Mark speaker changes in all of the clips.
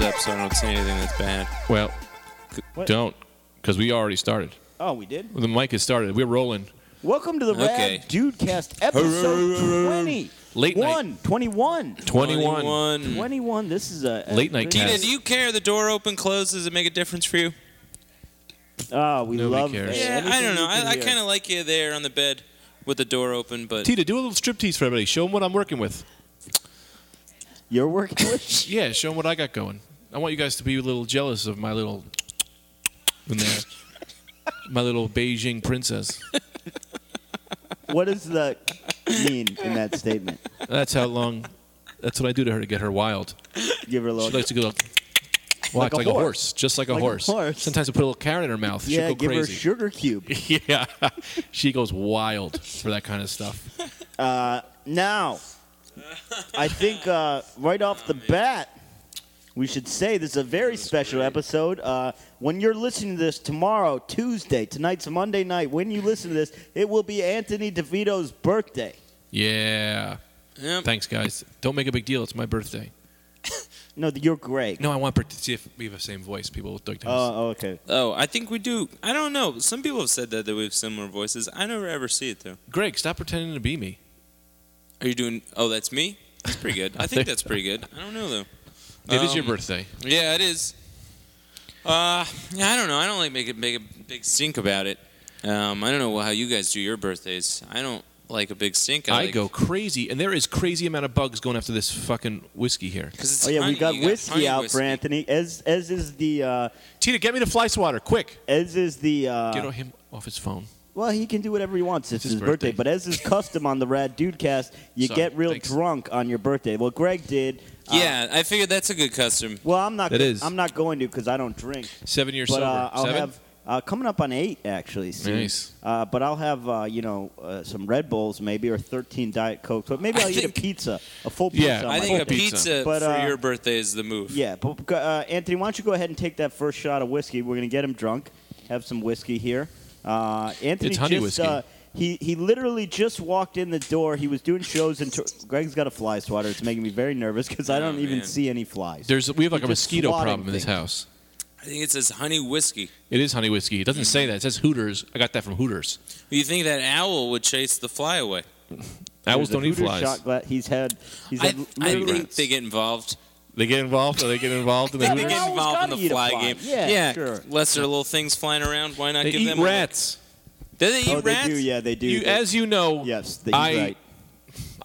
Speaker 1: up so I don't say anything that's bad.
Speaker 2: Well,
Speaker 3: What?
Speaker 2: don't, because we already started.
Speaker 3: Oh, we did.
Speaker 2: The mic has started. We're rolling.
Speaker 3: Welcome to the
Speaker 1: Okay.
Speaker 3: Rad Dudecast episode 20.
Speaker 2: Late night.
Speaker 3: One, 21.
Speaker 2: 21.
Speaker 3: 21. This is a, a
Speaker 2: Late night
Speaker 3: pretty-
Speaker 1: Keenan,
Speaker 2: Yes.
Speaker 1: do you care the door open closes? Does it make a difference for you?
Speaker 3: Oh, we
Speaker 2: Nobody
Speaker 3: love
Speaker 2: cares.
Speaker 3: it.
Speaker 1: Yeah, I
Speaker 3: Anything
Speaker 1: don't know.
Speaker 3: you can
Speaker 1: I, I
Speaker 3: hear.
Speaker 1: kind of like you there on the bed with the door open, but
Speaker 2: Tita, do a little striptease for everybody. Show them what I'm working with.
Speaker 3: You're working with.
Speaker 2: Yeah, show them what I got going. I want you guys to be a little jealous of my little in there. my little Beijing princess.
Speaker 3: what does the mean in that statement?
Speaker 2: That's how long. That's what I do to her to get her wild.
Speaker 3: Give her a
Speaker 2: She
Speaker 3: little.
Speaker 2: likes to go like, walk like,
Speaker 3: a
Speaker 2: a, horse.
Speaker 3: horse.
Speaker 2: just like a
Speaker 3: Like a
Speaker 2: horse.
Speaker 3: horse.
Speaker 2: Sometimes I put a little carrot in her mouth.
Speaker 3: yeah,
Speaker 2: She'll go
Speaker 3: give her a
Speaker 2: crazy.
Speaker 3: sugar cube.
Speaker 2: yeah, she goes wild for that kind of stuff.
Speaker 3: Now, I think uh, right off the bat, we should say this is a very special episode. Uh, when you're listening to this tomorrow, Tuesday, tonight's Monday night, when you listen to this, it will be Anthony DeVito's birthday.
Speaker 2: Yeah.
Speaker 1: Yep.
Speaker 2: Thanks, guys. Don't make a big deal. It's my birthday.
Speaker 3: No, th- you're Greg.
Speaker 2: No, I want to see if we have the same voice. People with Doug Thomas.
Speaker 3: Oh, okay.
Speaker 1: oh, I think we do. I don't know. Some people have said that that we have similar voices. I never ever see it though.
Speaker 2: Greg, stop pretending to be me.
Speaker 1: Are you doing? Oh, that's me. That's pretty good. I think that's pretty good. I don't know though.
Speaker 2: It is your
Speaker 1: Um,
Speaker 2: birthday.
Speaker 1: Yeah, it is. Uh, yeah, I don't know. I don't like make a big a big stink about it. Um, I don't know how you guys do your birthdays. I don't like a big stink.
Speaker 2: I
Speaker 1: like,
Speaker 2: go crazy, and there is crazy amount of bugs going after this fucking whiskey here.
Speaker 1: Cause it's
Speaker 3: Oh yeah,
Speaker 1: honey.
Speaker 3: we got
Speaker 1: You
Speaker 3: whiskey
Speaker 1: honey
Speaker 3: out
Speaker 1: whiskey.
Speaker 3: for Anthony. As as is the uh,
Speaker 2: Tina, get me the fly swatter, quick.
Speaker 3: as is the
Speaker 2: Get
Speaker 3: uh,
Speaker 2: him off his phone.
Speaker 3: well, he can do whatever he wants. It's,
Speaker 2: his
Speaker 3: his, birthday.
Speaker 2: birthday.
Speaker 3: But as is custom on the Rad Dudecast, you
Speaker 2: Sorry,
Speaker 3: get real
Speaker 2: thanks.
Speaker 3: drunk on your birthday. Well, Greg did. uh,
Speaker 1: Yeah, I figured that's a good custom.
Speaker 3: Well, I'm not.
Speaker 2: That is.
Speaker 3: I'm not going to because I don't drink.
Speaker 2: Seven years
Speaker 3: But
Speaker 2: sober.
Speaker 3: uh, I'll
Speaker 2: Seven.
Speaker 3: have uh, coming up on eight actually. soon.
Speaker 2: Nice.
Speaker 3: Uh, but I'll have uh, you know uh, some Red Bulls maybe or 13 Diet Cokes. But maybe
Speaker 1: I
Speaker 3: I'll eat a
Speaker 1: think-
Speaker 3: pizza, a full pizza.
Speaker 2: Yeah,
Speaker 3: on
Speaker 1: I
Speaker 3: my
Speaker 1: think a
Speaker 2: Pizza.
Speaker 1: pizza,
Speaker 3: But,
Speaker 1: for
Speaker 3: uh,
Speaker 1: your birthday is the move.
Speaker 3: Yeah, but uh, Anthony, why don't you go ahead and take that first shot of whiskey? We're gonna get him drunk. Have some whiskey here. Uh, Anthony
Speaker 2: It's honey
Speaker 3: just
Speaker 2: whiskey.
Speaker 3: Uh, he he literally just walked in the door. He was doing shows and Greg's got a fly swatter. It's making me very nervous because I
Speaker 1: Oh,
Speaker 3: don't even
Speaker 1: man.
Speaker 3: see any flies.
Speaker 2: There's we have like a
Speaker 3: You're just
Speaker 2: mosquito
Speaker 3: swatting
Speaker 2: problem in this
Speaker 3: things.
Speaker 2: house.
Speaker 1: I think it says honey whiskey.
Speaker 2: It is honey whiskey. It
Speaker 3: Mm.
Speaker 2: doesn't say that. It says Hooters. I got that from Hooters.
Speaker 1: You think that owl would chase the fly away?
Speaker 2: Owls
Speaker 3: There's a
Speaker 2: don't eat
Speaker 3: Hooters
Speaker 2: flies.
Speaker 3: Shot gla- he's had. He's
Speaker 1: I,
Speaker 3: had
Speaker 1: I
Speaker 3: literally-
Speaker 1: think they get involved.
Speaker 2: They get involved. Or they get involved in the
Speaker 3: Yeah,
Speaker 1: They
Speaker 3: they're
Speaker 2: Hooters.
Speaker 1: get
Speaker 3: always
Speaker 1: involved in
Speaker 3: gotta
Speaker 1: the
Speaker 3: eat a
Speaker 1: fly,
Speaker 3: fly.
Speaker 1: game.
Speaker 3: Yeah, sure.
Speaker 1: Lesser little things flying around. Why not
Speaker 2: They
Speaker 1: give
Speaker 2: eat
Speaker 1: them? a-
Speaker 2: rats.
Speaker 1: Do they eat
Speaker 3: Oh,
Speaker 1: rats?
Speaker 3: they do. Yeah, they do.
Speaker 2: You,
Speaker 3: They-
Speaker 2: as you know,
Speaker 3: yes, they,
Speaker 2: I
Speaker 3: you're right.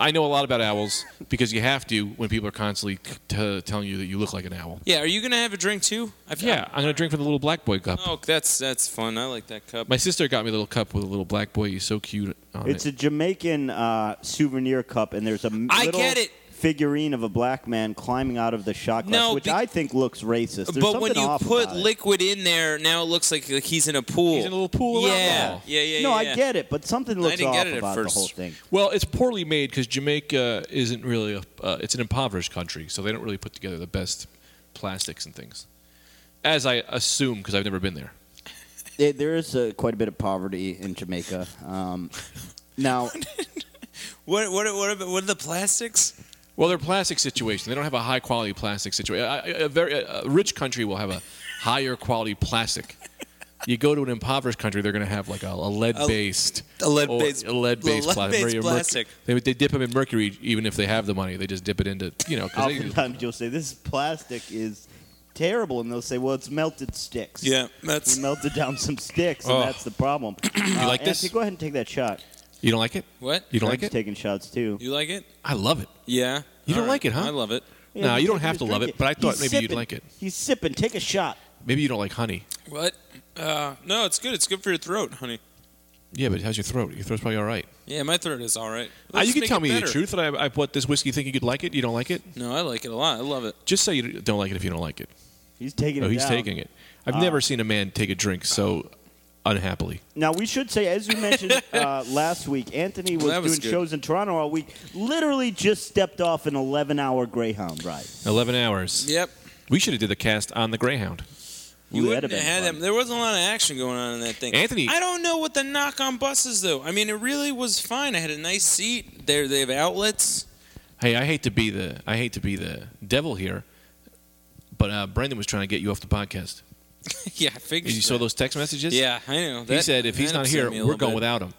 Speaker 2: I know a lot about owls because you have to when people are constantly t- telling you that you look like an owl.
Speaker 1: Yeah, Are you gonna have a drink too? I've,
Speaker 2: Yeah, I'm gonna drink from the little black boy cup.
Speaker 1: Oh, that's that's fun. I like that cup.
Speaker 2: My sister got me a little cup with a little black boy. He's so cute on
Speaker 3: It's
Speaker 2: it.
Speaker 3: a Jamaican uh, souvenir cup, and there's a m-
Speaker 1: I
Speaker 3: little
Speaker 1: get it.
Speaker 3: figurine of a black man climbing out of the shot glass,
Speaker 1: No,
Speaker 3: which
Speaker 1: be-
Speaker 3: I think looks racist. There's
Speaker 1: but when
Speaker 3: something
Speaker 1: you
Speaker 3: off
Speaker 1: put
Speaker 3: about it.
Speaker 1: liquid in there, now it looks like, like he's in a pool.
Speaker 2: He's in a little pool of
Speaker 1: Yeah.
Speaker 2: alcohol.
Speaker 1: yeah, yeah, yeah.
Speaker 3: no,
Speaker 1: yeah.
Speaker 3: I get it, but something looks
Speaker 1: didn't
Speaker 3: off
Speaker 1: get it at
Speaker 3: about
Speaker 1: first.
Speaker 3: the whole thing.
Speaker 2: well, it's poorly made because Jamaica isn't really a. Uh, it's an impoverished country, so they don't really put together the best plastics and things. As I assume, because I've never been there.
Speaker 3: There- there is uh, quite a bit of poverty in Jamaica. Um, now,
Speaker 1: What what what about, what are the plastics?
Speaker 2: Well, their plastic situation. They don't have a high quality plastic situation. A, a- a very a a rich country will have a higher quality plastic. You go to an impoverished country, they're going to have like a, lead based,
Speaker 1: a lead-based-
Speaker 2: a lead based
Speaker 1: lead-based
Speaker 2: plastic. very merc-
Speaker 1: plastic.
Speaker 2: They, they dip them in mercury, even if they have the money. They just dip it into you know. 'cause they-
Speaker 3: oftentimes you'll say this plastic is terrible, and they'll say, "Well, it's melted sticks."
Speaker 1: that's
Speaker 3: we melted down some sticks, and
Speaker 2: Oh.
Speaker 3: that's the problem. you
Speaker 2: like this?
Speaker 3: Go ahead and take that shot.
Speaker 2: you don't like it?
Speaker 1: what
Speaker 2: You don't
Speaker 3: Greg's
Speaker 2: like it?
Speaker 3: taking shots too.
Speaker 1: you like it?
Speaker 2: I love it.
Speaker 1: Yeah.
Speaker 2: You don't
Speaker 1: All
Speaker 2: like it, huh?
Speaker 1: I love it.
Speaker 3: Yeah,
Speaker 2: no,
Speaker 3: he's
Speaker 2: you don't
Speaker 3: taking
Speaker 2: have
Speaker 3: his
Speaker 2: to love
Speaker 3: drink
Speaker 2: it, but I thought
Speaker 3: He's
Speaker 2: maybe you'd
Speaker 3: sipping.
Speaker 2: like it.
Speaker 3: He's sipping. Take a shot.
Speaker 2: Maybe you don't like honey.
Speaker 1: What? Uh, no, it's good. It's good for your throat, honey.
Speaker 2: Yeah, but how's your throat? Your throat's probably all right.
Speaker 1: Yeah, my throat is all right.
Speaker 2: Ah,
Speaker 1: Let's
Speaker 2: you can
Speaker 1: make
Speaker 2: tell
Speaker 1: it
Speaker 2: me the
Speaker 1: better.
Speaker 2: truth that I, I bought this whiskey thinking you'd like it. You don't like it?
Speaker 1: No, I like it a lot. I love it.
Speaker 2: Just say you don't like it if you don't like it.
Speaker 3: He's taking.
Speaker 2: No,
Speaker 3: it
Speaker 2: Oh, he's
Speaker 3: down. Uh,
Speaker 2: taking it. I've never seen a man take a drink so unhappily.
Speaker 3: Now we should say, as we mentioned uh, last week, Anthony was,
Speaker 1: That was
Speaker 3: doing
Speaker 1: good.
Speaker 3: shows in Toronto all week. Literally just stepped off an 11-hour Greyhound ride.
Speaker 2: Eleven hours.
Speaker 1: Yep.
Speaker 2: We should have did the cast on the Greyhound.
Speaker 1: You
Speaker 3: Ooh,
Speaker 1: wouldn't
Speaker 3: that'd
Speaker 1: have
Speaker 3: been
Speaker 1: had
Speaker 3: fun.
Speaker 1: them. There wasn't a lot of action going on in that thing.
Speaker 2: Anthony-
Speaker 1: I don't know what the knock on buses though. I mean, it really was fine. I had a nice seat. There, they have outlets.
Speaker 2: Hey, I hate to be the I hate to be the devil here, But uh, Brendan was trying to get you off the podcast.
Speaker 1: yeah, I figured.
Speaker 2: You saw
Speaker 1: that.
Speaker 2: those text messages?
Speaker 1: Yeah, I know.
Speaker 2: He
Speaker 1: That-
Speaker 2: said if he's
Speaker 1: that
Speaker 2: not
Speaker 1: upset
Speaker 2: here,
Speaker 1: me a
Speaker 2: we're
Speaker 1: little
Speaker 2: going
Speaker 1: bit.
Speaker 2: without him.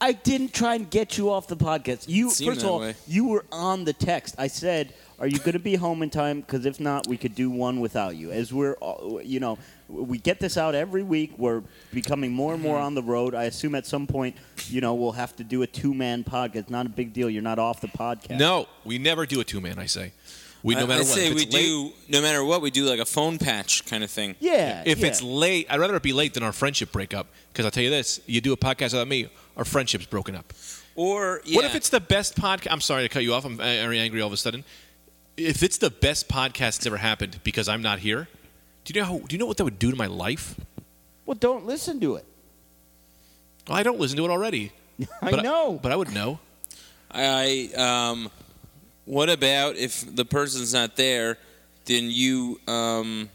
Speaker 3: I didn't try and get you off the podcast. You
Speaker 1: seemed
Speaker 3: first of
Speaker 1: that
Speaker 3: all,
Speaker 1: way.
Speaker 3: you were on the text. I said, "Are you going to be home in time? Because if not, we could do one without you." As we're, all- you know, we get this out every week. We're becoming more and
Speaker 1: Mm-hmm.
Speaker 3: more on the road. I assume at some point, you know, we'll have to do a two-man podcast. Not a big deal. You're not off the podcast.
Speaker 2: No, we never do a two man. I say, we no
Speaker 1: I-
Speaker 2: matter
Speaker 1: I
Speaker 2: what.
Speaker 1: say
Speaker 2: if
Speaker 1: we
Speaker 2: it's late,
Speaker 1: do. No matter what, we do like a phone patch kind of thing.
Speaker 3: Yeah.
Speaker 2: If
Speaker 3: yeah.
Speaker 2: it's late, I'd rather it be late than our friendship break up. Because I'll tell you this: you do a podcast without me, our friendship's broken up.
Speaker 1: Or yeah.
Speaker 2: What if it's the best podcast? I'm sorry to cut you off. I'm very angry all of a sudden. If it's the best podcast that's ever happened because I'm not here, do you know how, do you know what that would do to my life?
Speaker 3: well, don't listen to it.
Speaker 2: Well, I don't listen to it already.
Speaker 3: I
Speaker 2: but
Speaker 3: know.
Speaker 2: but I would know.
Speaker 1: I um, what about if the person's not there, then you um,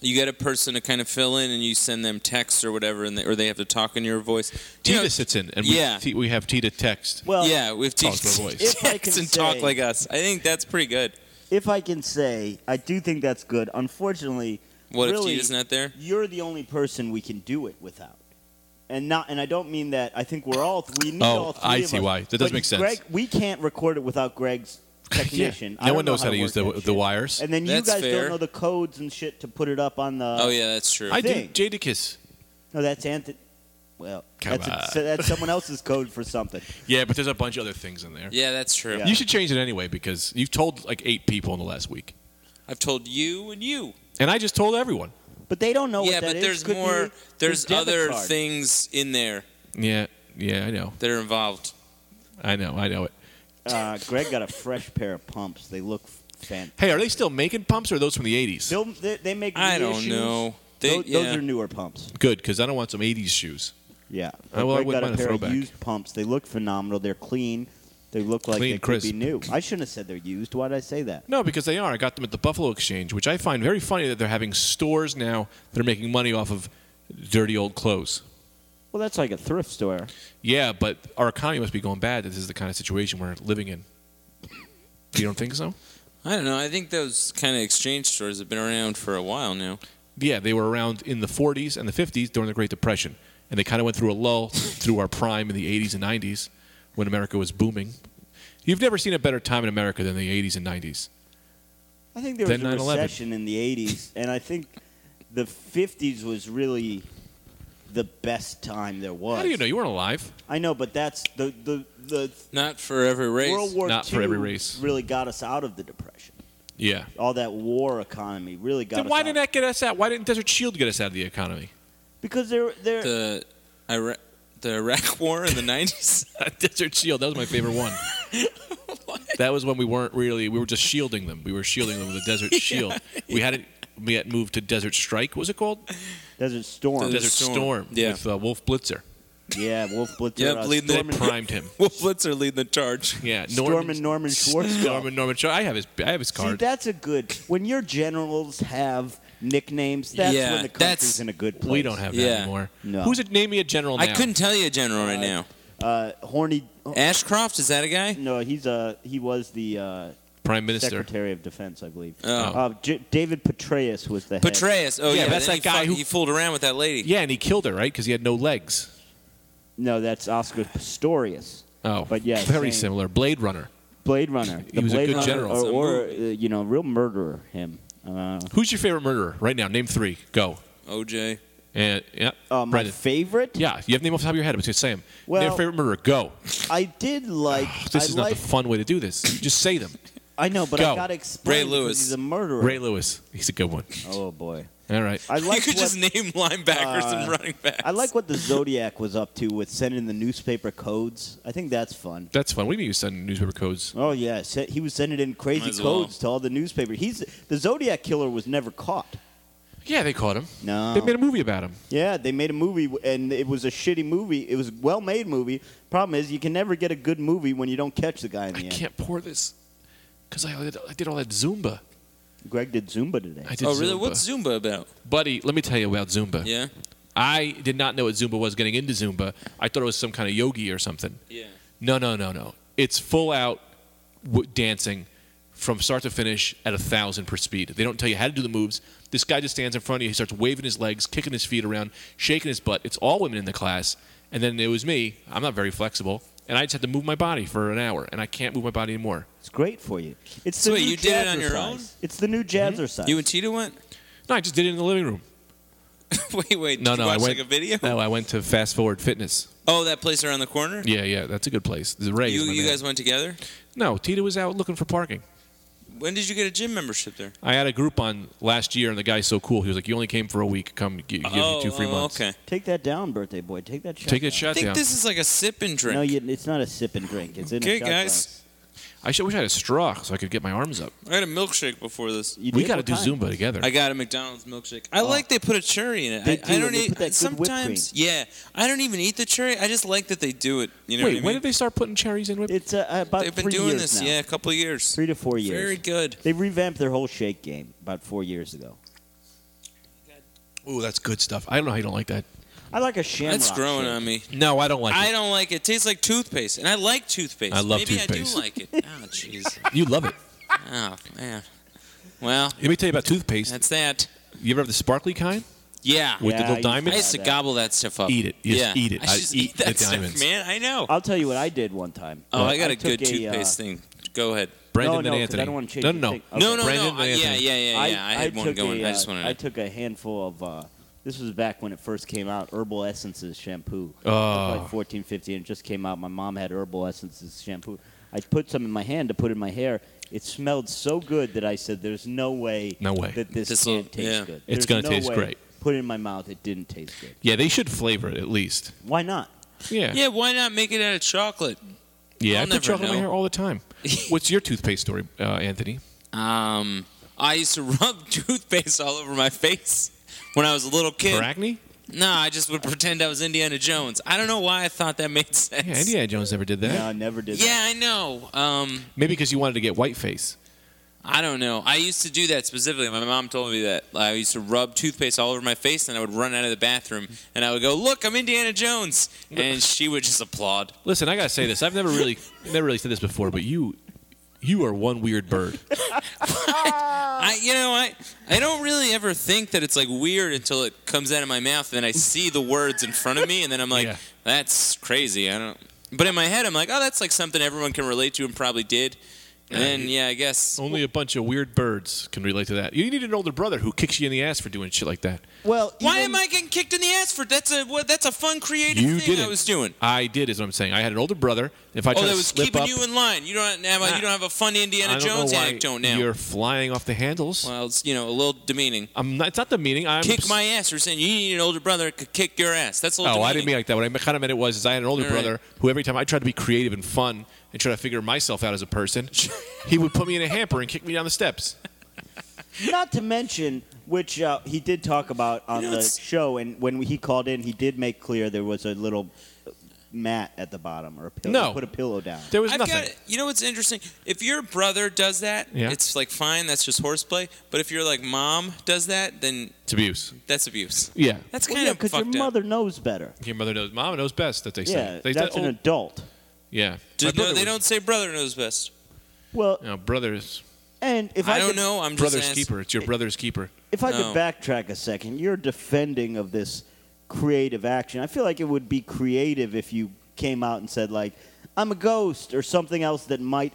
Speaker 1: you get a person to kind of fill in and you send them texts or whatever, and they, or they have to talk in your voice. Do you
Speaker 2: Tita
Speaker 1: know-
Speaker 2: sits in, and
Speaker 1: Yeah.
Speaker 2: we, T- we have Tita text.
Speaker 3: well,
Speaker 1: yeah, we've
Speaker 2: Talk to uh, her voice.
Speaker 1: text
Speaker 3: If I can
Speaker 1: and talk
Speaker 3: say-
Speaker 1: like us. I think that's pretty good.
Speaker 3: if I can say, I do think that's good. Unfortunately,
Speaker 1: What
Speaker 3: really,
Speaker 1: if Tita's not there?
Speaker 3: you're the only person we can do it without. And not, and I don't mean that. I think we're all we need
Speaker 2: Oh,
Speaker 3: all three
Speaker 2: I
Speaker 3: of
Speaker 2: see
Speaker 3: us.
Speaker 2: why. That does
Speaker 3: But
Speaker 2: make sense.
Speaker 3: Greg, we can't record it without Greg's technician.
Speaker 2: No
Speaker 3: I don't
Speaker 2: one
Speaker 3: know
Speaker 2: knows how to use the
Speaker 3: work that
Speaker 2: the
Speaker 3: shit.
Speaker 2: wires.
Speaker 3: And then you
Speaker 1: That's
Speaker 3: guys
Speaker 1: fair.
Speaker 3: don't know the codes and shit to put it up on the.
Speaker 1: Oh yeah, that's true.
Speaker 2: I do
Speaker 3: thing.
Speaker 2: Jadakiss.
Speaker 3: No, that's Anthony. Well,
Speaker 2: Come
Speaker 3: that's,
Speaker 2: on.
Speaker 3: so that's someone else's code for something.
Speaker 2: Yeah, but there's a bunch of other things in there.
Speaker 1: yeah, that's true.
Speaker 3: Yeah.
Speaker 2: You should change it anyway because you've told like eight people in the last week,
Speaker 1: I've told you and you.
Speaker 2: and I just told everyone.
Speaker 3: But they don't know
Speaker 1: yeah,
Speaker 3: what that
Speaker 1: but
Speaker 3: is.
Speaker 1: there's
Speaker 3: Could be
Speaker 1: more.
Speaker 3: his
Speaker 1: There's
Speaker 3: debit
Speaker 1: other
Speaker 3: card.
Speaker 1: things in there
Speaker 2: Yeah, yeah, I know,
Speaker 1: that are involved.
Speaker 2: I know, I know it.
Speaker 3: Uh, Greg got a fresh pair of pumps. They look fantastic.
Speaker 2: Hey, are they still making pumps or are those from the 80s?
Speaker 3: They'll- They, they make.
Speaker 1: I don't
Speaker 3: reissues.
Speaker 1: know. They,
Speaker 3: Tho- those,
Speaker 1: yeah.
Speaker 3: are newer pumps.
Speaker 2: Good, because I don't want some 80s shoes.
Speaker 3: Yeah.
Speaker 2: I- well, I
Speaker 3: Greg
Speaker 2: wouldn't
Speaker 3: got
Speaker 2: mind
Speaker 3: a
Speaker 2: a
Speaker 3: pair
Speaker 2: throwback.
Speaker 3: of used pumps. They look phenomenal. They're clean. They look like
Speaker 2: Clean,
Speaker 3: they
Speaker 2: crisp.
Speaker 3: could be new. I shouldn't have said they're used. Why did I say that?
Speaker 2: No, because they are. I got them at the Buffalo Exchange, which I find very funny that they're having stores now that are making money off of dirty old clothes.
Speaker 3: Well, that's like a thrift store.
Speaker 2: Yeah, but our economy must be going bad. That this is the kind of situation we're living in. You don't think so?
Speaker 1: I don't know. I think those kind of exchange stores have been around for a while now.
Speaker 2: Yeah, they were around in the 40s and the 50s during the Great Depression, and they kind of went through a lull through our prime in the 80s and 90s when America was booming. You've never seen a better time in America than the 80s and 90s.
Speaker 3: I think there was
Speaker 2: Then
Speaker 3: a
Speaker 2: 9/11.
Speaker 3: recession in the 80s, and I think the 50s was really the best time there was.
Speaker 2: How do you know you weren't alive?
Speaker 3: I know, but that's the the the
Speaker 1: Not for every race.
Speaker 3: World War
Speaker 2: Not
Speaker 3: II
Speaker 2: for every race.
Speaker 3: really got us out of the depression.
Speaker 2: Yeah.
Speaker 3: All that war economy really got
Speaker 2: Then
Speaker 3: us
Speaker 2: why
Speaker 3: out.
Speaker 2: didn't that get us out? Why didn't Desert Shield get us out of the economy?
Speaker 3: Because they're they're
Speaker 1: the Iraq, the Iraq War in the nineties.
Speaker 2: Uh, Desert Shield, that was my favorite one. That was when we weren't really we were just shielding them. We were shielding them with a desert shield. We hadn't yet moved to Desert Strike. What was it called?
Speaker 3: Desert Storm.
Speaker 1: Desert
Speaker 2: Desert Storm.
Speaker 1: Storm. Yeah.
Speaker 2: With uh, Wolf Blitzer.
Speaker 3: Yeah, Wolf Blitzer.
Speaker 1: Yeah,
Speaker 3: uh,
Speaker 1: bleeding the
Speaker 3: Storm and-
Speaker 2: Primed him.
Speaker 1: Wolf Blitzer leading the charge.
Speaker 2: Yeah.
Speaker 3: Storm and Norman Schwarzkopf.
Speaker 2: Storm and Norman Schwarzkopf. I have his I have his
Speaker 3: See,
Speaker 2: card.
Speaker 3: that's a good. When your generals have nicknames, that's
Speaker 1: Yeah,
Speaker 3: when the
Speaker 1: that's-
Speaker 3: country's in a good place.
Speaker 2: we don't have that
Speaker 1: Yeah.
Speaker 2: anymore.
Speaker 3: No.
Speaker 2: Who's it? Name me a general now.
Speaker 1: I couldn't tell you a general right now.
Speaker 3: uh, horny. oh,
Speaker 1: Ashcroft is that a guy?
Speaker 3: No, he's uh he was the uh,
Speaker 2: Prime Minister.
Speaker 3: Secretary of Defense, I believe.
Speaker 1: Oh.
Speaker 3: Uh, J- David Petraeus was the head.
Speaker 1: Petraeus. Oh
Speaker 2: Yeah,
Speaker 1: yeah,
Speaker 2: that's
Speaker 1: then
Speaker 2: that
Speaker 1: he
Speaker 2: guy
Speaker 1: fu-
Speaker 2: who-
Speaker 1: he fooled around with that lady.
Speaker 2: Yeah, and he killed her, right? Because he had no legs.
Speaker 3: No, that's Oscar Pistorius.
Speaker 2: Oh,
Speaker 3: But yeah,
Speaker 2: very
Speaker 3: same.
Speaker 2: similar. Blade Runner.
Speaker 3: Blade Runner.
Speaker 2: He
Speaker 3: The
Speaker 2: was a
Speaker 3: Blade
Speaker 2: good
Speaker 3: Runner,
Speaker 2: general.
Speaker 3: Or, or, uh, you know, real murderer, him. Uh,
Speaker 2: Who's your favorite murderer right now? Name three. Go.
Speaker 1: OJ.
Speaker 2: And yeah,
Speaker 3: uh, my
Speaker 2: Brendan.
Speaker 3: favorite?
Speaker 2: Yeah, you have name off the top of your head. I'm just saying. Name
Speaker 3: Well-
Speaker 2: your favorite murderer. Go.
Speaker 3: I did like.
Speaker 2: This
Speaker 3: I
Speaker 2: is
Speaker 3: like,
Speaker 2: not the fun way to do this. Just say them.
Speaker 3: I know, but
Speaker 2: Go.
Speaker 3: I got to explain.
Speaker 1: Ray
Speaker 3: because
Speaker 1: Lewis.
Speaker 3: He's a murderer.
Speaker 2: Ray Lewis. He's a good one.
Speaker 3: Oh, boy.
Speaker 2: All right.
Speaker 3: I like
Speaker 1: you could
Speaker 3: what-
Speaker 1: just
Speaker 3: Uh,
Speaker 1: name linebackers and running backs.
Speaker 3: I like what the Zodiac was up to with sending the newspaper codes. I think that's fun.
Speaker 2: That's fun. What do you mean you send newspaper codes?
Speaker 3: Oh yeah, se- he was sending in
Speaker 1: Might
Speaker 3: crazy
Speaker 1: as well.
Speaker 3: codes to all the newspaper. He's the Zodiac killer was never caught.
Speaker 2: Yeah, they caught him.
Speaker 3: No.
Speaker 2: They made a movie about him.
Speaker 3: Yeah, they made a movie w- and it was a shitty movie. It was a well-made movie. Problem is, you can never get a good movie when you don't catch the guy in the
Speaker 2: I
Speaker 3: end.
Speaker 2: can't pour this because I, I did all that Zumba.
Speaker 3: Greg did Zumba today.
Speaker 2: I did
Speaker 1: oh really?
Speaker 2: Zumba.
Speaker 1: What's Zumba about?
Speaker 2: Buddy, let me tell you about Zumba.
Speaker 1: Yeah.
Speaker 2: I did not know what Zumba was getting into Zumba. I thought it was some kind of yogi or something.
Speaker 1: Yeah.
Speaker 2: No, no, no, no. It's full out w- dancing from start to finish at a thousand per speed. They don't tell you how to do the moves. This guy just stands in front of you. He starts waving his legs, kicking his feet around, shaking his butt. It's all women in the class. And then it was me. I'm not very flexible, and I just had to move my body for an hour, and I can't move my body anymore.
Speaker 3: It's great for you. It's
Speaker 1: So
Speaker 3: the
Speaker 1: wait,
Speaker 3: new
Speaker 1: you did it on your
Speaker 3: jazzercise.
Speaker 1: own? Mm-hmm.
Speaker 3: It's the new jazzercise.
Speaker 1: You and Cheetah went?
Speaker 2: No, I just did it in the living room.
Speaker 1: wait, wait.
Speaker 2: No,
Speaker 1: did
Speaker 2: no,
Speaker 1: you watch
Speaker 2: I went
Speaker 1: like a video.
Speaker 2: No, I went to Fast Forward Fitness.
Speaker 1: Oh, that place around the corner.
Speaker 2: Yeah, yeah, that's a good place. The Ray.
Speaker 1: you you guys went together.
Speaker 2: No, Tita was out looking for parking.
Speaker 1: When did you get a gym membership there?
Speaker 2: I had a group on last year, and the guy's so cool. He was like, "You only came for a week. Come, gi- give
Speaker 1: oh,
Speaker 2: you two free
Speaker 1: oh,
Speaker 2: months.
Speaker 1: Okay.
Speaker 3: Take that down, birthday boy. Take that shot.
Speaker 2: Take that
Speaker 1: I
Speaker 3: down.
Speaker 2: shot
Speaker 1: think
Speaker 2: down."
Speaker 1: this is like a sip and drink.
Speaker 3: No, you, it's not a sip and drink. It's in a
Speaker 1: Okay,
Speaker 3: shot
Speaker 1: guys.
Speaker 3: glass.
Speaker 2: I should, wish I had a straw so I could get my arms up.
Speaker 1: I had a milkshake before this.
Speaker 3: You
Speaker 2: we
Speaker 3: did
Speaker 2: got to
Speaker 3: what
Speaker 2: do
Speaker 3: time?
Speaker 2: Zumba together.
Speaker 1: I got a McDonald's milkshake. I
Speaker 3: Oh.
Speaker 1: like they put a cherry in it.
Speaker 3: They
Speaker 1: I,
Speaker 3: do,
Speaker 1: I don't
Speaker 3: they
Speaker 1: eat
Speaker 3: put that good whipped
Speaker 1: sometimes. Yeah, I don't even eat the cherry. I just like that they do it. You know
Speaker 2: Wait,
Speaker 1: what I
Speaker 2: when
Speaker 1: mean?
Speaker 2: did they start putting cherries in whipped?
Speaker 3: It's uh, about
Speaker 1: They've been
Speaker 3: three
Speaker 1: doing
Speaker 3: years
Speaker 1: this.
Speaker 3: now.
Speaker 1: Yeah, a couple of years.
Speaker 3: Three to four years.
Speaker 1: Very good.
Speaker 3: They revamped their whole shake game about four years ago.
Speaker 2: Ooh, that's good stuff. I don't know how you don't like that.
Speaker 3: I like a shamrock.
Speaker 1: That's growing
Speaker 3: shake.
Speaker 1: on me.
Speaker 2: No, I don't like
Speaker 1: I
Speaker 2: it.
Speaker 1: don't like it. It tastes like toothpaste, and I like toothpaste.
Speaker 2: I love
Speaker 1: Maybe
Speaker 2: toothpaste.
Speaker 1: I do like it. Oh, jeez.
Speaker 2: You love it.
Speaker 1: Oh man. Well,
Speaker 2: Let me tell you about toothpaste.
Speaker 1: that's that.
Speaker 2: you ever have the sparkly kind
Speaker 1: Yeah.
Speaker 2: with
Speaker 3: Yeah,
Speaker 2: the
Speaker 3: I
Speaker 2: little
Speaker 1: I
Speaker 2: diamonds?
Speaker 1: used to gobble that stuff up.
Speaker 2: Eat it. Just
Speaker 1: yeah.
Speaker 2: eat it.
Speaker 1: I
Speaker 2: I
Speaker 1: should just
Speaker 2: eat
Speaker 1: eat that
Speaker 2: the diamonds.
Speaker 1: stuff, man. I know.
Speaker 3: I'll tell you what I did one time.
Speaker 1: Oh, I got a
Speaker 3: Uh, took
Speaker 1: good toothpaste
Speaker 3: uh,
Speaker 1: thing. Go ahead.
Speaker 2: Brandon
Speaker 3: No,
Speaker 2: and
Speaker 3: no, 'cause
Speaker 2: Anthony.
Speaker 3: I don't wanna change
Speaker 2: no,
Speaker 3: the
Speaker 2: no, no.
Speaker 3: thing. Okay.
Speaker 1: No, no,
Speaker 2: Brandon
Speaker 1: no.
Speaker 2: and
Speaker 1: uh, yeah,
Speaker 2: Anthony.
Speaker 1: yeah, yeah, yeah. I, had one
Speaker 3: took
Speaker 1: going.
Speaker 3: A,
Speaker 1: I just
Speaker 3: uh,
Speaker 1: wanted.
Speaker 3: I
Speaker 1: to
Speaker 3: took a handful of. Uh, this was back when it first came out, Herbal Essences shampoo. It was
Speaker 2: Oh.
Speaker 3: Like 14, 15, it just came out. My mom had Herbal Essences shampoo. I put some in my hand to put in my hair. It smelled so good that I said, "There's no way,
Speaker 2: No way.
Speaker 3: that this,
Speaker 1: This will-
Speaker 3: can't taste
Speaker 1: yeah.
Speaker 3: good.
Speaker 2: It's
Speaker 3: There's
Speaker 2: gonna
Speaker 3: no
Speaker 2: taste
Speaker 3: way."
Speaker 2: great.
Speaker 3: Put it in my mouth. It didn't taste good.
Speaker 2: Yeah, they should flavor it at least.
Speaker 3: Why not?
Speaker 2: Yeah.
Speaker 1: Yeah, why not make it out of chocolate? I'll
Speaker 2: Yeah, I put
Speaker 1: never
Speaker 2: chocolate in my
Speaker 1: know.
Speaker 2: hair all the time. What's your toothpaste story, uh, Anthony?
Speaker 1: Um, I used to rub toothpaste all over my face when I was a little kid.
Speaker 2: For acne?
Speaker 1: No, I just would pretend I was Indiana Jones. I don't know why I thought that made sense.
Speaker 2: Yeah, Indiana Jones never did that.
Speaker 3: No, I never did.
Speaker 1: Yeah, I know. Um,
Speaker 2: Maybe because you wanted to get white face.
Speaker 1: I don't know. I used to do that specifically. My mom told me that. I used to rub toothpaste all over my face, and I would run out of the bathroom, and I would go, "Look, I'm Indiana Jones," and she would just applaud.
Speaker 2: Listen, I gotta say this. I've never really, never really said this before, but you, you are one weird bird.
Speaker 1: I, you know, I, I don't really ever think that it's like weird until it comes out of my mouth, and then I see the words in front of me, and then I'm like,
Speaker 2: Yeah.
Speaker 1: "That's crazy." I don't. But in my head, I'm like, "Oh, that's like something everyone can relate to and probably did." And then, yeah, I guess.
Speaker 2: Only a bunch of weird birds can relate to that. You need an older brother who kicks you in the ass for doing shit like that.
Speaker 3: Well,
Speaker 1: Why
Speaker 3: even-
Speaker 1: am I getting kicked in the ass for that's a what, that's a fun creative
Speaker 2: You
Speaker 1: thing I
Speaker 2: didn't.
Speaker 1: was doing.
Speaker 2: I did, is what I'm saying. I had an older brother. If I
Speaker 1: Oh,
Speaker 2: tried
Speaker 1: that
Speaker 2: to
Speaker 1: was
Speaker 2: slip
Speaker 1: keeping
Speaker 2: up,
Speaker 1: you in line. You don't have a, you don't have a fun
Speaker 2: I
Speaker 1: Indiana
Speaker 2: don't
Speaker 1: Jones
Speaker 2: know why
Speaker 1: anecdote now.
Speaker 2: You're flying off the handles.
Speaker 1: well, it's you know a little demeaning.
Speaker 2: I'm not, it's not the meaning. I'm
Speaker 1: Kick my ass. You're saying you need an older brother that could kick your ass. That's a little.
Speaker 2: Oh,
Speaker 1: demeaning.
Speaker 2: I didn't mean like that. What I kind of meant it was is I had an older
Speaker 1: All right.
Speaker 2: brother who every time I tried to be creative and fun and try to figure myself out as a person, he would put me in a hamper and kick me down the steps.
Speaker 3: Not to mention, which uh, he did talk about on
Speaker 1: know,
Speaker 3: the
Speaker 1: it's-
Speaker 3: show, and when he called in, he did make clear there was a little uh, mat at the bottom or a pillow.
Speaker 2: No.
Speaker 3: He put a pillow down.
Speaker 2: There was
Speaker 1: I've
Speaker 2: nothing.
Speaker 1: got. You know what's interesting? If your brother does that,
Speaker 2: Yeah.
Speaker 1: it's like fine. That's just horseplay. But if your like mom does that, then
Speaker 2: It's abuse.
Speaker 1: that's abuse.
Speaker 2: Yeah.
Speaker 1: That's
Speaker 3: Well,
Speaker 1: kind
Speaker 3: yeah,
Speaker 1: of
Speaker 3: because your
Speaker 1: fucked up.
Speaker 3: mother knows better.
Speaker 2: Your mother knows. Mama knows best. That they
Speaker 3: Yeah,
Speaker 2: say. They
Speaker 3: that's
Speaker 2: oh,
Speaker 3: an adult.
Speaker 2: yeah.
Speaker 1: Do-
Speaker 2: My
Speaker 1: no,
Speaker 2: brother
Speaker 1: they
Speaker 2: was-
Speaker 1: don't say brother knows best.
Speaker 3: Well,
Speaker 2: You know, brothers,
Speaker 3: and if I,
Speaker 1: I don't
Speaker 3: could,
Speaker 1: know. I'm just
Speaker 2: brother's
Speaker 1: ask-
Speaker 2: keeper. It's your brother's keeper.
Speaker 3: if I
Speaker 1: No.
Speaker 3: could backtrack a second, your defending of this creative action, I feel like it would be creative if you came out and said like, "I'm a ghost" or something else that might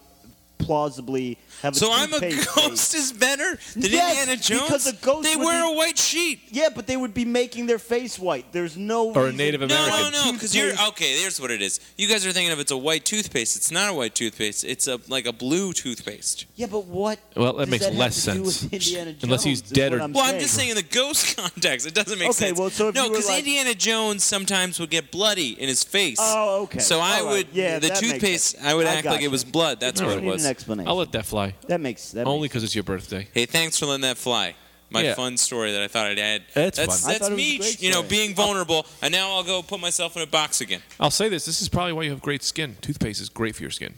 Speaker 3: plausibly have. A
Speaker 1: So I'm a
Speaker 3: toothpaste taste.
Speaker 1: ghost is better than
Speaker 3: Yes,
Speaker 1: Indiana Jones.
Speaker 3: because a ghost
Speaker 1: they
Speaker 3: would
Speaker 1: wear a
Speaker 3: be-
Speaker 1: white sheet.
Speaker 3: Yeah, but they would be making their face white. There's no
Speaker 2: Or a
Speaker 3: reason-
Speaker 2: Native
Speaker 1: No,
Speaker 2: American.
Speaker 1: no, no, because you're okay. Here's what it is. You guys are thinking of it's a white toothpaste. It's not a white toothpaste. It's a like a blue toothpaste.
Speaker 3: Yeah, but what?
Speaker 2: Well, that
Speaker 3: does
Speaker 2: makes
Speaker 3: have
Speaker 2: less
Speaker 3: to do with
Speaker 2: sense.
Speaker 3: Indiana Jones,
Speaker 2: Unless he's
Speaker 3: is
Speaker 2: dead
Speaker 3: what
Speaker 2: or-
Speaker 3: I'm
Speaker 1: Well,
Speaker 3: saying.
Speaker 1: I'm just saying in the ghost context, it doesn't make
Speaker 3: Okay,
Speaker 1: sense.
Speaker 3: well, so if
Speaker 1: no,
Speaker 3: you were
Speaker 1: because
Speaker 3: like-
Speaker 1: Indiana Jones sometimes would get bloody in his face.
Speaker 3: Oh, okay.
Speaker 1: So I
Speaker 3: All right.
Speaker 1: would
Speaker 3: Yeah,
Speaker 1: the
Speaker 3: that makes
Speaker 1: toothpaste.
Speaker 3: sense.
Speaker 1: I would
Speaker 3: I
Speaker 1: act like
Speaker 3: gotcha.
Speaker 1: it was blood. That's
Speaker 3: I
Speaker 1: what it
Speaker 3: need
Speaker 1: was.
Speaker 3: an explanation.
Speaker 2: I'll let that fly.
Speaker 3: that makes that
Speaker 2: Only
Speaker 3: Makes,
Speaker 2: because it's your birthday.
Speaker 1: Hey, thanks for letting that fly. My
Speaker 2: Yeah.
Speaker 1: fun story that I thought I'd add.
Speaker 2: That's
Speaker 1: that's,
Speaker 2: fun.
Speaker 3: I
Speaker 1: that's
Speaker 3: thought it was a
Speaker 1: me,
Speaker 3: great
Speaker 1: you know,
Speaker 3: story.
Speaker 1: being vulnerable. And now I'll go put myself in a box again.
Speaker 2: I'll say this. This is probably why you have great skin. Toothpaste is great for your skin.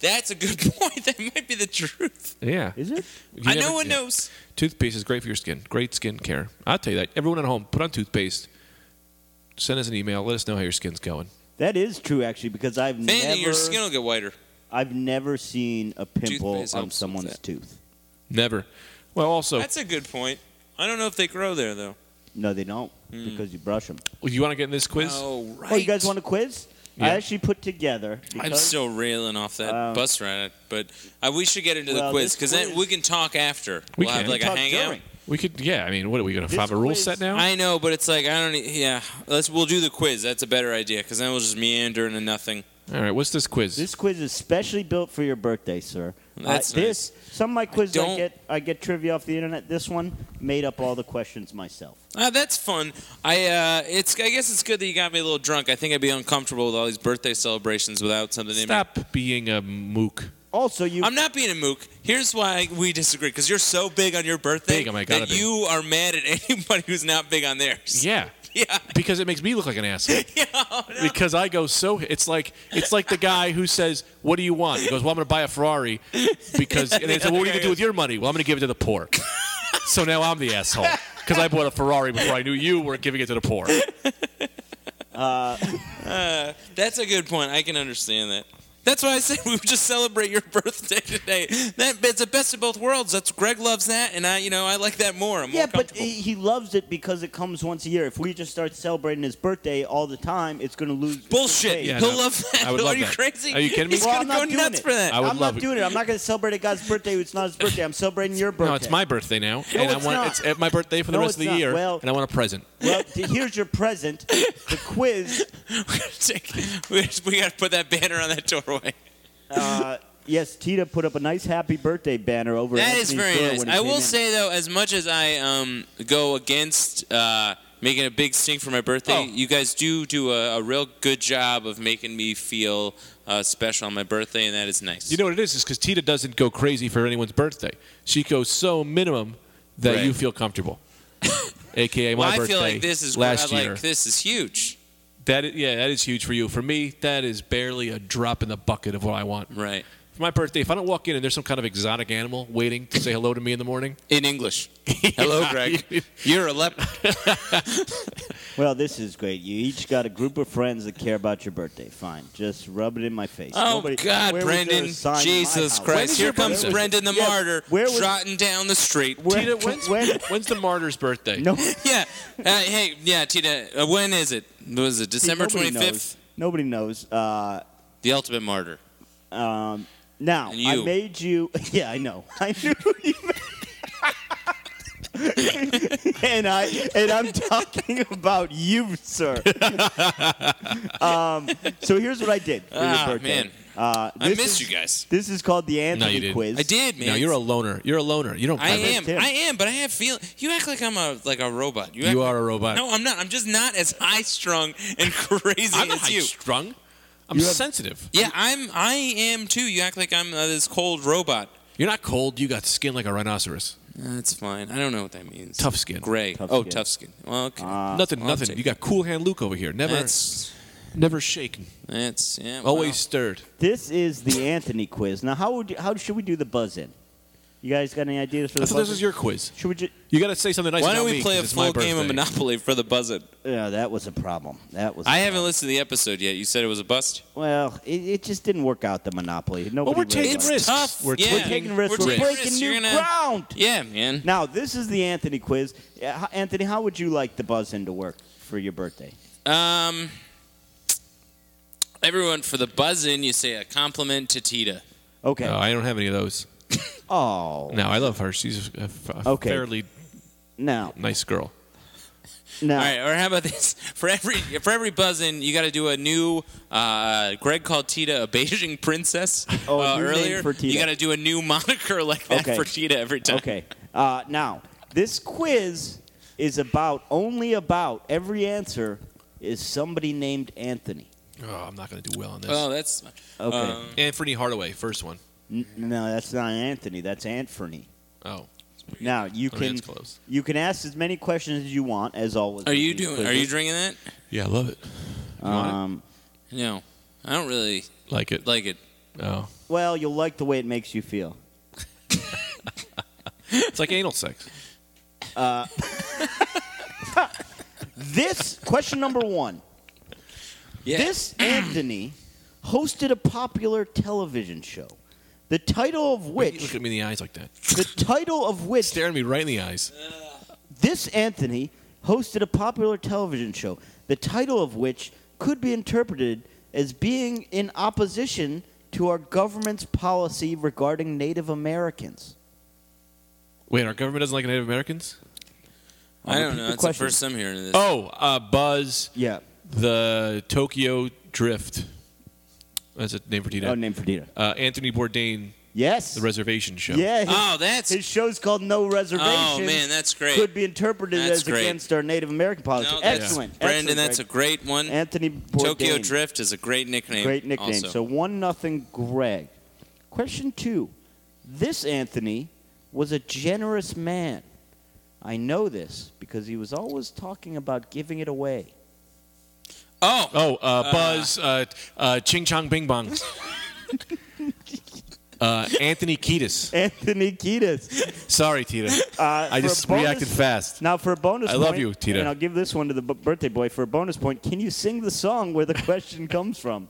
Speaker 1: That's a good point. That might be the truth.
Speaker 2: Yeah.
Speaker 3: is it?
Speaker 2: You
Speaker 1: I,
Speaker 2: never-
Speaker 1: no one
Speaker 2: yeah.
Speaker 1: knows.
Speaker 2: Toothpaste is great for your skin. Great skin care. I'll tell you that. Everyone at home, put on toothpaste. Send us an email. Let us know how your skin's going.
Speaker 3: That is true, actually, because I've
Speaker 1: If anything,
Speaker 3: never.
Speaker 1: your skin will get whiter.
Speaker 3: I've never seen a pimple
Speaker 1: Toothpaste
Speaker 3: on
Speaker 1: helps with
Speaker 3: someone's
Speaker 1: that.
Speaker 3: tooth.
Speaker 2: Never. Well, also,
Speaker 1: That's a good point. I don't know if they grow there though.
Speaker 3: No, they don't because you brush them.
Speaker 2: you want to get in this quiz?
Speaker 1: Oh Hmm. right.
Speaker 3: Oh, you guys want a quiz? I
Speaker 2: Yeah.
Speaker 3: actually put together.
Speaker 1: I'm
Speaker 3: because-
Speaker 1: still reeling off that
Speaker 3: Um,
Speaker 1: bus ride, but I, we should get into
Speaker 3: well,
Speaker 1: the quiz
Speaker 3: this
Speaker 1: because then
Speaker 3: quiz-
Speaker 1: we can talk after.
Speaker 2: We
Speaker 1: will have
Speaker 2: can.
Speaker 1: like
Speaker 3: Talk
Speaker 1: a hangout.
Speaker 3: during.
Speaker 2: We could, yeah. I mean, what are we going to
Speaker 3: This
Speaker 2: have a rule
Speaker 3: quiz-
Speaker 2: set now?
Speaker 1: I know, but it's like I don't. e- Yeah, let's. We'll do the quiz. That's a better idea because then we'll just meander into nothing.
Speaker 2: All right, what's this quiz?
Speaker 3: This quiz is specially built for your birthday, sir.
Speaker 1: That's
Speaker 3: this some of my quizzes I,
Speaker 1: don't-
Speaker 3: get I get trivia off the internet. This one made up all the questions myself.
Speaker 1: Ah, that's fun. I uh, it's. I guess it's good that you got me a little drunk. I think I'd be uncomfortable with all these birthday celebrations without something. in me.
Speaker 2: Stop being a mook.
Speaker 3: Also, you
Speaker 1: I'm not being a mook. Here's why we disagree. Because you're so big on your birthday
Speaker 2: Big, oh my God,
Speaker 1: that
Speaker 2: I'm big.
Speaker 1: you are mad at anybody who's not big on theirs.
Speaker 2: Yeah,
Speaker 1: Yeah.
Speaker 2: because it makes me look like an asshole. Because I go so it's like it's like the guy who says, "What do you want?" He goes, "Well, I'm going to buy a Ferrari," because and they say, "Well, what are you going to do with your money?" Well, I'm going to give it to the poor. so now I'm the asshole because I bought a Ferrari before I knew you were giving it to the poor.
Speaker 1: That's a good point. I can understand that. That's why I said we would just celebrate your birthday today. That it's the best of both worlds. That's Greg loves that, and I, you know, I like that more. I'm more
Speaker 3: yeah, but
Speaker 1: comfortable.
Speaker 3: he he loves it because it comes once a year. If we just start celebrating his birthday all the time, it's going to lose. its
Speaker 1: bullshit.
Speaker 3: shade.
Speaker 2: Yeah,
Speaker 1: He'll
Speaker 2: no.
Speaker 1: love that.
Speaker 2: I would
Speaker 1: Are
Speaker 2: love
Speaker 1: you
Speaker 2: that.
Speaker 1: crazy?
Speaker 2: Are you kidding me?
Speaker 1: He's
Speaker 3: Well, I'm
Speaker 1: gonna
Speaker 3: not
Speaker 1: go
Speaker 3: doing
Speaker 1: nuts
Speaker 3: it.
Speaker 1: for that.
Speaker 2: I would
Speaker 3: I'm
Speaker 2: love
Speaker 3: not
Speaker 2: it.
Speaker 3: doing it. I'm not going to celebrate a guy's birthday. who It's not his birthday. I'm celebrating your birthday.
Speaker 2: No, it's my birthday now, and
Speaker 3: it's
Speaker 2: I want
Speaker 3: not.
Speaker 2: it's at my birthday for the
Speaker 3: No,
Speaker 2: rest of
Speaker 3: it's
Speaker 2: the
Speaker 3: not.
Speaker 2: year,
Speaker 3: Well-
Speaker 2: and I want a present.
Speaker 3: Well, t- here's your present. The quiz.
Speaker 1: we we got to put that banner on that doorway.
Speaker 3: Uh, yes, Tita put up a nice happy birthday banner over.
Speaker 1: That is
Speaker 3: Anthony's
Speaker 1: very
Speaker 3: door
Speaker 1: nice.
Speaker 3: when he
Speaker 1: I
Speaker 3: came
Speaker 1: will
Speaker 3: in.
Speaker 1: say though, as much as I um, go against uh, making a big stink for my birthday,
Speaker 2: Oh.
Speaker 1: you guys do do a, a real good job of making me feel uh, special on my birthday, and that is nice.
Speaker 2: You know what it is? Is because Tita doesn't go crazy for anyone's birthday. She goes so minimum that
Speaker 1: Right.
Speaker 2: you feel comfortable. AKA my
Speaker 1: well, I
Speaker 2: birthday
Speaker 1: feel like this is
Speaker 2: last
Speaker 1: I like
Speaker 2: year.
Speaker 1: this is huge.
Speaker 2: That i- yeah, that is huge for you. For me, that is barely a drop in the bucket of what I want.
Speaker 1: Right.
Speaker 2: For my birthday, if I don't walk in and there's some kind of exotic animal waiting to say hello to me in the morning,
Speaker 1: In English. Hello, Greg. You're a leper.
Speaker 3: Well, this is great. You each got a group of friends that care about your birthday. Fine, just rub it in my face.
Speaker 1: Oh
Speaker 3: Nobody-
Speaker 1: God,
Speaker 3: where was there a
Speaker 1: Brendan!
Speaker 3: sign in my
Speaker 1: Jesus
Speaker 3: house?
Speaker 1: Christ! Here
Speaker 2: your
Speaker 1: comes
Speaker 2: birthday?
Speaker 1: Brendan the
Speaker 3: Yeah,
Speaker 1: martyr,
Speaker 3: where was-
Speaker 1: trotting down the street.
Speaker 3: Where-
Speaker 2: Tita, when's,
Speaker 3: when-
Speaker 2: when's the martyr's birthday?
Speaker 3: No,
Speaker 1: Yeah. Uh, hey, yeah, Tita. Uh, when is it? Was it December
Speaker 3: nobody
Speaker 1: twenty fifth?
Speaker 3: knows. Nobody knows. Uh,
Speaker 1: The ultimate martyr.
Speaker 3: um, now
Speaker 1: And
Speaker 3: I
Speaker 1: you.
Speaker 3: made you. Yeah, I know. I knew. You and I and I'm talking about you, sir. um, so here's what I did for
Speaker 1: Ah,
Speaker 3: your birthday.
Speaker 1: man.
Speaker 3: Uh,
Speaker 1: I
Speaker 3: this
Speaker 1: missed
Speaker 3: is-
Speaker 1: you guys.
Speaker 3: This is called the Anthony
Speaker 2: didn't.
Speaker 3: quiz.
Speaker 1: I did, man.
Speaker 2: No, you're a loner. You're a loner. You don't.
Speaker 1: I
Speaker 2: have it.
Speaker 1: am.
Speaker 3: Tim.
Speaker 1: I am, but I have feel. You act like I'm a like a robot. You, act,
Speaker 2: You are a robot.
Speaker 1: No, I'm not. I'm just not as high strung and crazy
Speaker 2: I'm
Speaker 1: as
Speaker 2: not
Speaker 1: you.
Speaker 2: strung. I'm
Speaker 3: You have-
Speaker 2: sensitive.
Speaker 1: Yeah, I'm. I am too. You act like I'm uh, this cold robot.
Speaker 2: You're not cold. You got skin like a rhinoceros.
Speaker 1: That's fine. I don't know what that means.
Speaker 2: Tough skin. Uh,
Speaker 1: Gray.
Speaker 3: Tough
Speaker 1: oh,
Speaker 3: skin.
Speaker 1: tough skin. Well, okay.
Speaker 2: nothing.
Speaker 1: I'll
Speaker 2: Nothing.
Speaker 1: take
Speaker 2: You got cool hand Luke over here. Never.
Speaker 1: that's
Speaker 2: Never shaken.
Speaker 1: that's yeah. well.
Speaker 2: Always stirred.
Speaker 3: This is the Anthony quiz. Now, how would you, how should we do the buzz in? You guys got any ideas
Speaker 2: I
Speaker 3: for the
Speaker 2: thought
Speaker 3: buzz
Speaker 2: this was your quiz.
Speaker 3: Should we just?
Speaker 2: You got to say something nice.
Speaker 1: Why don't
Speaker 2: about
Speaker 1: we
Speaker 2: me,
Speaker 1: play
Speaker 2: 'cause
Speaker 1: a
Speaker 2: it's my
Speaker 1: full game of
Speaker 2: birthday.
Speaker 1: Monopoly for the buzzard?
Speaker 3: Yeah, that was a problem. That was. I
Speaker 1: I haven't listened to the episode yet. You said it was a bust.
Speaker 3: Well, it, it just didn't work out. The monopoly. Nobody
Speaker 2: Well, we're
Speaker 3: really
Speaker 2: taking
Speaker 3: liked it.
Speaker 2: risks.
Speaker 1: tough.
Speaker 2: We're
Speaker 1: Yeah.
Speaker 3: We're taking risks.
Speaker 1: We're
Speaker 3: We're,
Speaker 1: taking
Speaker 3: breaking
Speaker 1: risks.
Speaker 3: new
Speaker 1: You're gonna-
Speaker 3: ground.
Speaker 1: Yeah, man.
Speaker 3: Now, this is the Anthony quiz. Yeah, how- Anthony, how would you like the buzz in to work for your birthday?
Speaker 1: Um, everyone for the buzz in, you say a compliment to Tita.
Speaker 3: Okay.
Speaker 1: Uh,
Speaker 2: No, Uh, I don't have any of those.
Speaker 3: oh.
Speaker 2: No, I love her. She's a, f- a
Speaker 3: Okay.
Speaker 2: fairly
Speaker 3: No.
Speaker 2: nice girl.
Speaker 3: No.
Speaker 1: All right, or how about this? For every for every buzz in, you got to do a new. Uh, Greg called Tita a Beijing princess
Speaker 3: Oh, a
Speaker 1: uh,
Speaker 3: new name
Speaker 1: earlier.
Speaker 3: for Tita.
Speaker 1: You got to do a new moniker like that
Speaker 3: Okay.
Speaker 1: for Tita every time.
Speaker 3: Okay. Uh, now, this quiz is about only about every answer is somebody named Anthony.
Speaker 2: Oh, I'm not going to do well on this.
Speaker 1: Oh, that's
Speaker 3: Okay.
Speaker 1: um,
Speaker 2: Anthony Hardaway, first one.
Speaker 3: N- no, that's not Anthony. That's Anthony.
Speaker 2: Oh,
Speaker 3: Now you
Speaker 2: I mean,
Speaker 3: can
Speaker 2: it's close.
Speaker 3: you can ask as many questions as you want, as always.
Speaker 1: Are
Speaker 3: with
Speaker 1: you
Speaker 3: these
Speaker 1: doing? Are
Speaker 3: quizzes.
Speaker 1: you drinking that?
Speaker 2: Yeah, I love it. You want it?
Speaker 3: Um,
Speaker 1: No, I don't really
Speaker 2: Like it.
Speaker 1: like it.
Speaker 2: oh,
Speaker 3: well, you'll like the way it makes you feel.
Speaker 2: it's like anal sex.
Speaker 3: This question number one.
Speaker 1: Yeah.
Speaker 3: This Anthony
Speaker 2: Look
Speaker 3: which,
Speaker 2: at me in the eyes like that.
Speaker 3: the title of which
Speaker 2: Staring me right in the eyes.
Speaker 3: This Anthony hosted a popular television show, the title of which could be interpreted as being in opposition to our government's policy regarding Native Americans.
Speaker 2: Wait, our government doesn't like Native Americans?
Speaker 1: I
Speaker 3: Oh, repeat
Speaker 1: don't know.
Speaker 3: the
Speaker 1: That's the
Speaker 3: question.
Speaker 1: first I'm hearing of this.
Speaker 2: Oh, uh, Buzz,
Speaker 3: Yeah.
Speaker 2: the Tokyo Drift. That's a name for
Speaker 3: Oh,
Speaker 2: Dina.
Speaker 3: name for Dina.
Speaker 2: Uh, Anthony Bourdain,
Speaker 3: Yes.
Speaker 2: The Reservation Show.
Speaker 3: yeah. His,
Speaker 1: Oh, that's
Speaker 3: his show's called No Reservations.
Speaker 1: Oh, man, that's great.
Speaker 3: Could be interpreted
Speaker 1: That's
Speaker 3: as
Speaker 1: great.
Speaker 3: against our Native American policy.
Speaker 1: No, that's-
Speaker 3: Excellent.
Speaker 1: Brandon,
Speaker 3: Excellent,
Speaker 1: that's a
Speaker 3: Greg.
Speaker 1: great one.
Speaker 3: Anthony Bourdain.
Speaker 1: Tokyo Drift is a great nickname.
Speaker 3: Great nickname.
Speaker 1: also.
Speaker 3: So one nothing, Greg. Question two: This Anthony was a generous man. I know this because he was always talking about giving it away.
Speaker 1: oh,
Speaker 2: Oh, uh, Buzz, uh, uh, Ching Chong Bing Bong. uh, Anthony Kiedis.
Speaker 3: Anthony Kiedis.
Speaker 2: Sorry, Tita.
Speaker 3: Uh,
Speaker 2: I
Speaker 3: for a
Speaker 2: just
Speaker 3: bonus-
Speaker 2: reacted fast.
Speaker 3: Now for a bonus,
Speaker 2: I love
Speaker 3: point-
Speaker 2: you, Tita.
Speaker 3: And I'll give this one to the b- birthday boy for a bonus point. Can you sing the song where the question comes from?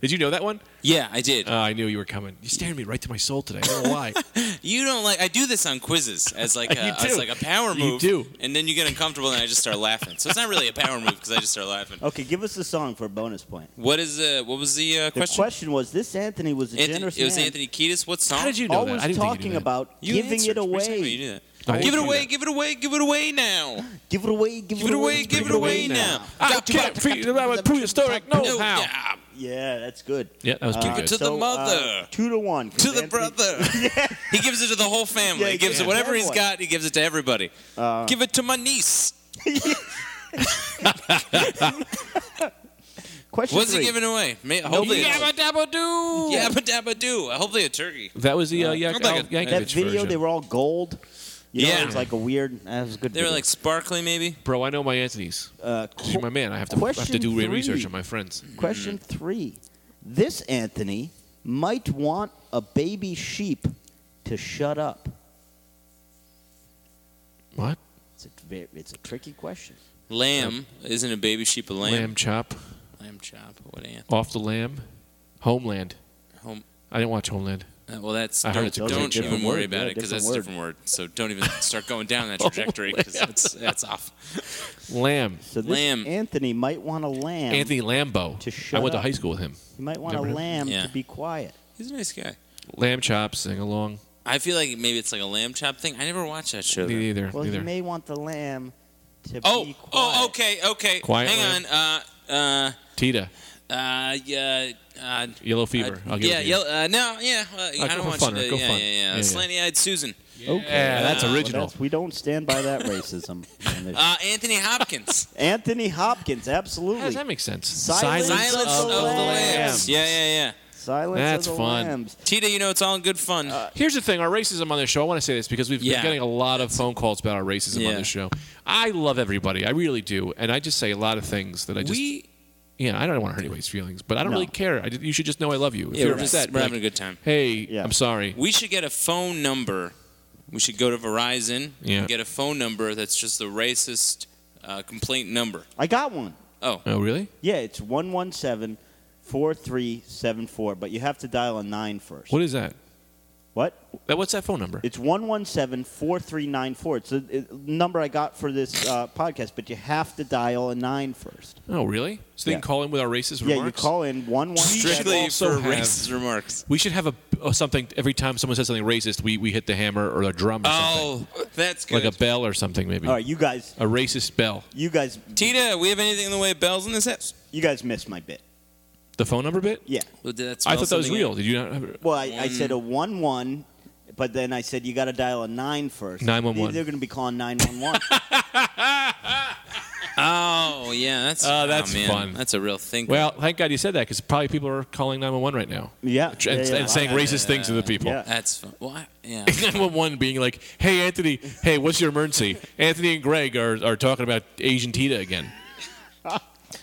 Speaker 2: Did you know that one?
Speaker 1: yeah, I did.
Speaker 2: Uh, I knew you were coming. You stared me right to my soul today. I don't know why.
Speaker 1: you don't like. I do this on quizzes as like
Speaker 2: You
Speaker 1: a, as
Speaker 2: do.
Speaker 1: like a power
Speaker 2: You
Speaker 1: move.
Speaker 2: do.
Speaker 1: And then you get uncomfortable, and I just start laughing. So it's not really a power move because I just start laughing.
Speaker 3: Okay, give us the song for a bonus point.
Speaker 1: What is the what was the, uh,
Speaker 3: The question, was: This Anthony was a
Speaker 1: Anthony,
Speaker 3: generous
Speaker 1: it was
Speaker 3: man.
Speaker 1: Anthony Kiedis. What song?
Speaker 2: How did you know that?
Speaker 3: always
Speaker 2: I didn't think you
Speaker 3: talking
Speaker 2: knew that.
Speaker 3: about
Speaker 1: You
Speaker 3: giving
Speaker 1: answered.
Speaker 3: it
Speaker 1: What are you saying
Speaker 3: away.
Speaker 1: when you do that?
Speaker 2: I didn't
Speaker 1: Give it
Speaker 2: do
Speaker 1: away!
Speaker 2: that.
Speaker 1: Give it away! Give it away now!
Speaker 3: Give it away. Give,
Speaker 1: Give it away! Give it away now!
Speaker 2: I can't feed about prehistoric
Speaker 1: No,
Speaker 2: know how.
Speaker 1: yeah.
Speaker 3: Yeah, that's good.
Speaker 2: Yeah, that was
Speaker 1: Uh,
Speaker 2: pretty
Speaker 1: to
Speaker 2: good.
Speaker 1: the mother.
Speaker 3: two to one. 'cause
Speaker 1: to the
Speaker 3: Anthony-
Speaker 1: brother. He gives it to the whole family.
Speaker 3: Yeah,
Speaker 1: he gives
Speaker 3: yeah.
Speaker 1: it whatever he's
Speaker 3: Everyone.
Speaker 1: got. He gives it to everybody. Give it to my niece.
Speaker 3: Question
Speaker 1: What's he
Speaker 3: three.
Speaker 1: giving away? May, hopefully, it's-
Speaker 2: dabba doo.
Speaker 1: yabba dabba doo. Hopefully a turkey.
Speaker 2: That was the uh, Yak-
Speaker 1: Looked like a-
Speaker 2: Yankovic
Speaker 3: that video?
Speaker 2: version.
Speaker 3: They were all gold. You know,
Speaker 1: Yeah.
Speaker 3: it was like a weird. That was a good.
Speaker 1: They were
Speaker 3: video.
Speaker 1: like sparkly, maybe.
Speaker 2: Bro, I know my Anthony's.
Speaker 3: Uh, qu-
Speaker 2: You're my man. I have to, I have to
Speaker 3: Question
Speaker 2: do re-
Speaker 3: three.
Speaker 2: research on my friends.
Speaker 3: question three. This Anthony might want a baby sheep to shut up.
Speaker 2: What?
Speaker 3: It's a, ve- it's a tricky question.
Speaker 1: Lamb isn't a baby sheep a lamb.
Speaker 2: Lamb, chop.
Speaker 1: Lamb chop. What ant?
Speaker 2: Off the lamb. Homeland.
Speaker 1: Home.
Speaker 2: I didn't watch Homeland.
Speaker 1: uh, well, that's
Speaker 2: I heard it's a
Speaker 1: don't, don't
Speaker 2: different Oh,
Speaker 1: even
Speaker 3: word.
Speaker 1: worry about
Speaker 3: Yeah,
Speaker 1: it because
Speaker 3: different
Speaker 1: that's a
Speaker 3: word.
Speaker 1: different word. So don't even start going down that trajectory because that's that's off.
Speaker 2: Lamb.
Speaker 3: So this
Speaker 1: Lamb.
Speaker 3: Anthony might want a lamb.
Speaker 2: Anthony Lambo. I
Speaker 3: To shut
Speaker 2: went
Speaker 3: up.
Speaker 2: to high school with him.
Speaker 3: He might want a
Speaker 2: Remember him?
Speaker 3: lamb
Speaker 1: Yeah.
Speaker 3: to be quiet.
Speaker 1: He's a nice guy.
Speaker 2: Lamb chop, sing along.
Speaker 1: I feel like maybe it's like a lamb chop thing. I never watched that show.
Speaker 2: Me
Speaker 1: though.
Speaker 2: neither.
Speaker 3: Well,
Speaker 2: neither.
Speaker 3: he may want the lamb to
Speaker 1: Oh,
Speaker 3: be quiet.
Speaker 1: oh, okay, okay.
Speaker 2: Quiet
Speaker 1: Hang on. Uh,
Speaker 2: Tita.
Speaker 1: uh, uh, yeah. Uh,
Speaker 2: Yellow fever.
Speaker 1: uh,
Speaker 2: I'll give
Speaker 1: yeah,
Speaker 2: it to
Speaker 1: yeah, uh, no, yeah. Uh,
Speaker 2: go
Speaker 1: I don't
Speaker 2: for
Speaker 1: want
Speaker 2: funner,
Speaker 1: you to.
Speaker 2: go
Speaker 1: yeah,
Speaker 2: fun.
Speaker 1: yeah, yeah,
Speaker 2: Yeah, yeah.
Speaker 1: Slanty-eyed Susan.
Speaker 3: Okay.
Speaker 2: Yeah, that's
Speaker 3: Well,
Speaker 2: original.
Speaker 3: we don't stand by that racism. on this.
Speaker 1: Uh, Anthony Hopkins.
Speaker 3: Anthony Hopkins,
Speaker 2: How does that
Speaker 3: absolutely.
Speaker 2: make sense?
Speaker 3: Silence
Speaker 1: Silence
Speaker 3: Silence
Speaker 1: of,
Speaker 3: of
Speaker 1: the
Speaker 3: the
Speaker 1: Lambs.
Speaker 3: Lambs.
Speaker 1: Yeah, yeah,
Speaker 3: Silence
Speaker 2: That's
Speaker 3: of the
Speaker 2: fun.
Speaker 3: Lambs.
Speaker 1: yeah. Tita, you know it's all in good fun.
Speaker 2: Here's the thing: our racism on this show. I want to say this because we've
Speaker 1: Yeah.
Speaker 2: been getting a lot of phone calls about our racism
Speaker 1: Yeah.
Speaker 2: on this show. I love everybody, I really do, and I just say a lot of things that I just,
Speaker 1: we
Speaker 2: yeah, I don't want to hurt anybody's feelings, but I don't
Speaker 3: No.
Speaker 2: really care. I, did- you should just know I love you. If
Speaker 1: yeah,
Speaker 2: you're
Speaker 1: we're, just,
Speaker 2: upset,
Speaker 1: we're
Speaker 2: like,
Speaker 1: having a good time.
Speaker 2: hey,
Speaker 3: Yeah.
Speaker 2: I'm sorry.
Speaker 1: We should get a phone number. We should go to Verizon
Speaker 2: Yeah.
Speaker 1: and get a phone number that's just the racist uh, complaint number.
Speaker 3: I got one.
Speaker 1: Oh,
Speaker 2: Oh, really?
Speaker 3: Yeah, it's 117 4374, but you have to dial a 9 first.
Speaker 2: What is that?
Speaker 3: What?
Speaker 2: That what's that phone number?
Speaker 3: It's 117 4394. It's the uh, number I got for this uh, podcast, but you have to dial a 9 first.
Speaker 2: oh, really? So they
Speaker 3: Yeah.
Speaker 2: can call in with our racist
Speaker 3: Yeah, you
Speaker 2: remarks.
Speaker 3: call in
Speaker 2: Strictly-
Speaker 3: 117.
Speaker 1: strictly
Speaker 2: also
Speaker 1: for
Speaker 2: have-
Speaker 1: racist remarks.
Speaker 2: we should have a uh, something every time someone says something racist, we, we hit the hammer or a drum or something,
Speaker 1: Oh, that's good.
Speaker 2: like a bell or something maybe.
Speaker 3: All right, you guys,
Speaker 2: A racist bell.
Speaker 3: you guys,
Speaker 1: Tita, we have anything in the way of bells in this house?
Speaker 3: you guys missed my bit.
Speaker 2: The phone number bit?
Speaker 3: Yeah.
Speaker 1: Well, did
Speaker 2: I
Speaker 1: spell
Speaker 2: thought that was
Speaker 1: something
Speaker 2: real.
Speaker 1: in?
Speaker 2: Did you not? Have,
Speaker 3: Well, I, I said a
Speaker 1: Mm.
Speaker 3: 1 1, but then I said you got to dial a 9 first.
Speaker 2: 911.
Speaker 3: They're going to be calling 911.
Speaker 1: Oh, yeah, that's
Speaker 2: Oh, that's
Speaker 1: man.
Speaker 2: fun.
Speaker 1: That's a real thing.
Speaker 2: Well, thank God you said that because probably people are calling 911 right now
Speaker 3: yeah.
Speaker 2: and,
Speaker 3: yeah, yeah.
Speaker 2: and
Speaker 1: Uh,
Speaker 2: saying racist things to the people.
Speaker 3: Yeah.
Speaker 1: that's fun. Well, I, yeah.
Speaker 2: 911 being like, hey, Anthony, hey, what's your emergency? Anthony and Greg are, are talking about Asian Tita again.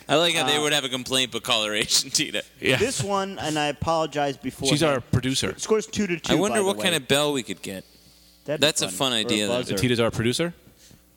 Speaker 1: I like how
Speaker 2: Uh,
Speaker 1: they would have a complaint but call her Asian Tita.
Speaker 2: Yeah.
Speaker 3: This one, and I apologize before.
Speaker 2: She's our producer.
Speaker 3: Scores two to two.
Speaker 1: I wonder
Speaker 3: by the
Speaker 1: what
Speaker 3: way.
Speaker 1: kind of bell we could get.
Speaker 3: That'd be
Speaker 1: that's a fun
Speaker 3: Or
Speaker 1: idea, though.
Speaker 3: buzzer.
Speaker 2: Tita's our producer?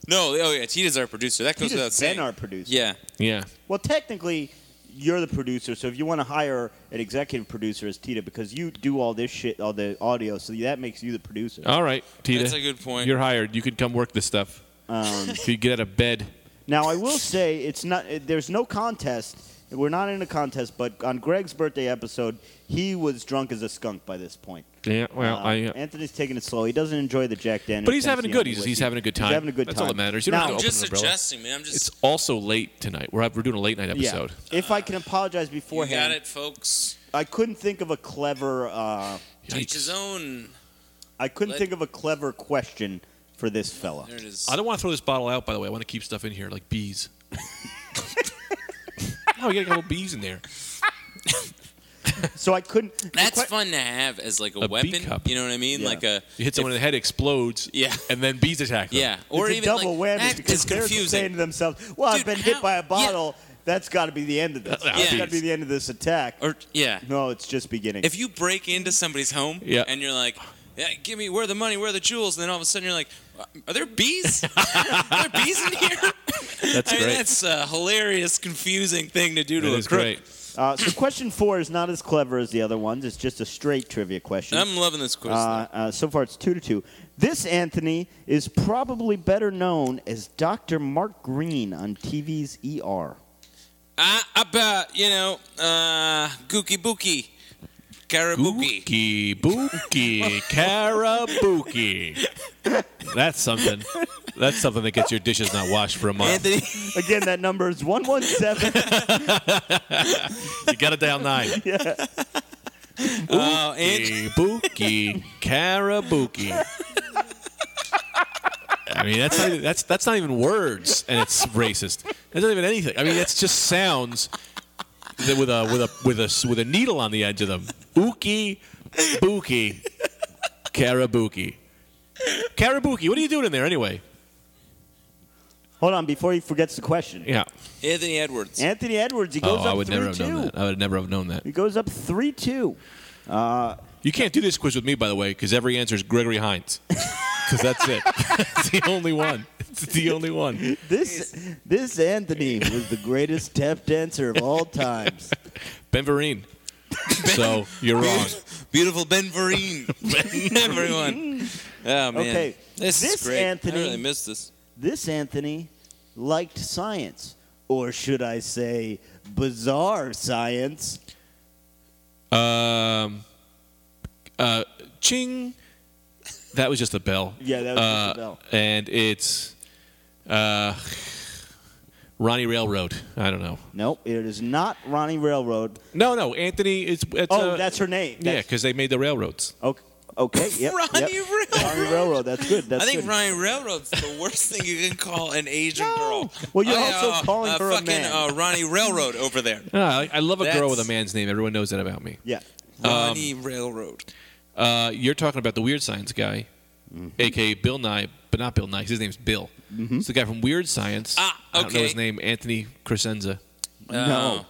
Speaker 1: No, oh yeah, Tita's our producer. That goes
Speaker 3: Tita's
Speaker 1: without
Speaker 3: been
Speaker 1: saying.
Speaker 3: our producer.
Speaker 1: yeah,
Speaker 2: Yeah.
Speaker 3: Well, technically, you're the producer, so if you want to hire an executive producer as Tita, because you do all this shit, all the audio, so that makes you the producer.
Speaker 2: All right, Tita.
Speaker 1: That's a good point.
Speaker 2: You're hired. You can come work this stuff.
Speaker 3: Um,
Speaker 2: If you get out of bed,
Speaker 3: Now I will say it's not. uh, There's no contest. We're not in a contest. But on Greg's birthday episode, he was drunk as a skunk by this point.
Speaker 2: yeah. Well,
Speaker 3: Uh,
Speaker 2: I.
Speaker 3: Anthony's taking it slow. He doesn't enjoy the Jack Daniels.
Speaker 2: but he's
Speaker 3: Tennessee
Speaker 2: having a good.
Speaker 3: Honey
Speaker 2: He's,
Speaker 3: Whiskey.
Speaker 2: he's having a good time.
Speaker 3: He's having a good time.
Speaker 2: That's all that matters. You
Speaker 3: Now-
Speaker 2: don't
Speaker 1: I'm
Speaker 2: have to
Speaker 1: just
Speaker 2: open an umbrella.
Speaker 1: suggesting, man. I'm just.
Speaker 2: It's also late tonight. We're we're doing a late night episode.
Speaker 3: Yeah. If I can apologize
Speaker 1: you
Speaker 3: beforehand,
Speaker 1: got it, folks.
Speaker 3: I couldn't think of a clever. Uh,
Speaker 1: Teach
Speaker 2: Yikes.
Speaker 1: his own.
Speaker 3: I couldn't
Speaker 1: Let-
Speaker 3: think of a clever question for this fella.
Speaker 1: There it is.
Speaker 2: I don't want to throw this bottle out. By the way, I want to keep stuff in here like bees. oh, we got a couple bees in there.
Speaker 3: So I couldn't. the
Speaker 1: That's
Speaker 3: que-
Speaker 1: fun to have as like a,
Speaker 2: A bee
Speaker 1: weapon.
Speaker 2: cup.
Speaker 1: You know what I mean?
Speaker 3: Yeah.
Speaker 1: Like a
Speaker 2: You hit someone in the head, explodes.
Speaker 1: Yeah.
Speaker 2: And then bees attack them.
Speaker 1: yeah,
Speaker 3: It's
Speaker 1: or
Speaker 3: a
Speaker 1: even
Speaker 3: double
Speaker 1: like,
Speaker 3: whammy
Speaker 1: that
Speaker 3: because
Speaker 1: is
Speaker 3: they're saying
Speaker 1: confusing.
Speaker 3: to themselves, "Well, I've
Speaker 1: Dude,
Speaker 3: been hit
Speaker 1: how-
Speaker 3: by a
Speaker 1: yeah.
Speaker 3: bottle. That's got to be the end of this.
Speaker 2: Yeah.
Speaker 3: That's got to be the end of this attack."
Speaker 1: Or yeah,
Speaker 3: No, it's just beginning.
Speaker 1: if you break into somebody's home
Speaker 2: Yeah.
Speaker 1: and you're like, yeah, give me where are the money, where are the jewels, and then all of a sudden you're like, are there bees? are there bees in here?
Speaker 2: That's
Speaker 1: I mean,
Speaker 2: great.
Speaker 1: that's a hilarious, confusing thing to do to
Speaker 2: That
Speaker 1: a
Speaker 2: is
Speaker 1: crook.
Speaker 2: great.
Speaker 3: Uh, so question four is not as clever as the other ones. It's just a straight trivia question.
Speaker 1: I'm loving this quiz.
Speaker 3: uh, uh, so far, it's two to two. This Anthony is probably better known as Dr. Mark Green on TV's ER.
Speaker 1: I, I bet you know, uh, Gookie Bookie, Karabuki.
Speaker 2: Bookie, bookie, karabuki. That's something. That's something that gets your dishes not washed for a month.
Speaker 1: Anthony,
Speaker 3: Again, that number is one one seven.
Speaker 2: You got it down nine.
Speaker 1: oh, Anthony,
Speaker 2: Bookie, bookie, karabuki. I mean, that's not, even- that's that's not even words, and it's racist. That's not even anything. I mean, that's just sounds that with a with a with a s- with a needle on the edge of them. Ookie, bookie, karabuki, karabuki. What are you doing in there anyway?
Speaker 3: Hold on, before he forgets the question.
Speaker 2: Yeah.
Speaker 1: Anthony Edwards.
Speaker 3: Anthony Edwards, he goes
Speaker 2: oh,
Speaker 3: up
Speaker 2: I would
Speaker 3: three
Speaker 2: never have
Speaker 3: two.
Speaker 2: known that. I would never have known that.
Speaker 3: He goes up three two.
Speaker 2: You can't do this quiz with me, by the way, because every answer is Gregory Hines. Because that's it. it's the only one. It's the only one.
Speaker 3: This this Anthony was the greatest tap dancer of all times.
Speaker 2: Ben Vereen. So you're wrong.
Speaker 1: Beautiful Ben Vereen. Everyone. Oh, man.
Speaker 3: Okay,
Speaker 1: This,
Speaker 3: this
Speaker 1: is great.
Speaker 3: Anthony-
Speaker 1: I really missed this.
Speaker 3: This Anthony liked science, or should I say, bizarre science.
Speaker 2: Um, uh, ching. That was just a bell. Uh,
Speaker 3: Yeah, that was
Speaker 1: Uh,
Speaker 3: just a bell.
Speaker 2: And it's uh, Ronnie Railroad. I don't know.
Speaker 3: Nope, it is not Ronnie Railroad.
Speaker 2: No, no. Anthony is. It's,
Speaker 3: Oh,
Speaker 2: uh,
Speaker 3: that's her name.
Speaker 2: Yeah,
Speaker 3: That's,
Speaker 2: because they made the railroads.
Speaker 3: Okay. Okay. Yep.
Speaker 1: Ronnie
Speaker 3: yep.
Speaker 1: Railroad.
Speaker 3: Ronnie Railroad. That's good. That's
Speaker 1: I think
Speaker 3: good.
Speaker 1: Ryan Railroad's the worst thing you can call an Asian girl.
Speaker 3: Well, you're
Speaker 1: Oh, yeah,
Speaker 3: also
Speaker 1: uh,
Speaker 3: calling
Speaker 1: uh,
Speaker 3: for a
Speaker 1: fucking,
Speaker 3: man.
Speaker 1: Uh, Ronnie Railroad over there.
Speaker 2: Ah, I, I love a girl with a
Speaker 1: That's-
Speaker 2: man's name. Everyone knows that about me.
Speaker 3: yeah.
Speaker 2: Um,
Speaker 1: Ronnie Railroad.
Speaker 2: Uh, you're talking about the Weird Science guy, Mm-hmm. aka Bill Nye, but not Bill Nye. 'cause His name's Bill. It's the guy from Weird Science.
Speaker 1: Ah,
Speaker 2: I don't know his
Speaker 1: okay.
Speaker 2: name. Anthony Crescenza.
Speaker 3: No.
Speaker 1: Oh,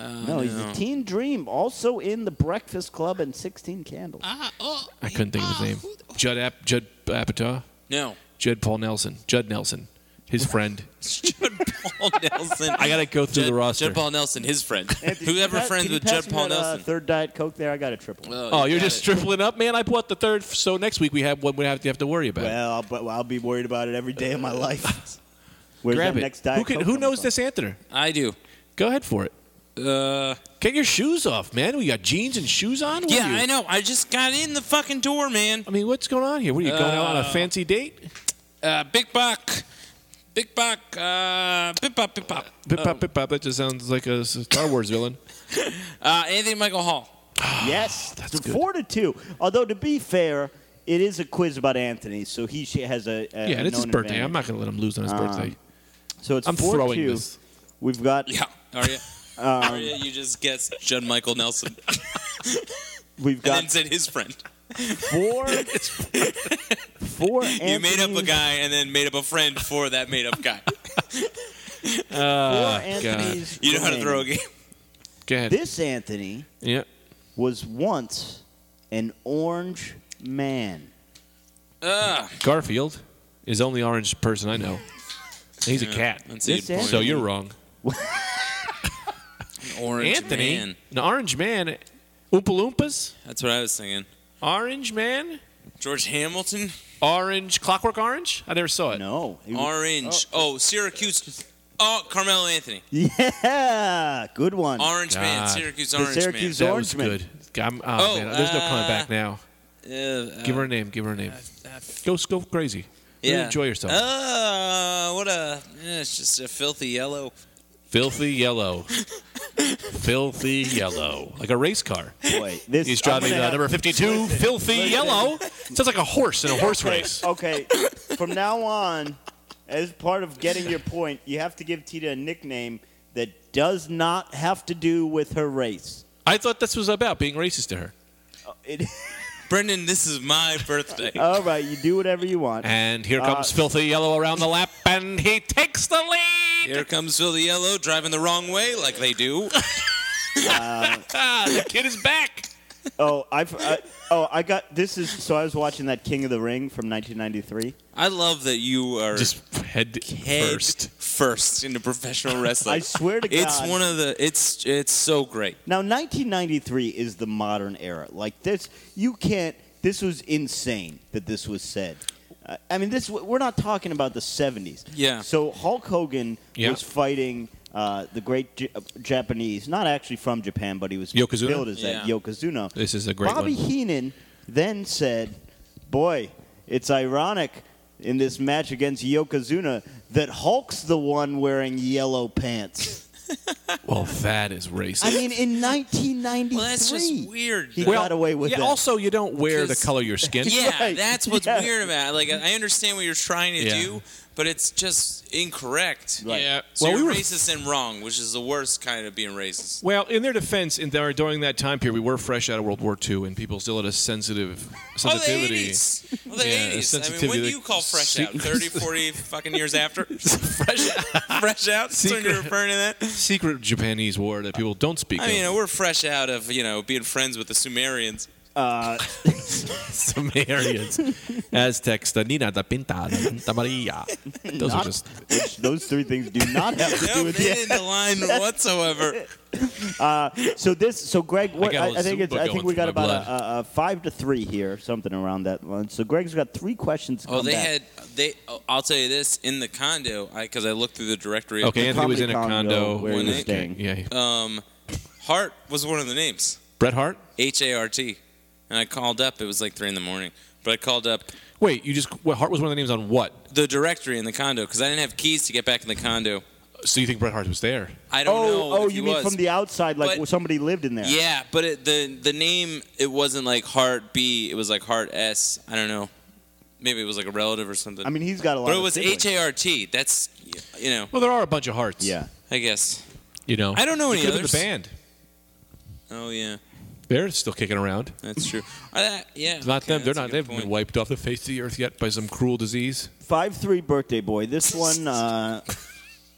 Speaker 1: oh,
Speaker 3: No, he's a teen dream. Also in the Breakfast Club and Sixteen Candles.
Speaker 1: Ah, oh,
Speaker 2: I couldn't think of his
Speaker 1: ah,
Speaker 2: name.
Speaker 1: who-
Speaker 2: Judd Ap- Judd Apatow.
Speaker 1: No.
Speaker 2: Judd Paul Nelson. Judd Nelson. His friend.
Speaker 1: It's Judd Paul Nelson.
Speaker 2: I gotta go through
Speaker 1: Judd,
Speaker 2: the roster.
Speaker 1: Judd Paul Nelson, his friend.
Speaker 3: Anthony,
Speaker 1: Whoever
Speaker 3: can you
Speaker 1: friends
Speaker 3: can you
Speaker 1: with
Speaker 3: pass
Speaker 1: Judd
Speaker 3: me
Speaker 1: Paul
Speaker 3: that, uh,
Speaker 1: Nelson.
Speaker 3: third diet Coke there. I got a triple. Well,
Speaker 2: Oh, you're
Speaker 1: got
Speaker 2: just
Speaker 1: it.
Speaker 2: tripling up, man. I bought the third, so next week we have one we have to have to worry about.
Speaker 3: I'll, but I'll be worried about it every day of my life. Where's
Speaker 2: Grab
Speaker 3: that
Speaker 2: it.
Speaker 3: next diet
Speaker 2: who can-
Speaker 3: Coke
Speaker 2: who
Speaker 3: coming
Speaker 2: knows
Speaker 3: from?
Speaker 2: this answer?
Speaker 1: I do.
Speaker 2: Go ahead for it.
Speaker 1: Uh,
Speaker 2: Get your shoes off, man. We got jeans and shoes on. What
Speaker 1: yeah,
Speaker 2: are you?
Speaker 1: I know. I just got in the fucking door, man.
Speaker 2: I mean, what's going on here? What are you going out on a
Speaker 1: Uh,
Speaker 2: fancy date?
Speaker 1: Uh, Big Buck. Big Buck. Uh, Bip Bop, Bip Bop.
Speaker 2: Pip pop, pip pop. That just sounds like a Star Wars villain.
Speaker 1: Uh, Anthony Michael Hall.
Speaker 3: Yes,
Speaker 2: Ah, that's
Speaker 3: it's
Speaker 2: good.
Speaker 3: four to two. Although to be fair, it is a quiz about Anthony, so he sh- has a, a
Speaker 2: Yeah, and it's his
Speaker 3: known Uh,
Speaker 2: birthday.
Speaker 3: advantage.
Speaker 2: I'm not going to let him lose on his birthday.
Speaker 3: So it's
Speaker 2: I'm
Speaker 3: four to
Speaker 2: throwing
Speaker 3: two.
Speaker 2: this.
Speaker 3: We've got
Speaker 1: Yeah. Are you?
Speaker 3: Um,
Speaker 1: Are you? You just guessed Judd Michael Nelson and
Speaker 3: we've
Speaker 1: then
Speaker 3: got
Speaker 1: said his friend.
Speaker 3: four four. Anthony,
Speaker 1: You made up a guy and then made up a friend for that made up guy.
Speaker 3: Four
Speaker 2: Uh,
Speaker 3: Anthony's.
Speaker 1: You know how to throw a
Speaker 3: remaining.
Speaker 1: game.
Speaker 2: Go ahead.
Speaker 3: This Anthony
Speaker 2: yeah.
Speaker 3: was once an orange man.
Speaker 1: Uh,
Speaker 2: Garfield is the only orange person I know. He's a cat.
Speaker 1: that's a
Speaker 3: This
Speaker 1: good point.
Speaker 2: So you're wrong.
Speaker 1: orange
Speaker 2: Anthony,
Speaker 1: man.
Speaker 2: an orange man, Oompa Loompas,
Speaker 1: That's what I was thinking.
Speaker 2: orange man,
Speaker 1: George Hamilton,
Speaker 2: orange, Clockwork Orange. I never saw it.
Speaker 3: No. He was-
Speaker 1: orange. Oh, Syracuse. Oh, Carmelo Anthony,
Speaker 3: Yeah, good one.
Speaker 1: orange man.
Speaker 2: God.
Speaker 1: Syracuse
Speaker 3: The
Speaker 1: orange
Speaker 3: Syracuse-
Speaker 2: That
Speaker 3: Orange
Speaker 2: was
Speaker 3: man.
Speaker 2: good. I'm, oh,
Speaker 1: Oh,
Speaker 2: man, there's no coming
Speaker 1: uh,
Speaker 2: back now.
Speaker 1: man. Yeah, uh,
Speaker 2: Give her a name. Give her a name. Go, go crazy. Really
Speaker 1: yeah.
Speaker 2: enjoy yourself.
Speaker 1: Uh, what a. yeah, it's just a filthy yellow.
Speaker 2: Filthy yellow. Filthy yellow. Like a race car.
Speaker 3: Boy, this
Speaker 2: He's
Speaker 3: I'm
Speaker 2: driving
Speaker 3: gonna
Speaker 2: uh,
Speaker 3: have-
Speaker 2: number 52, filthy yellow. Sounds like a horse in a horse race.
Speaker 3: Okay, from now on, as part of getting your point, you have to give Tita a nickname that does not have to do with her race.
Speaker 2: I thought this was about being racist to her.
Speaker 3: It,
Speaker 1: Brendan, this is my birthday.
Speaker 3: all right, you do whatever you want.
Speaker 2: And here comes filthy yellow around the lap, and he takes the lead.
Speaker 1: Here comes Phil the Yellow driving the wrong way like they do.
Speaker 2: Ah, the kid is back.
Speaker 3: Oh, I've, I, oh, I got this is so I was watching that King of the Ring from 1993.
Speaker 1: I love that you are
Speaker 2: Just head,
Speaker 1: head
Speaker 2: first.
Speaker 1: first into professional wrestling.
Speaker 3: I swear to God,
Speaker 1: it's one of the it's it's so great.
Speaker 3: Now, 1993 is the modern era. Like this, you can't. This was insane that this was said. Uh, I mean, this we're not talking about the 70s.
Speaker 1: Yeah.
Speaker 3: So Hulk Hogan
Speaker 2: Yeah.
Speaker 3: was fighting uh, the great J- uh, Japanese, not actually from Japan, but he was
Speaker 2: Yokozuna?
Speaker 3: billed as that
Speaker 1: Yeah.
Speaker 3: Yokozuna.
Speaker 2: This is a great
Speaker 3: Bobby
Speaker 2: one.
Speaker 3: Heenan then said, "Boy, it's ironic." In this match against Yokozuna, that Hulk's the one wearing yellow pants.
Speaker 2: Well, that is racist.
Speaker 3: I mean, in 1993.
Speaker 1: Well, that's just weird.
Speaker 3: He
Speaker 1: though.
Speaker 3: got away with
Speaker 2: yeah,
Speaker 3: that.
Speaker 2: Also, you don't wear the
Speaker 1: Because-
Speaker 2: color of your skin.
Speaker 1: yeah,
Speaker 3: Right,
Speaker 1: that's what's
Speaker 3: yeah.
Speaker 1: weird about. It. Like I understand what you're trying to
Speaker 2: Yeah.
Speaker 1: do, but it's just incorrect.
Speaker 3: Right. Yeah.
Speaker 1: So
Speaker 2: well,
Speaker 1: you're
Speaker 2: we were
Speaker 1: racist and wrong, which is the worst kind of being racist.
Speaker 2: Well, in their defense, in there, during that time period, we were fresh out of World War II, and people still had a sensitive
Speaker 1: Oh, the
Speaker 2: sensitivity.
Speaker 1: 80s. Well, the
Speaker 2: Yeah,
Speaker 1: 80s. I mean,
Speaker 2: sensitivity
Speaker 1: when do
Speaker 2: to
Speaker 1: you call fresh
Speaker 2: se-
Speaker 1: out? 30, 40 fucking years after? fresh out? That's when
Speaker 2: Secret-
Speaker 1: you're referring to that?
Speaker 2: Secret Japanese war that people don't speak
Speaker 1: I mean, you know,
Speaker 2: of.
Speaker 1: we're fresh out of, you know, being friends with the Sumerians.
Speaker 3: Uh,
Speaker 2: Sumerians, Aztecs, the Nina, the Pinta, the Pinta Maria. Those are
Speaker 3: Not-
Speaker 2: just
Speaker 3: which those three things do not have to do
Speaker 1: No,
Speaker 3: with
Speaker 1: they
Speaker 3: it.
Speaker 1: didn't align whatsoever.
Speaker 3: So this, so Greg, what,
Speaker 2: got a
Speaker 3: I, I think
Speaker 2: Zumba
Speaker 3: it's, I
Speaker 2: going
Speaker 3: think we
Speaker 2: through
Speaker 3: got
Speaker 2: my
Speaker 3: about a, a, a five to three here, something around that one. So Greg's got three questions. To
Speaker 1: Oh,
Speaker 3: come
Speaker 1: they
Speaker 3: back.
Speaker 1: had they. oh, I'll tell you this in the condo because I, looked through the directory.
Speaker 2: okay. Anthony was
Speaker 3: Comedy
Speaker 2: in a
Speaker 3: condo
Speaker 2: condo.
Speaker 3: where
Speaker 1: he was
Speaker 2: Okay,
Speaker 3: staying.
Speaker 2: Yeah,
Speaker 1: Um, Hart was one of the names.
Speaker 2: Bret Hart.
Speaker 1: H A R T, and I called up. It was like three in the morning, but I called up
Speaker 2: Wait, you just what, Hart was one of the names on what?
Speaker 1: the directory in the condo because I didn't have keys to get back in the condo.
Speaker 2: So you think Bret Hart was there?
Speaker 1: I don't
Speaker 3: Oh,
Speaker 1: know.
Speaker 3: oh,
Speaker 1: if he
Speaker 3: you mean
Speaker 1: was.
Speaker 3: from the outside, like
Speaker 1: But-
Speaker 3: well, somebody lived in there?
Speaker 1: Yeah, but it, the the name it wasn't like Hart B. It was like Hart S. I don't know. Maybe it was like a relative or something.
Speaker 3: I mean, he's got a lot.
Speaker 1: but it
Speaker 3: of
Speaker 1: was
Speaker 3: siblings.
Speaker 1: H A R T. That's you know.
Speaker 2: Well, there are a bunch of Harts.
Speaker 3: Yeah.
Speaker 1: I guess.
Speaker 2: you know.
Speaker 1: I don't know
Speaker 2: He
Speaker 1: any
Speaker 2: could have been
Speaker 1: others.
Speaker 2: The band.
Speaker 1: Oh yeah.
Speaker 2: They're still kicking around.
Speaker 1: That's true. Uh, yeah,
Speaker 2: Not
Speaker 1: okay,
Speaker 2: them. They're
Speaker 1: that's a
Speaker 2: not.
Speaker 1: good
Speaker 2: They haven't
Speaker 1: point.
Speaker 2: been wiped off the face of the earth yet by some cruel disease.
Speaker 3: Five three birthday boy. This one.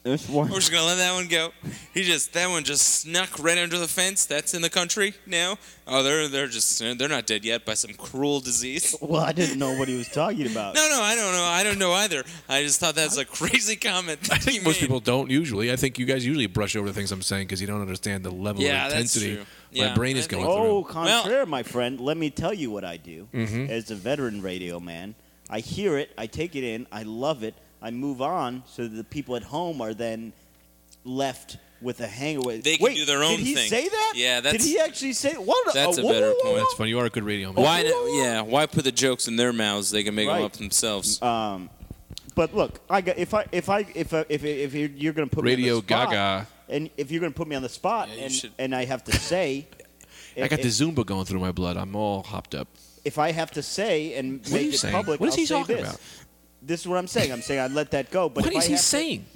Speaker 3: Uh, this one.
Speaker 1: We're just gonna let that one go. He just that one just snuck right under the fence. That's in the country now. Oh, they're they're just they're not dead yet by some cruel disease.
Speaker 3: Well, I didn't know what he was talking about.
Speaker 1: No, no, I don't know. I don't know either. I just thought that's a crazy comment. That
Speaker 2: I think
Speaker 1: he
Speaker 2: most
Speaker 1: made.
Speaker 2: people don't usually. I think you guys usually brush over the things I'm saying because you don't understand the level
Speaker 1: Yeah,
Speaker 2: of
Speaker 1: that's
Speaker 2: intensity
Speaker 1: true.
Speaker 2: my
Speaker 1: Yeah,
Speaker 2: brain
Speaker 1: I
Speaker 2: is
Speaker 1: think-
Speaker 2: going
Speaker 3: Oh,
Speaker 2: through.
Speaker 3: contraire, my friend. Let me tell you what I do
Speaker 2: Mm-hmm.
Speaker 3: as a veteran radio man. I hear it, I take it in, I love it, I move on, so that the people at home are then left with a hangover.
Speaker 1: They can
Speaker 3: Wait,
Speaker 1: do their own
Speaker 3: did he
Speaker 1: thing.
Speaker 3: Say that?
Speaker 1: Yeah, that's-
Speaker 3: Did he actually say? What?
Speaker 1: That's a
Speaker 3: whoa,
Speaker 1: better
Speaker 3: whoa, whoa,
Speaker 1: point.
Speaker 2: Oh, That's fun. You are a good radio man.
Speaker 1: Why? not- yeah. Why put the jokes in their mouths? They can make
Speaker 3: Right.
Speaker 1: them up themselves.
Speaker 3: Um, but look, I got, if I if I if I, if, if you're, you're going to put me on
Speaker 2: Radio
Speaker 3: the spot,
Speaker 2: Gaga.
Speaker 3: and if you're going to put me on the spot,
Speaker 1: Yeah, you
Speaker 3: and
Speaker 1: should-
Speaker 3: and I have to say,
Speaker 2: I got
Speaker 3: if-
Speaker 2: the Zumba going through my blood. I'm all hopped up.
Speaker 3: if I have to say and
Speaker 2: are
Speaker 3: make
Speaker 2: you
Speaker 3: it
Speaker 2: saying?
Speaker 3: public,
Speaker 2: What is
Speaker 3: I'll
Speaker 2: he
Speaker 3: say
Speaker 2: talking
Speaker 3: this.
Speaker 2: about?
Speaker 3: This is what I'm saying. I'm saying I let that go. But
Speaker 2: what
Speaker 3: if
Speaker 2: is
Speaker 3: I
Speaker 2: he
Speaker 3: have to-
Speaker 2: saying?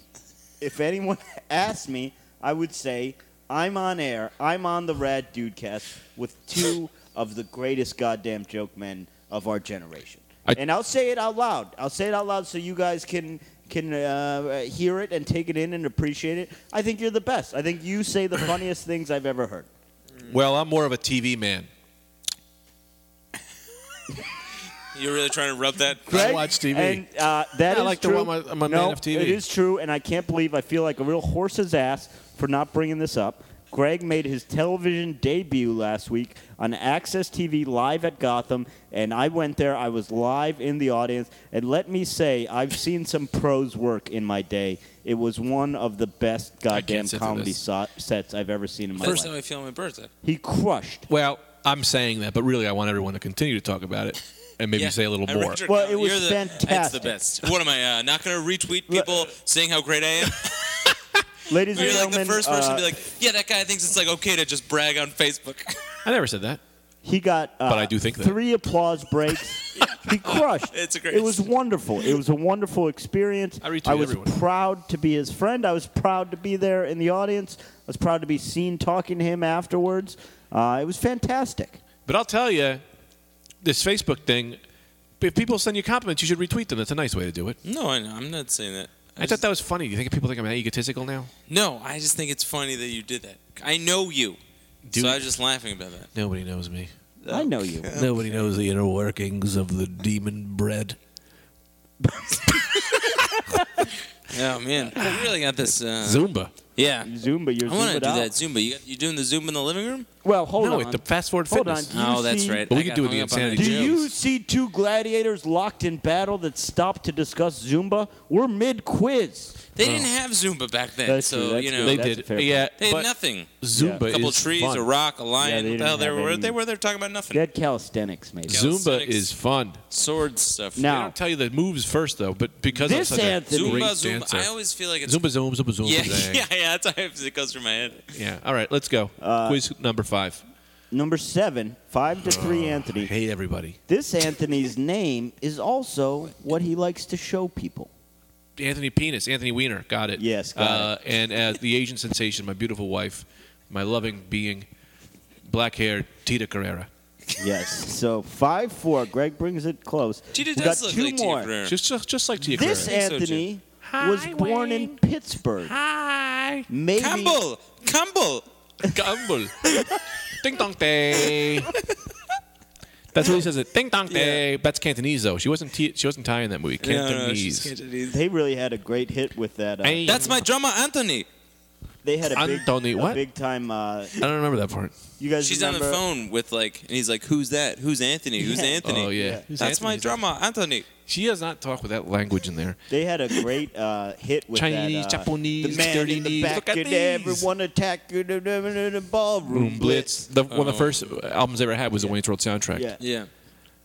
Speaker 3: if anyone asked me, I would say I'm on air. I'm on the Rad Dudecast with two of the greatest goddamn joke men of our generation.
Speaker 2: I-
Speaker 3: and I'll say it out loud. I'll say it out loud so you guys can can uh, hear it and take it in and appreciate it. I think you're the best. I think you say the funniest things I've ever heard.
Speaker 1: Mm.
Speaker 2: Well, I'm more of a TV man.
Speaker 1: You're really trying to rub that.
Speaker 3: Greg,
Speaker 2: I watch TV.
Speaker 3: And uh, that
Speaker 2: Yeah, I
Speaker 3: is
Speaker 2: like the
Speaker 3: true.
Speaker 2: one with- I'm a
Speaker 3: no,
Speaker 2: man of TV.
Speaker 3: It is true, and I can't believe I feel like a real horse's ass for not bringing this up. Greg made his television debut last week on Access TV live at Gotham, and I went there. I was live in the audience, and let me say, I've seen some prose work in my day. It was one of the best goddamn
Speaker 4: sit through
Speaker 3: comedy
Speaker 4: this.
Speaker 3: so- sets I've ever seen in my
Speaker 1: First
Speaker 3: life.
Speaker 1: time I feel on my birthday.
Speaker 3: He crushed.
Speaker 2: Well, I'm saying that, but really, I want everyone to continue to talk about it and maybe
Speaker 1: Yeah,
Speaker 2: say a little
Speaker 1: I
Speaker 2: more.
Speaker 1: read your
Speaker 3: Well, it
Speaker 1: comment.
Speaker 3: was
Speaker 1: You're the, That's the
Speaker 3: fantastic.
Speaker 1: best. What am I uh, not going to retweet people saying how great I am?
Speaker 3: Ladies and
Speaker 1: You're like
Speaker 3: gentlemen,
Speaker 1: the first person to
Speaker 3: uh,
Speaker 1: be like, yeah, that guy thinks it's like okay to just brag on Facebook.
Speaker 2: I never said that.
Speaker 3: He got uh,
Speaker 2: But I do think that.
Speaker 3: three applause breaks. he crushed.
Speaker 1: It's a great
Speaker 3: It was wonderful. It was a wonderful experience.
Speaker 2: I retweet
Speaker 3: was
Speaker 2: everyone.
Speaker 3: proud to be his friend. I was proud to be there in the audience. I was proud to be seen talking to him afterwards. Uh, it was fantastic.
Speaker 2: But I'll tell you, this Facebook thing. If people send you compliments, you should retweet them. That's a nice way to do it.
Speaker 1: no, I know. I'm not saying that.
Speaker 2: I thought that was funny. Do you think people think I'm egotistical now?
Speaker 1: No, I just think it's funny that you did that. I know you. so I was just laughing about that.
Speaker 2: Nobody knows me.
Speaker 3: I know you.
Speaker 2: Nobody knows the inner workings of the demon bread.
Speaker 1: Oh man, you really got this. Uh,
Speaker 2: Zumba.
Speaker 1: Yeah,
Speaker 3: Zumba, you're
Speaker 1: I want to
Speaker 3: zoomed
Speaker 1: do
Speaker 3: out.
Speaker 1: that Zumba. You got, you doing the Zumba in the living room?
Speaker 3: Well, hold
Speaker 2: no,
Speaker 3: on.
Speaker 2: at the fast forward
Speaker 3: Hold
Speaker 2: fitness.
Speaker 3: on. Do you
Speaker 1: oh, that's
Speaker 3: see-
Speaker 1: right.
Speaker 2: But we
Speaker 1: I
Speaker 2: could
Speaker 1: got
Speaker 2: do it
Speaker 1: hung
Speaker 2: the
Speaker 1: up on
Speaker 2: Insanity
Speaker 1: that.
Speaker 3: Do
Speaker 2: Jokes.
Speaker 3: you see two gladiators locked in battle that stopped to discuss Zumba? We're mid quiz.
Speaker 1: They didn't have Zumba back then,
Speaker 3: Oh. That's
Speaker 1: so
Speaker 3: true, that's
Speaker 1: you know
Speaker 3: true.
Speaker 2: They
Speaker 3: That's a
Speaker 2: did.
Speaker 3: fair
Speaker 2: Yeah,
Speaker 1: they had
Speaker 2: but
Speaker 1: nothing.
Speaker 2: Zumba
Speaker 1: A couple
Speaker 2: is
Speaker 1: trees,
Speaker 2: fun.
Speaker 1: a rock, a lion.
Speaker 3: they
Speaker 1: what the
Speaker 3: didn't
Speaker 1: hell they
Speaker 3: have
Speaker 1: were?
Speaker 3: any-
Speaker 1: They were there talking about nothing.
Speaker 3: Dead calisthenics, maybe.
Speaker 2: Zumba
Speaker 1: Calisthenics.
Speaker 2: is fun.
Speaker 1: Sword stuff.
Speaker 3: No.
Speaker 2: They don't tell you the moves first though, but because
Speaker 3: This
Speaker 2: I'm such a
Speaker 3: Anthony-
Speaker 1: Zumba,
Speaker 2: great
Speaker 1: Zumba.
Speaker 2: dancer,
Speaker 1: I always feel like it's
Speaker 2: Zumba, Zoom, Zumba, Zoom.
Speaker 1: Yeah,
Speaker 2: zang.
Speaker 1: yeah, yeah. That's how it goes through my head.
Speaker 2: Yeah. All right, let's go. Quiz number five.
Speaker 3: Number seven, five to three, Anthony.
Speaker 2: Hate everybody.
Speaker 3: This Anthony's name is also what he likes to show people.
Speaker 2: Anthony Penis, Anthony Weiner, got it.
Speaker 3: Yes, got
Speaker 2: uh, And uh, the Asian sensation, my beautiful wife, my loving being, black haired Tita Carrera.
Speaker 3: Yes. So five four. Greg brings it close.
Speaker 1: Cheetah
Speaker 3: We got
Speaker 1: does look
Speaker 3: two
Speaker 1: like Tia
Speaker 3: more.
Speaker 1: Carrera.
Speaker 2: Just, just, just like Tita
Speaker 3: This
Speaker 1: think so,
Speaker 3: Anthony
Speaker 2: Jim.
Speaker 3: was
Speaker 2: Hi,
Speaker 3: born in
Speaker 2: Wayne.
Speaker 3: Pittsburgh.
Speaker 2: Hi.
Speaker 3: Maybe
Speaker 1: Campbell, Campbell.
Speaker 2: Gumbel. Ding dong day. That's what he says. It. Ding dong day. That's Cantonese though. She wasn't. T- she wasn't Thai in that movie.
Speaker 1: No, no,
Speaker 2: Cantonese.
Speaker 1: she's Cantonese.
Speaker 3: they really had a great hit with that. Uh,
Speaker 2: Hey,
Speaker 1: That's my drummer, Anthony.
Speaker 3: they had a big,
Speaker 2: Anthony,
Speaker 3: a
Speaker 2: what?
Speaker 3: big time. Uh,
Speaker 2: I don't remember that part.
Speaker 3: you guys
Speaker 1: She's on the
Speaker 3: remember?
Speaker 1: phone with like, and he's like, "Who's that? Who's Anthony? Who's
Speaker 3: Yeah.
Speaker 1: Anthony?"
Speaker 2: Oh yeah.
Speaker 3: Yeah.
Speaker 2: Who's
Speaker 1: That's my
Speaker 2: Anthony's-
Speaker 1: drummer, Anthony.
Speaker 2: She does not talk with that language in there.
Speaker 3: They had a great uh, hit with
Speaker 2: Chinese,
Speaker 3: that. Uh,
Speaker 2: Japanese,
Speaker 3: the man
Speaker 2: dirty
Speaker 3: in the
Speaker 2: knees.
Speaker 3: back
Speaker 2: Look at
Speaker 3: and
Speaker 2: these.
Speaker 3: everyone attack you da- da- da- da- da- ballroom
Speaker 2: Boom Blitz. The, One of
Speaker 1: Oh.
Speaker 2: the first albums I ever had was the Wayne's World soundtrack.
Speaker 3: Yeah.
Speaker 1: Yeah.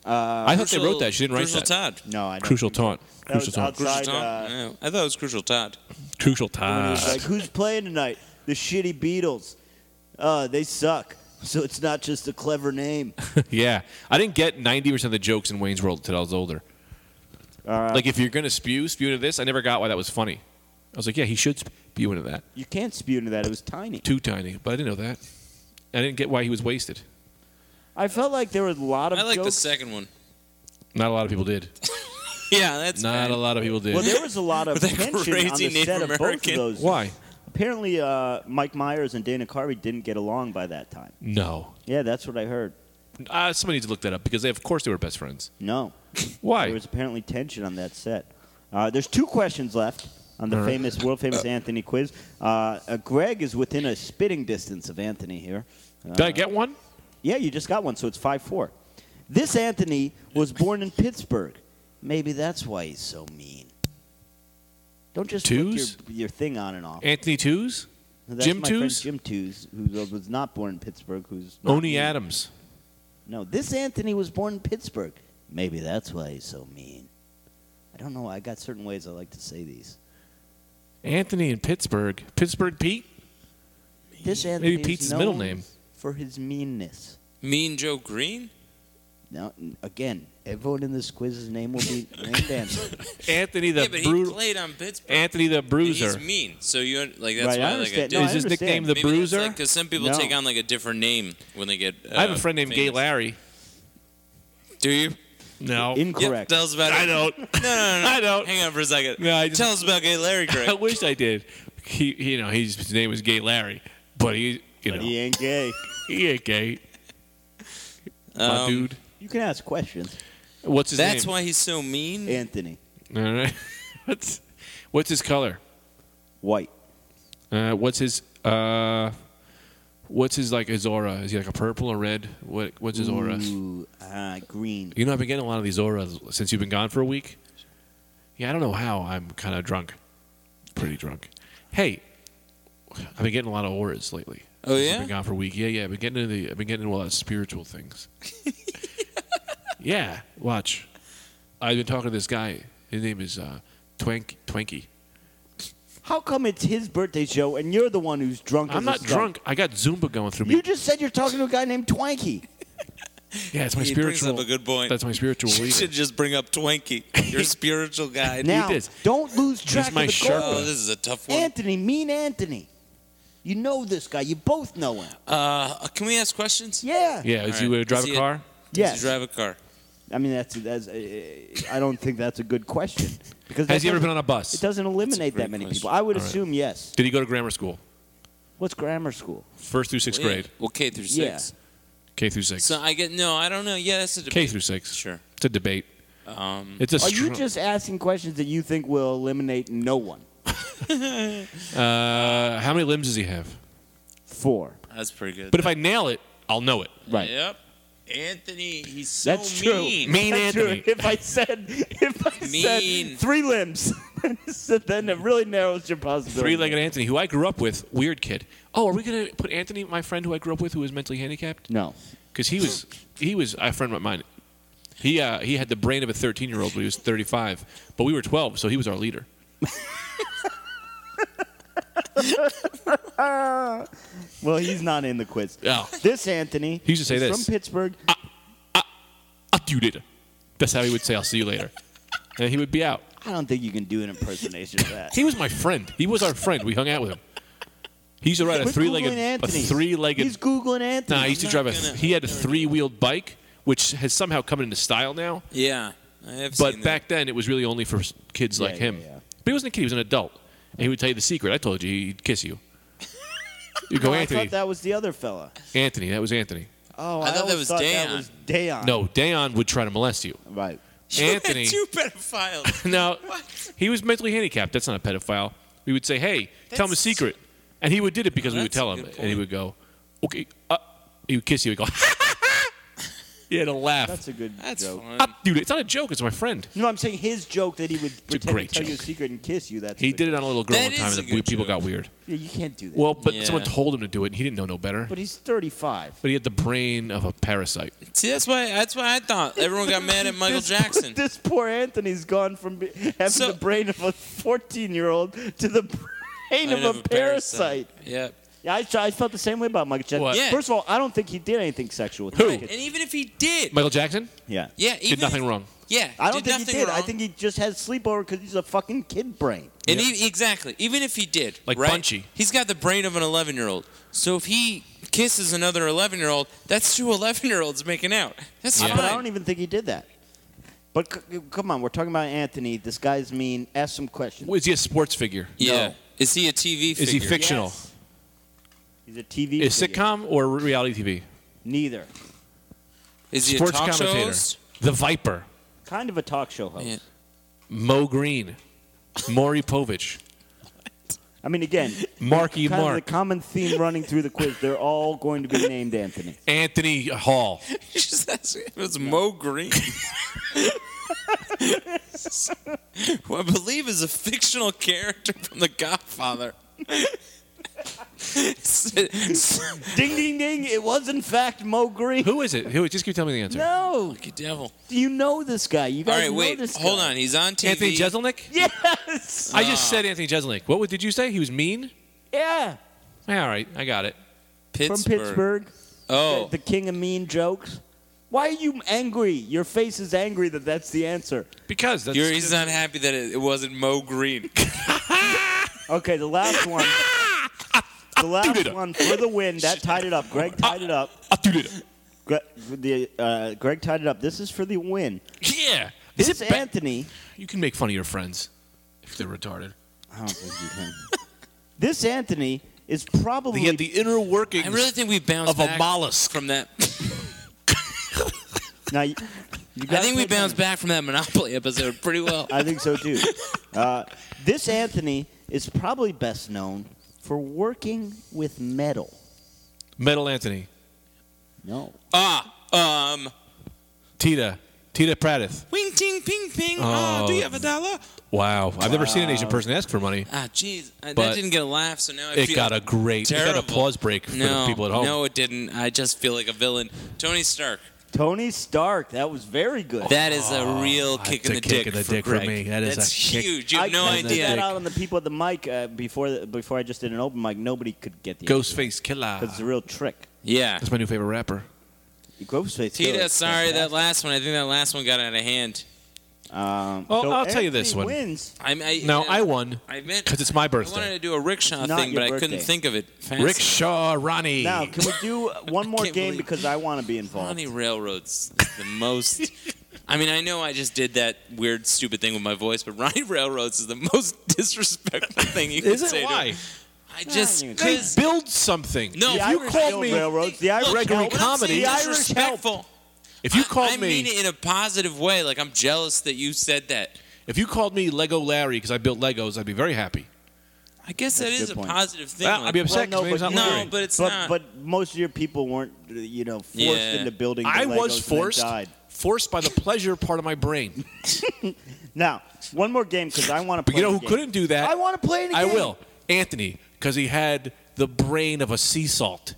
Speaker 2: I thought they wrote that. She didn't write
Speaker 1: Crucial
Speaker 2: that.
Speaker 1: Todd.
Speaker 3: Uh, No, I don't.
Speaker 2: Crucial Taunt.
Speaker 3: That was
Speaker 2: Crucial Taunt.
Speaker 3: outside,
Speaker 1: Crucial Todd.
Speaker 3: uh,
Speaker 1: Yeah. I thought it was Crucial Todd.
Speaker 2: Crucial
Speaker 3: when he was
Speaker 2: Taunt.
Speaker 3: like, "Who's playing tonight? The shitty Beatles. Uh, they suck. So it's not just a clever name."
Speaker 2: yeah. I didn't get 90% of the jokes in Wayne's World until I was older.
Speaker 3: Uh,
Speaker 2: like, if you're going to spew, spew into this. I never got why that was funny. I was like, yeah, he should spew into that.
Speaker 3: You can't spew into that. It was tiny.
Speaker 2: Too tiny. But I didn't know that. I didn't get why he was wasted.
Speaker 3: I felt like there were a lot of
Speaker 1: I like the
Speaker 3: jokes.
Speaker 1: second one.
Speaker 2: Not a lot of people did.
Speaker 1: Yeah, that's
Speaker 2: Not
Speaker 1: bad.
Speaker 2: a lot of people did.
Speaker 3: well, there was a lot of
Speaker 1: With that
Speaker 3: tension on the
Speaker 1: crazy
Speaker 3: set
Speaker 1: Native
Speaker 3: of both of
Speaker 1: American.
Speaker 3: those.
Speaker 2: why?
Speaker 3: Apparently, uh, Mike Myers and Dana Carvey didn't get along by that time.
Speaker 2: No.
Speaker 3: Yeah, that's what I heard.
Speaker 2: Uh, somebody needs to look that up because, they, of course, they were best friends.
Speaker 3: No,
Speaker 2: Why?
Speaker 3: there was apparently tension on that set. Uh, there's two questions left on the
Speaker 2: All right.
Speaker 3: famous, world famous Anthony quiz. Uh, uh, Greg is within a spitting distance of Anthony here.
Speaker 2: did
Speaker 3: uh,
Speaker 2: I get one?
Speaker 3: Yeah, you just got one, so it's 5 4. This Anthony was born in Pittsburgh. Maybe that's why he's so mean. Don't just put your,
Speaker 2: Twos?
Speaker 3: your thing on and off.
Speaker 2: Anthony Twos?
Speaker 3: That's
Speaker 2: Jim
Speaker 3: my friend
Speaker 2: Twos?
Speaker 3: Jim Twos, who was not born in Pittsburgh. Who's not
Speaker 2: Oni
Speaker 3: mean.
Speaker 2: Adams.
Speaker 3: No, this Anthony was born in Pittsburgh. Maybe that's why he's so mean. I don't know. I got certain ways I like to say these.
Speaker 2: Anthony in Pittsburgh. Pittsburgh Pete?
Speaker 3: This Anthony
Speaker 2: Maybe Pete's
Speaker 3: is
Speaker 2: his middle
Speaker 3: known
Speaker 2: name.
Speaker 3: for his meanness.
Speaker 1: Mean Joe Green.
Speaker 3: Now, n- again, everyone in this quiz's name will be named Anthony.
Speaker 2: Anthony the
Speaker 1: yeah, but he
Speaker 2: Bru-
Speaker 1: played on Pittsburgh.
Speaker 2: Anthony the
Speaker 1: And He's
Speaker 2: Bruiser.
Speaker 1: mean, so you like that's
Speaker 3: Right, I
Speaker 1: why like I
Speaker 3: understand.
Speaker 1: do.
Speaker 3: No,
Speaker 2: is
Speaker 3: I
Speaker 2: his nickname
Speaker 3: understand.
Speaker 2: the Bruiser?
Speaker 1: Because some people
Speaker 3: No.
Speaker 1: take on like a different name when they get. Uh,
Speaker 2: I have a friend named Gay
Speaker 1: famous.
Speaker 2: Larry.
Speaker 1: Do you?
Speaker 2: No.
Speaker 1: Yep,
Speaker 3: Incorrect.
Speaker 1: Tell us about it.
Speaker 2: I don't.
Speaker 1: No, no, no, no.
Speaker 2: I don't.
Speaker 1: Hang on for a second.
Speaker 2: No, I just-
Speaker 1: Tell us about Gay Larry,
Speaker 2: I
Speaker 1: Greg.
Speaker 2: wish I did. He, he- you know, he's, his name was Gay Larry, but he, you know,
Speaker 3: he ain't gay.
Speaker 2: he ain't gay. My
Speaker 1: Um,
Speaker 2: dude.
Speaker 3: You can ask questions.
Speaker 2: What's his
Speaker 1: That's
Speaker 2: name?
Speaker 1: why he's so mean.
Speaker 3: Anthony
Speaker 2: That's All right. what's, what's his color?
Speaker 3: White.
Speaker 2: Uh, what's his uh, What's his like his aura? Is he like a purple or red? What what's his aura?
Speaker 3: Ooh, ah, green.
Speaker 2: You know, I've been getting a lot of these auras since you've been gone for a week. Yeah, I don't know how. I'm kind of drunk. Pretty drunk. Hey, I've been getting a lot of auras lately.
Speaker 1: Oh,
Speaker 2: Since I've
Speaker 1: yeah?
Speaker 2: been gone for a week. Yeah, yeah. I've been getting into the, I've been getting into a lot of spiritual things. yeah, watch. I've been talking to this guy. His name is uh, Twank Twanky.
Speaker 3: How come it's his birthday show and you're the one who's drunk?
Speaker 2: I'm
Speaker 3: as
Speaker 2: not
Speaker 3: a skunk?
Speaker 2: drunk. I got Zumba going through me.
Speaker 3: You just said you're talking to a guy named Twanky.
Speaker 2: yeah, it's my
Speaker 1: He brings up
Speaker 2: spiritual.
Speaker 1: a good point.
Speaker 2: That's my spiritual
Speaker 1: You
Speaker 2: leader.
Speaker 1: should just bring up Twinkie, your spiritual guide.
Speaker 3: Now,
Speaker 2: did.
Speaker 3: don't lose track
Speaker 2: my
Speaker 3: of the
Speaker 2: Sherpa.
Speaker 1: oh,
Speaker 3: goal.
Speaker 1: this is a tough one.
Speaker 3: Anthony, mean Anthony. You know this guy. You both know him.
Speaker 1: Uh, can we ask questions?
Speaker 3: Yeah.
Speaker 2: yeah, is
Speaker 1: All
Speaker 2: you
Speaker 1: right.
Speaker 2: uh, drive
Speaker 1: Is
Speaker 2: a
Speaker 1: he a-
Speaker 2: car?
Speaker 1: Does he
Speaker 3: Yes.
Speaker 1: drive a car?
Speaker 3: I mean, that's that's. Uh, I don't think that's a good question because
Speaker 2: Has he
Speaker 3: that
Speaker 2: ever been
Speaker 3: doesn't-
Speaker 2: on a bus?
Speaker 3: It doesn't eliminate
Speaker 1: great
Speaker 3: that many
Speaker 1: question.
Speaker 3: people. I would
Speaker 2: All right.
Speaker 3: assume yes.
Speaker 2: Did he go to grammar school?
Speaker 3: What's grammar school?
Speaker 2: First through sixth
Speaker 1: Yeah.
Speaker 2: grade,
Speaker 1: Well, K through
Speaker 3: Yeah.
Speaker 1: six.
Speaker 2: K through six.
Speaker 1: So I get no. I don't know. Yeah, that's a debate.
Speaker 2: K through six.
Speaker 1: Sure.
Speaker 2: It's a debate.
Speaker 1: Um,
Speaker 2: It's a.
Speaker 3: Are you
Speaker 2: str-
Speaker 3: just asking questions that you think will eliminate no one?
Speaker 2: uh, how many limbs does he have?
Speaker 3: Four.
Speaker 1: that's pretty good.
Speaker 2: But if I nail it, I'll know it.
Speaker 3: Right.
Speaker 1: Yep. Anthony, he's so
Speaker 3: That's true.
Speaker 1: mean.
Speaker 2: Mean
Speaker 3: That's
Speaker 2: Anthony.
Speaker 3: True. If I said if I
Speaker 1: Mean.
Speaker 3: said three limbs, so then it really narrows your possibility.
Speaker 2: Three-legged Anthony, who I grew up with, weird kid. Oh, are we gonna put Anthony, my friend who I grew up with, who was mentally handicapped?
Speaker 3: No.
Speaker 2: Because he was, he was a friend of mine. He uh, he had the brain of a 13-year-old, but he was 35. But we were 12, so he was our leader.
Speaker 3: Well, he's not in the quiz.
Speaker 2: Oh,
Speaker 3: This Anthony.
Speaker 2: He used to say
Speaker 3: is
Speaker 2: this.
Speaker 3: From Pittsburgh.
Speaker 2: I'll do you later. That's how he would say, "I'll see you later," and he would be out.
Speaker 3: I don't think you can do an impersonation of that.
Speaker 2: He was my friend. He was our friend. We hung out with him. He used to ride a
Speaker 3: Quit
Speaker 2: three-legged,
Speaker 3: Googling
Speaker 2: a
Speaker 3: Anthony.
Speaker 2: three-legged.
Speaker 3: He's googling Anthony.
Speaker 2: Nah, he used to
Speaker 1: I'm
Speaker 2: drive a.
Speaker 1: not gonna-
Speaker 2: he had a
Speaker 1: I'm never
Speaker 2: three-wheeled bike, which has somehow come into style now.
Speaker 1: Yeah, I have
Speaker 2: But
Speaker 1: seen
Speaker 2: back then, it was really only for s- kids like
Speaker 3: yeah,
Speaker 2: him.
Speaker 3: yeah.
Speaker 2: But he wasn't a kid; he was an adult, and he would tell you the secret. I told you, he'd kiss you. You go,
Speaker 3: Oh, I
Speaker 2: Anthony.
Speaker 3: thought that was the other fella.
Speaker 2: Anthony, that was Anthony.
Speaker 3: Oh,
Speaker 1: I
Speaker 3: I,
Speaker 1: thought that
Speaker 3: always
Speaker 1: was
Speaker 3: thought
Speaker 1: Dayon.
Speaker 3: that was Dayon.
Speaker 2: No, Dayon would try to molest you.
Speaker 3: Right.
Speaker 1: that.
Speaker 2: Anthony.
Speaker 1: Uh. you pedophiles.
Speaker 2: No,
Speaker 1: What?
Speaker 2: he was mentally handicapped. That's not a pedophile. We would say, "Hey, tell him a
Speaker 1: That's-
Speaker 2: secret," and he would did it because we would
Speaker 1: That's a
Speaker 2: tell him,
Speaker 1: good
Speaker 2: and he
Speaker 1: point.
Speaker 2: would go, "Okay." Uh, he would kiss you. He would go, "He had a laugh."
Speaker 3: That's a good
Speaker 1: That's
Speaker 3: joke.
Speaker 1: fun.
Speaker 2: Ah, dude, it's not a joke. It's my friend.
Speaker 3: No, I'm saying his joke that he would pretend to
Speaker 2: great
Speaker 3: tell you a
Speaker 2: joke.
Speaker 3: secret and kiss you. That's
Speaker 2: He
Speaker 3: a good
Speaker 2: did it on a little girl
Speaker 1: That
Speaker 2: one time,
Speaker 1: is
Speaker 2: and
Speaker 1: a
Speaker 2: the we-
Speaker 1: good
Speaker 2: people
Speaker 1: joke.
Speaker 2: got weird.
Speaker 3: Yeah, you can't do that.
Speaker 2: Well, but
Speaker 1: Yeah.
Speaker 2: someone told him to do it, and he didn't know no better.
Speaker 3: but he's 35.
Speaker 2: But he had the brain of a parasite.
Speaker 1: See, that's why. That's why I thought everyone got mad at Michael
Speaker 3: This-
Speaker 1: Jackson.
Speaker 3: This poor Anthony's gone from be- having
Speaker 1: So-
Speaker 3: the brain of a 14-year-old to the brain of
Speaker 1: Kind
Speaker 3: a, parasite.
Speaker 1: Yeah.
Speaker 3: Yeah, I, I felt the same way about Michael Jackson.
Speaker 2: What?
Speaker 1: Yeah.
Speaker 3: First of all, I don't think he did anything sexual with
Speaker 2: Who?
Speaker 3: the
Speaker 1: And
Speaker 3: kid.
Speaker 1: even if he did,
Speaker 2: Michael Jackson
Speaker 3: Yeah.
Speaker 1: yeah, even
Speaker 2: did nothing
Speaker 1: if,
Speaker 2: wrong.
Speaker 1: Yeah,
Speaker 3: I don't
Speaker 1: did
Speaker 3: think he
Speaker 1: nothing
Speaker 3: did.
Speaker 1: Wrong.
Speaker 3: I think he just had sleepover because he's a fucking kid brain.
Speaker 1: And
Speaker 2: Yeah.
Speaker 1: e exactly, even if he did,
Speaker 2: Like
Speaker 1: right?
Speaker 2: Bunchy.
Speaker 1: he's got the brain of an 11 year old. So if he kisses another 11 year old, that's two 11 year olds making out. That's
Speaker 2: Yeah.
Speaker 1: fine.
Speaker 3: Uh, But I don't even think he did that. But c- come on, we're talking about Anthony. This guy's mean. Ask some questions.
Speaker 2: Is he a sports figure?
Speaker 1: yeah,
Speaker 3: No.
Speaker 1: is he a TV? Figure?
Speaker 2: Is he fictional?
Speaker 3: Yes. He's a TV.
Speaker 2: Is
Speaker 3: figure.
Speaker 2: sitcom or reality TV?
Speaker 3: Neither.
Speaker 1: Is he a
Speaker 2: sports
Speaker 1: talk show
Speaker 2: commentator.
Speaker 1: host?
Speaker 2: The Viper.
Speaker 3: Kind of a talk show host.
Speaker 1: Yeah.
Speaker 2: Mo Green. Maury Povich.
Speaker 3: I mean, again,
Speaker 2: Marky
Speaker 3: kind
Speaker 2: Mark.
Speaker 3: of the common theme running through the quiz. They're all going to be named Anthony.
Speaker 2: Anthony Hall.
Speaker 1: Just ask me if it's Mo Green. Who I believe is a fictional character from The Godfather. Lucky
Speaker 3: Ding, ding, ding! It was in fact Mo Green.
Speaker 2: Who is it? Who? Just keep telling me the answer.
Speaker 3: No,
Speaker 1: devil.
Speaker 3: you know this guy. You guys
Speaker 1: All right,
Speaker 3: know
Speaker 1: wait,
Speaker 3: this guy.
Speaker 1: hold on. He's on TV.
Speaker 2: Anthony Jeselnik?
Speaker 3: Yes.
Speaker 2: I
Speaker 1: Ah.
Speaker 2: just said Anthony Jeselnik. What was- did you say? He was mean?
Speaker 3: Yeah.
Speaker 2: Yeah, all right, I got it.
Speaker 1: Pittsburgh.
Speaker 3: From Pittsburgh.
Speaker 1: Oh,
Speaker 3: The, the king of mean jokes. Why are you angry? Your face is angry that that's the answer.
Speaker 2: Because that's
Speaker 1: you're, he's not happy that it, it wasn't Mo Green.
Speaker 3: Okay, the last one. The
Speaker 2: it
Speaker 3: last
Speaker 2: up.
Speaker 3: one for the win. That tied it up. Greg tied it up.
Speaker 2: I did it.
Speaker 3: Gre- the, uh, Greg tied it up. This is for the win.
Speaker 2: Yeah. Is
Speaker 3: This
Speaker 2: it ba-
Speaker 3: Anthony.
Speaker 2: you can make fun of your friends if they're retarded.
Speaker 3: I don't think you can. this Anthony is probably
Speaker 2: They get the inner workings
Speaker 1: I really think we bounced
Speaker 2: of a
Speaker 1: back
Speaker 2: mollusk.
Speaker 1: from that.
Speaker 3: now. You, you
Speaker 1: I
Speaker 3: gotta
Speaker 1: think we
Speaker 3: pay attention.
Speaker 1: bounced back from that Monopoly episode pretty well.
Speaker 3: I think so too. Uh, this Anthony is probably best known for working with metal.
Speaker 2: Metal Anthony,
Speaker 3: No.
Speaker 1: Ah, um,
Speaker 2: Tita, Tita Pradith.
Speaker 1: wing ting ping ping. Ah,
Speaker 2: Oh.
Speaker 1: do you have a dollar?
Speaker 2: Wow, I've never seen an Asian person ask for money.
Speaker 1: Ah, jeez, I- that
Speaker 2: But
Speaker 1: didn't get a laugh, so now I
Speaker 2: It
Speaker 1: feel
Speaker 2: got a great, it got a
Speaker 1: terrible.
Speaker 2: pause break for
Speaker 1: no,
Speaker 2: the people at home.
Speaker 1: No, it didn't. I just feel like a villain. Tony Stark.
Speaker 3: Tony Stark. That was very good.
Speaker 1: That is a real
Speaker 2: Oh, that's
Speaker 1: kick
Speaker 2: a
Speaker 1: in the
Speaker 2: kick
Speaker 1: dick,
Speaker 2: in the
Speaker 1: for
Speaker 2: dick for
Speaker 1: Greg.
Speaker 2: me. That is
Speaker 1: That's
Speaker 2: a kick-
Speaker 1: huge. You
Speaker 3: I
Speaker 1: have no
Speaker 3: I
Speaker 1: idea.
Speaker 3: that out on the people at the mic uh, before the, before I just did an open mic. Nobody could get the
Speaker 2: Ghostface Killer.
Speaker 3: Because it's a real trick.
Speaker 1: Yeah.
Speaker 2: That's my new favorite rapper.
Speaker 3: Ghostface.
Speaker 1: Tita,
Speaker 3: Killer's
Speaker 1: sorry that
Speaker 3: fantastic.
Speaker 1: last one. I think that last one got out of hand.
Speaker 3: Um,
Speaker 2: Oh,
Speaker 3: so
Speaker 2: I'll tell you this
Speaker 3: Anthony
Speaker 2: one.
Speaker 3: Wins.
Speaker 1: I'm, I,
Speaker 2: No,
Speaker 1: uh,
Speaker 2: I won
Speaker 1: I meant
Speaker 2: because it's my
Speaker 1: I wanted
Speaker 2: birthday.
Speaker 1: to do a rickshaw
Speaker 3: It's not
Speaker 1: thing, but
Speaker 3: your
Speaker 1: I couldn't
Speaker 3: birthday.
Speaker 1: think of it. Fast.
Speaker 2: Rickshaw Ronnie.
Speaker 3: Now, can we do one more
Speaker 1: can't
Speaker 3: game
Speaker 1: believe-
Speaker 3: because I want to be involved?
Speaker 1: Funny railroads is the most. I mean, I know I just did that weird, stupid thing with my voice, but Ronnie Railroads is the most disrespectful thing you can
Speaker 2: is
Speaker 1: say.
Speaker 2: it
Speaker 1: to
Speaker 2: why?
Speaker 1: him. I just
Speaker 3: you can-
Speaker 2: They
Speaker 1: because
Speaker 2: build something.
Speaker 1: No,
Speaker 2: if
Speaker 1: The
Speaker 2: you
Speaker 3: Irish
Speaker 2: called
Speaker 3: Hill
Speaker 2: me,
Speaker 3: Railroads, the Irish
Speaker 2: Gregory
Speaker 1: Look, I'm not
Speaker 2: Comedy.
Speaker 1: saying
Speaker 3: The Irish
Speaker 1: disrespectful.
Speaker 2: if you
Speaker 1: I-
Speaker 2: called
Speaker 1: I
Speaker 2: me,
Speaker 1: mean it in a positive way. Like I'm jealous that you said that.
Speaker 2: if you called me Lego Larry because I built Legos, I'd be very happy.
Speaker 1: I guess
Speaker 3: That's a
Speaker 1: that is
Speaker 3: good
Speaker 1: a
Speaker 3: point.
Speaker 1: positive thing.
Speaker 2: Well, I'd
Speaker 1: like-
Speaker 2: be upset
Speaker 3: Well, no,
Speaker 2: 'cause maybe
Speaker 3: but
Speaker 2: it's
Speaker 3: you
Speaker 2: not
Speaker 3: were-
Speaker 1: no,
Speaker 2: Larry.
Speaker 1: but it's
Speaker 3: but,
Speaker 1: not.
Speaker 3: But most of your people weren't, you know, forced
Speaker 1: Yeah.
Speaker 3: into building. The
Speaker 2: I
Speaker 3: Legos and
Speaker 2: was
Speaker 3: then
Speaker 2: forced,
Speaker 3: Died.
Speaker 2: forced by the pleasure part of my brain.
Speaker 3: Now, one more game because I want to.
Speaker 2: But
Speaker 3: play
Speaker 2: you know
Speaker 3: the
Speaker 2: who
Speaker 3: game.
Speaker 2: couldn't do that?
Speaker 3: I want to play in a
Speaker 2: I
Speaker 3: game.
Speaker 2: will. Anthony, because he had the brain of a sea salt.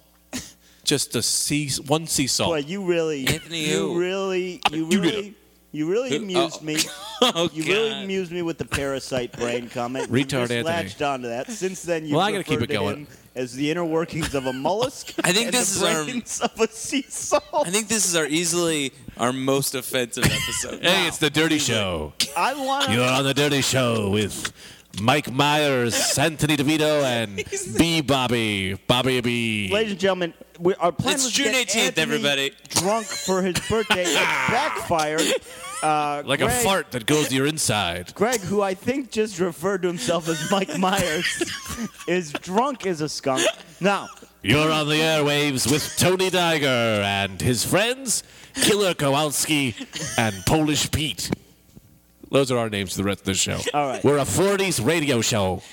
Speaker 2: Just a sea, one sea salt.
Speaker 3: Boy, you really,
Speaker 1: Anthony,
Speaker 3: you
Speaker 1: who?
Speaker 3: really, you
Speaker 2: You did
Speaker 3: really, you really
Speaker 1: Who?
Speaker 3: amused
Speaker 1: Oh.
Speaker 3: me.
Speaker 1: oh
Speaker 3: You
Speaker 1: God.
Speaker 3: really amused me with the parasite brain comment.
Speaker 2: Retard
Speaker 3: you just
Speaker 2: Anthony.
Speaker 3: latched onto that. Since then, you
Speaker 2: Well, I gotta keep it going.
Speaker 3: as the inner workings of a mollusk.
Speaker 1: I think
Speaker 3: and
Speaker 1: this is
Speaker 3: the
Speaker 1: our-
Speaker 3: brains of a sea salt.
Speaker 1: I think this is our easily our most offensive episode.
Speaker 2: Hey, it's the Dirty Show.
Speaker 3: I want to.
Speaker 2: You're on the Dirty Show with Mike Myers, Anthony DeVito, and B. Bobby, Bobby B.
Speaker 3: Ladies and gentlemen, we, our plan
Speaker 1: It's
Speaker 3: was
Speaker 1: June
Speaker 3: to get
Speaker 1: 18th,
Speaker 3: Anthony
Speaker 1: everybody.
Speaker 3: drunk for his birthday. it backfired. Uh,
Speaker 2: like
Speaker 3: Greg,
Speaker 2: a fart that goes to your inside.
Speaker 3: Greg, who I think just referred to himself as Mike Myers, is drunk as a skunk. Now,
Speaker 2: You're on the airwaves with Tony Diger and his friends, Killer Kowalski and Polish Pete. Those are our names for the rest of the show.
Speaker 3: All right.
Speaker 2: We're a 40s radio show.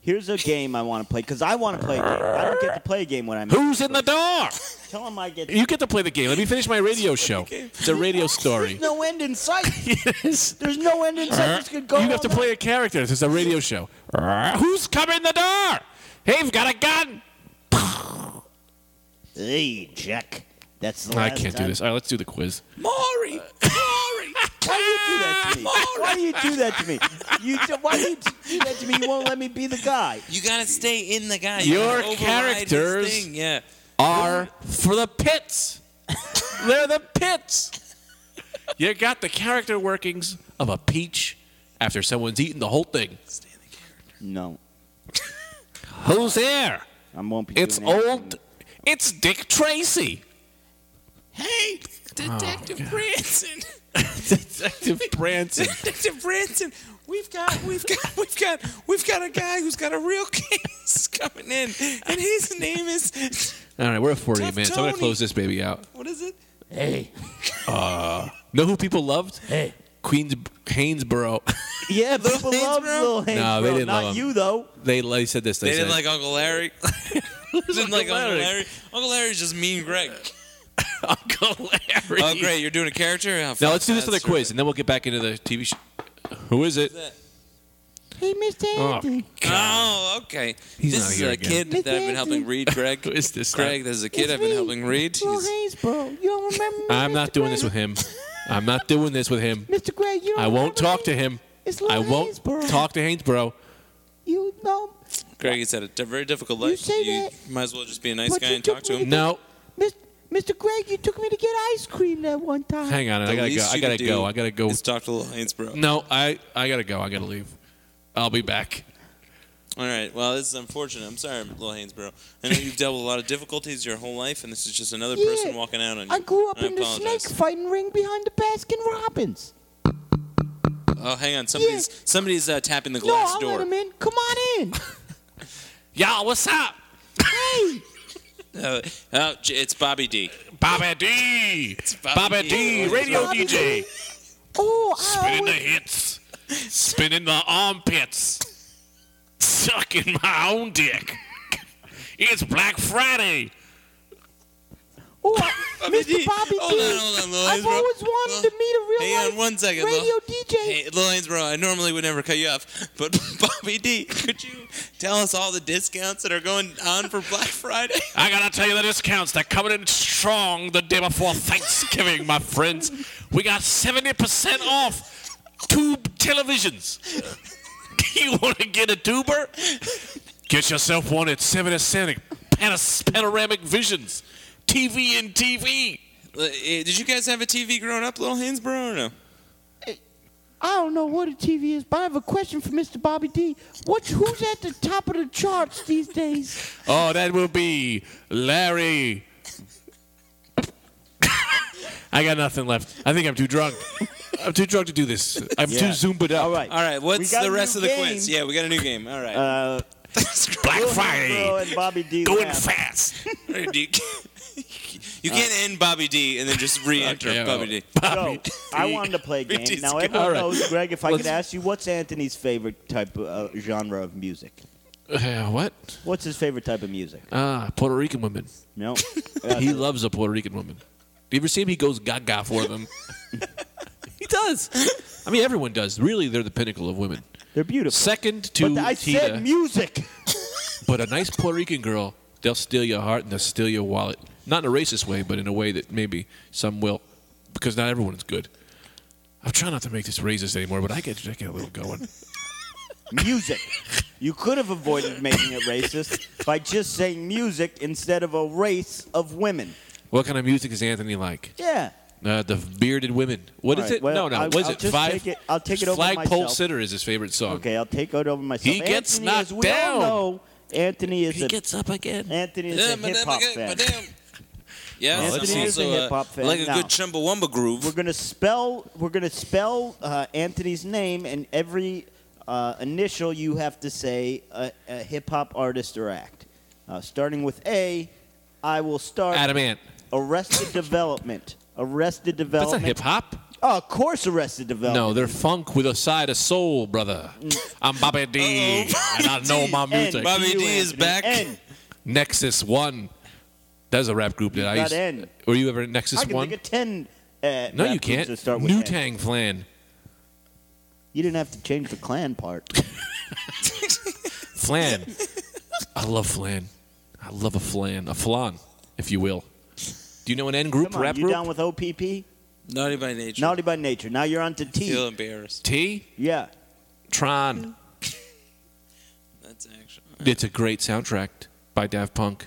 Speaker 3: here's a game I want to play because I want to play a game. I don't get to play a game when I'm.
Speaker 2: Who's in the door?
Speaker 3: Tell him I get.
Speaker 2: You get to play the game. Let me finish my radio show. It's a radio story.
Speaker 3: There's no end in sight.
Speaker 2: Yes.
Speaker 3: There's no end in sight. This could go.
Speaker 2: you have
Speaker 3: all
Speaker 2: to
Speaker 3: night.
Speaker 2: play a character. This is a radio show. Who's coming the door? They've got a gun.
Speaker 3: Hey, Jack. That's the
Speaker 2: I
Speaker 3: last
Speaker 2: can't do
Speaker 3: time-
Speaker 2: this. All right, let's do the quiz.
Speaker 1: Maury, Maury.
Speaker 3: Why do you do that to me? Why do you do that to me? You do, why do you do that to me? You won't let me be the guy.
Speaker 1: You gotta stay in the guy.
Speaker 2: Your
Speaker 1: gotta override his
Speaker 2: characters-
Speaker 1: thing, Yeah.
Speaker 2: R for the pits. They're the pits. You got the character workings of a peach after someone's eaten the whole thing.
Speaker 3: No,
Speaker 2: Who's there?
Speaker 3: I won't be.
Speaker 2: It's
Speaker 3: doing anything.
Speaker 2: old. It's Dick Tracy. Oh,
Speaker 1: Hey, Detective Branson.
Speaker 2: Detective Branson.
Speaker 1: Detective Branson. We've got, we've got, we've got, we've got a guy who's got a real case coming in, and his name is
Speaker 2: All right, we're at 40
Speaker 1: Tough
Speaker 2: minutes. I'm going to
Speaker 1: Tony.
Speaker 2: close this baby out.
Speaker 1: what is it?
Speaker 2: Know who people loved? Hey. Queens, Hainesboro.
Speaker 3: Yeah, people love
Speaker 1: Haynesboro?
Speaker 3: Lil Haynes.
Speaker 2: No, they
Speaker 3: bro.
Speaker 2: didn't
Speaker 3: Not
Speaker 2: love him.
Speaker 3: you though.
Speaker 2: they, they said this. They,
Speaker 1: They didn't
Speaker 2: said,
Speaker 1: like Uncle Larry. didn't like
Speaker 2: Uncle
Speaker 1: Uncle
Speaker 2: Larry?
Speaker 1: Larry. Uncle Larry's just mean Greg.
Speaker 2: Uncle Larry.
Speaker 1: Oh, great! You're doing a character. Oh,
Speaker 2: Now
Speaker 1: fuck,
Speaker 2: let's do this for the
Speaker 1: that's
Speaker 2: quiz, and then we'll get back into the TV show. Who is it?
Speaker 1: that?
Speaker 3: Hey, Mr.
Speaker 2: Oh,
Speaker 1: Oh, okay.
Speaker 2: He's
Speaker 1: this
Speaker 2: not
Speaker 1: is
Speaker 2: here
Speaker 1: a
Speaker 2: again.
Speaker 1: kid that I've been helping read, Greg.
Speaker 2: Who is this?
Speaker 1: Greg, there's a kid I've been helping read. He's-
Speaker 3: Haynes, bro. You don't remember
Speaker 2: I'm not doing this with him. I'm not doing this with him.
Speaker 3: Mr. Greg. You
Speaker 2: I won't talk to him.
Speaker 3: It's
Speaker 2: I won't talk to Hainesboro.
Speaker 3: You know,
Speaker 1: Greg, he's had a di- very difficult life.
Speaker 3: say
Speaker 1: you
Speaker 3: that,
Speaker 1: might as well just be a nice
Speaker 3: but
Speaker 1: guy
Speaker 3: you
Speaker 1: and talk
Speaker 3: took
Speaker 1: to
Speaker 3: me
Speaker 1: him.
Speaker 2: No,
Speaker 3: Mr. Greg, you took me to get ice cream that one time.
Speaker 2: hang on. I
Speaker 1: The
Speaker 2: gotta go.
Speaker 1: least
Speaker 2: I
Speaker 1: you
Speaker 2: gotta
Speaker 1: could
Speaker 2: go.
Speaker 1: do
Speaker 2: I gotta go.
Speaker 1: is talk to Lil Hainsborough.
Speaker 2: No, I I gotta go. I gotta leave. I'll be back.
Speaker 1: All right. Well, this is unfortunate. I'm sorry, Lil Hainsborough. I know you've dealt with a lot of difficulties your whole life, and this is just another
Speaker 4: Yeah,
Speaker 1: person walking out on you.
Speaker 4: I grew up
Speaker 1: And
Speaker 4: in the snake
Speaker 1: apologize.
Speaker 4: fighting ring behind the Baskin Robbins.
Speaker 1: Oh, hang on. Somebody's somebody's uh, tapping the
Speaker 4: No,
Speaker 1: glass
Speaker 4: I'll
Speaker 1: door.
Speaker 4: let him in. Come on in.
Speaker 2: Y'all, what's up?
Speaker 4: hey,
Speaker 1: Uh, oh, j- it's Bobby D.
Speaker 2: Bobby D.
Speaker 1: Bobby
Speaker 2: Bobby D.
Speaker 1: D.
Speaker 2: Radio
Speaker 4: Bobby
Speaker 2: DJ.
Speaker 4: D. oh, I
Speaker 2: Spinning the
Speaker 4: always,
Speaker 2: hits. Spinning the armpits. Sucking my own dick. It's Black Friday.
Speaker 4: Oh,
Speaker 1: I
Speaker 4: I,
Speaker 1: mean,
Speaker 4: Mr.
Speaker 1: he-
Speaker 4: Bobby
Speaker 1: hold
Speaker 4: D.
Speaker 1: on, hold on, Lil. He's
Speaker 4: I've
Speaker 1: wrong.
Speaker 4: always wanted to meet a real
Speaker 1: Hang
Speaker 4: life
Speaker 1: on one second, Lil.
Speaker 4: radio DJ.
Speaker 1: Hey, Lil Eh, bro, I normally would never cut you off, but Bobby D, could you tell us all the discounts that are going on for Black Friday?
Speaker 2: I gotta tell you the discounts. They're coming in strong the day before Thanksgiving, my friends. We got 70% off tube televisions. you wanna get a tuber? Get yourself one at 70 Panas- Panoramic Visions. TV and TV.
Speaker 1: Uh, Did you guys have a TV growing up, Lil Haynes, bro, or no?
Speaker 4: I don't know what a TV is, but I have a question for Mr. Bobby D. What, who's at the top of the charts these days?
Speaker 2: Oh, that will be Larry. I got nothing left. I think I'm too drunk. I'm too drunk to do this. I'm too
Speaker 3: Yeah.
Speaker 2: zoomed up.
Speaker 3: All right.
Speaker 1: All right,
Speaker 3: We
Speaker 1: what's
Speaker 3: got
Speaker 1: the
Speaker 3: a
Speaker 1: rest
Speaker 3: new
Speaker 1: of the
Speaker 3: game.
Speaker 1: quiz? Yeah, we got a new game. All right.
Speaker 3: Uh,
Speaker 2: Black
Speaker 3: Lil Bro and Bobby D. laugh.
Speaker 2: fast.
Speaker 1: you can't end Bobby D and then just re-enter
Speaker 2: Okay,
Speaker 1: Bobby
Speaker 2: oh.
Speaker 1: D.
Speaker 3: So, I wanted to play a
Speaker 1: Bobby
Speaker 3: game.
Speaker 1: D's
Speaker 3: Now,
Speaker 1: good.
Speaker 2: All
Speaker 3: everyone
Speaker 2: right.
Speaker 3: knows, Greg, if I could
Speaker 2: Let's-
Speaker 3: ask you, what's Anthony's favorite type of uh, genre of music?
Speaker 2: Uh, what?
Speaker 3: What's his favorite type of music?
Speaker 2: Ah, Puerto Rican women.
Speaker 3: No. Uh,
Speaker 2: He loves a Puerto Rican woman. You ever see him? He goes gaga for them. he does. I mean, everyone does. Really, they're the pinnacle of women.
Speaker 3: They're beautiful.
Speaker 2: Second to
Speaker 3: but I
Speaker 2: Tita,
Speaker 3: said music.
Speaker 2: but a nice Puerto Rican girl, they'll steal your heart and they'll steal your wallet. Not in a racist way, but in a way that maybe some will, because not everyone is good. I'm trying not to make this racist anymore, but I get, I get a little going.
Speaker 3: music. You could have avoided making it racist by just saying music instead of a race of women.
Speaker 2: What kind of music is Anthony like?
Speaker 3: Yeah.
Speaker 2: Uh, the bearded women. What is
Speaker 3: All right,
Speaker 2: it?
Speaker 3: well,
Speaker 2: no, no.
Speaker 3: I'll-
Speaker 2: What is
Speaker 3: I'll
Speaker 2: it?
Speaker 3: just
Speaker 2: Five.
Speaker 3: take it- I'll take it over
Speaker 2: Flagpole
Speaker 3: myself.
Speaker 2: sitter is his favorite song.
Speaker 3: Okay, I'll take it over myself.
Speaker 2: He gets
Speaker 3: Anthony, as
Speaker 2: knocked
Speaker 3: we all
Speaker 2: down.
Speaker 3: know, Anthony is
Speaker 2: He
Speaker 3: a
Speaker 2: gets up again.
Speaker 3: Anthony is a hip hop fan.
Speaker 1: Yeah,
Speaker 3: Anthony
Speaker 1: that's
Speaker 3: is a
Speaker 1: also
Speaker 3: hip-hop fan.
Speaker 1: like a
Speaker 3: Now-
Speaker 1: good Chumbawamba
Speaker 3: We're
Speaker 1: groove.
Speaker 3: gonna spell. We're gonna spell uh, Anthony's name, and every uh, initial you have to say a, a hip hop artist or act. Uh, starting with A, I will start.
Speaker 2: Adam Ant.
Speaker 3: Arrested Development.
Speaker 2: That's not
Speaker 3: Arrested Development.
Speaker 2: hip hop.
Speaker 3: Oh, of course, Arrested Development.
Speaker 2: No, they're funk with a side of soul, brother.
Speaker 3: Mm.
Speaker 2: I'm Bobby D,
Speaker 3: Oh.
Speaker 2: and I know my music.
Speaker 3: N,
Speaker 1: Bobby
Speaker 3: you,
Speaker 1: D is
Speaker 3: Anthony.
Speaker 1: back.
Speaker 3: N.
Speaker 2: Nexus One. That's a rap group that I
Speaker 3: got
Speaker 2: used.
Speaker 3: N.
Speaker 2: Were you ever at Nexus
Speaker 3: I can
Speaker 2: One?
Speaker 3: think of ten. Uh,
Speaker 2: no,
Speaker 3: rap
Speaker 2: you
Speaker 3: groups
Speaker 2: can't.
Speaker 3: that start with
Speaker 2: New
Speaker 3: N.
Speaker 2: Tang Flan.
Speaker 3: You didn't have to change the clan part.
Speaker 2: Flan. I love flan. I love a flan, a flan, if you will. Do you know an N group
Speaker 3: Come on,
Speaker 2: rap
Speaker 3: you
Speaker 2: group?
Speaker 3: down with OPP?
Speaker 1: Naughty by nature.
Speaker 3: Naughty by nature. Now you're on to
Speaker 1: Feel
Speaker 3: T.
Speaker 1: embarrassed.
Speaker 2: T
Speaker 3: Yeah.
Speaker 2: Tron.
Speaker 1: That's actually.
Speaker 2: It's a great soundtrack by Daft Punk.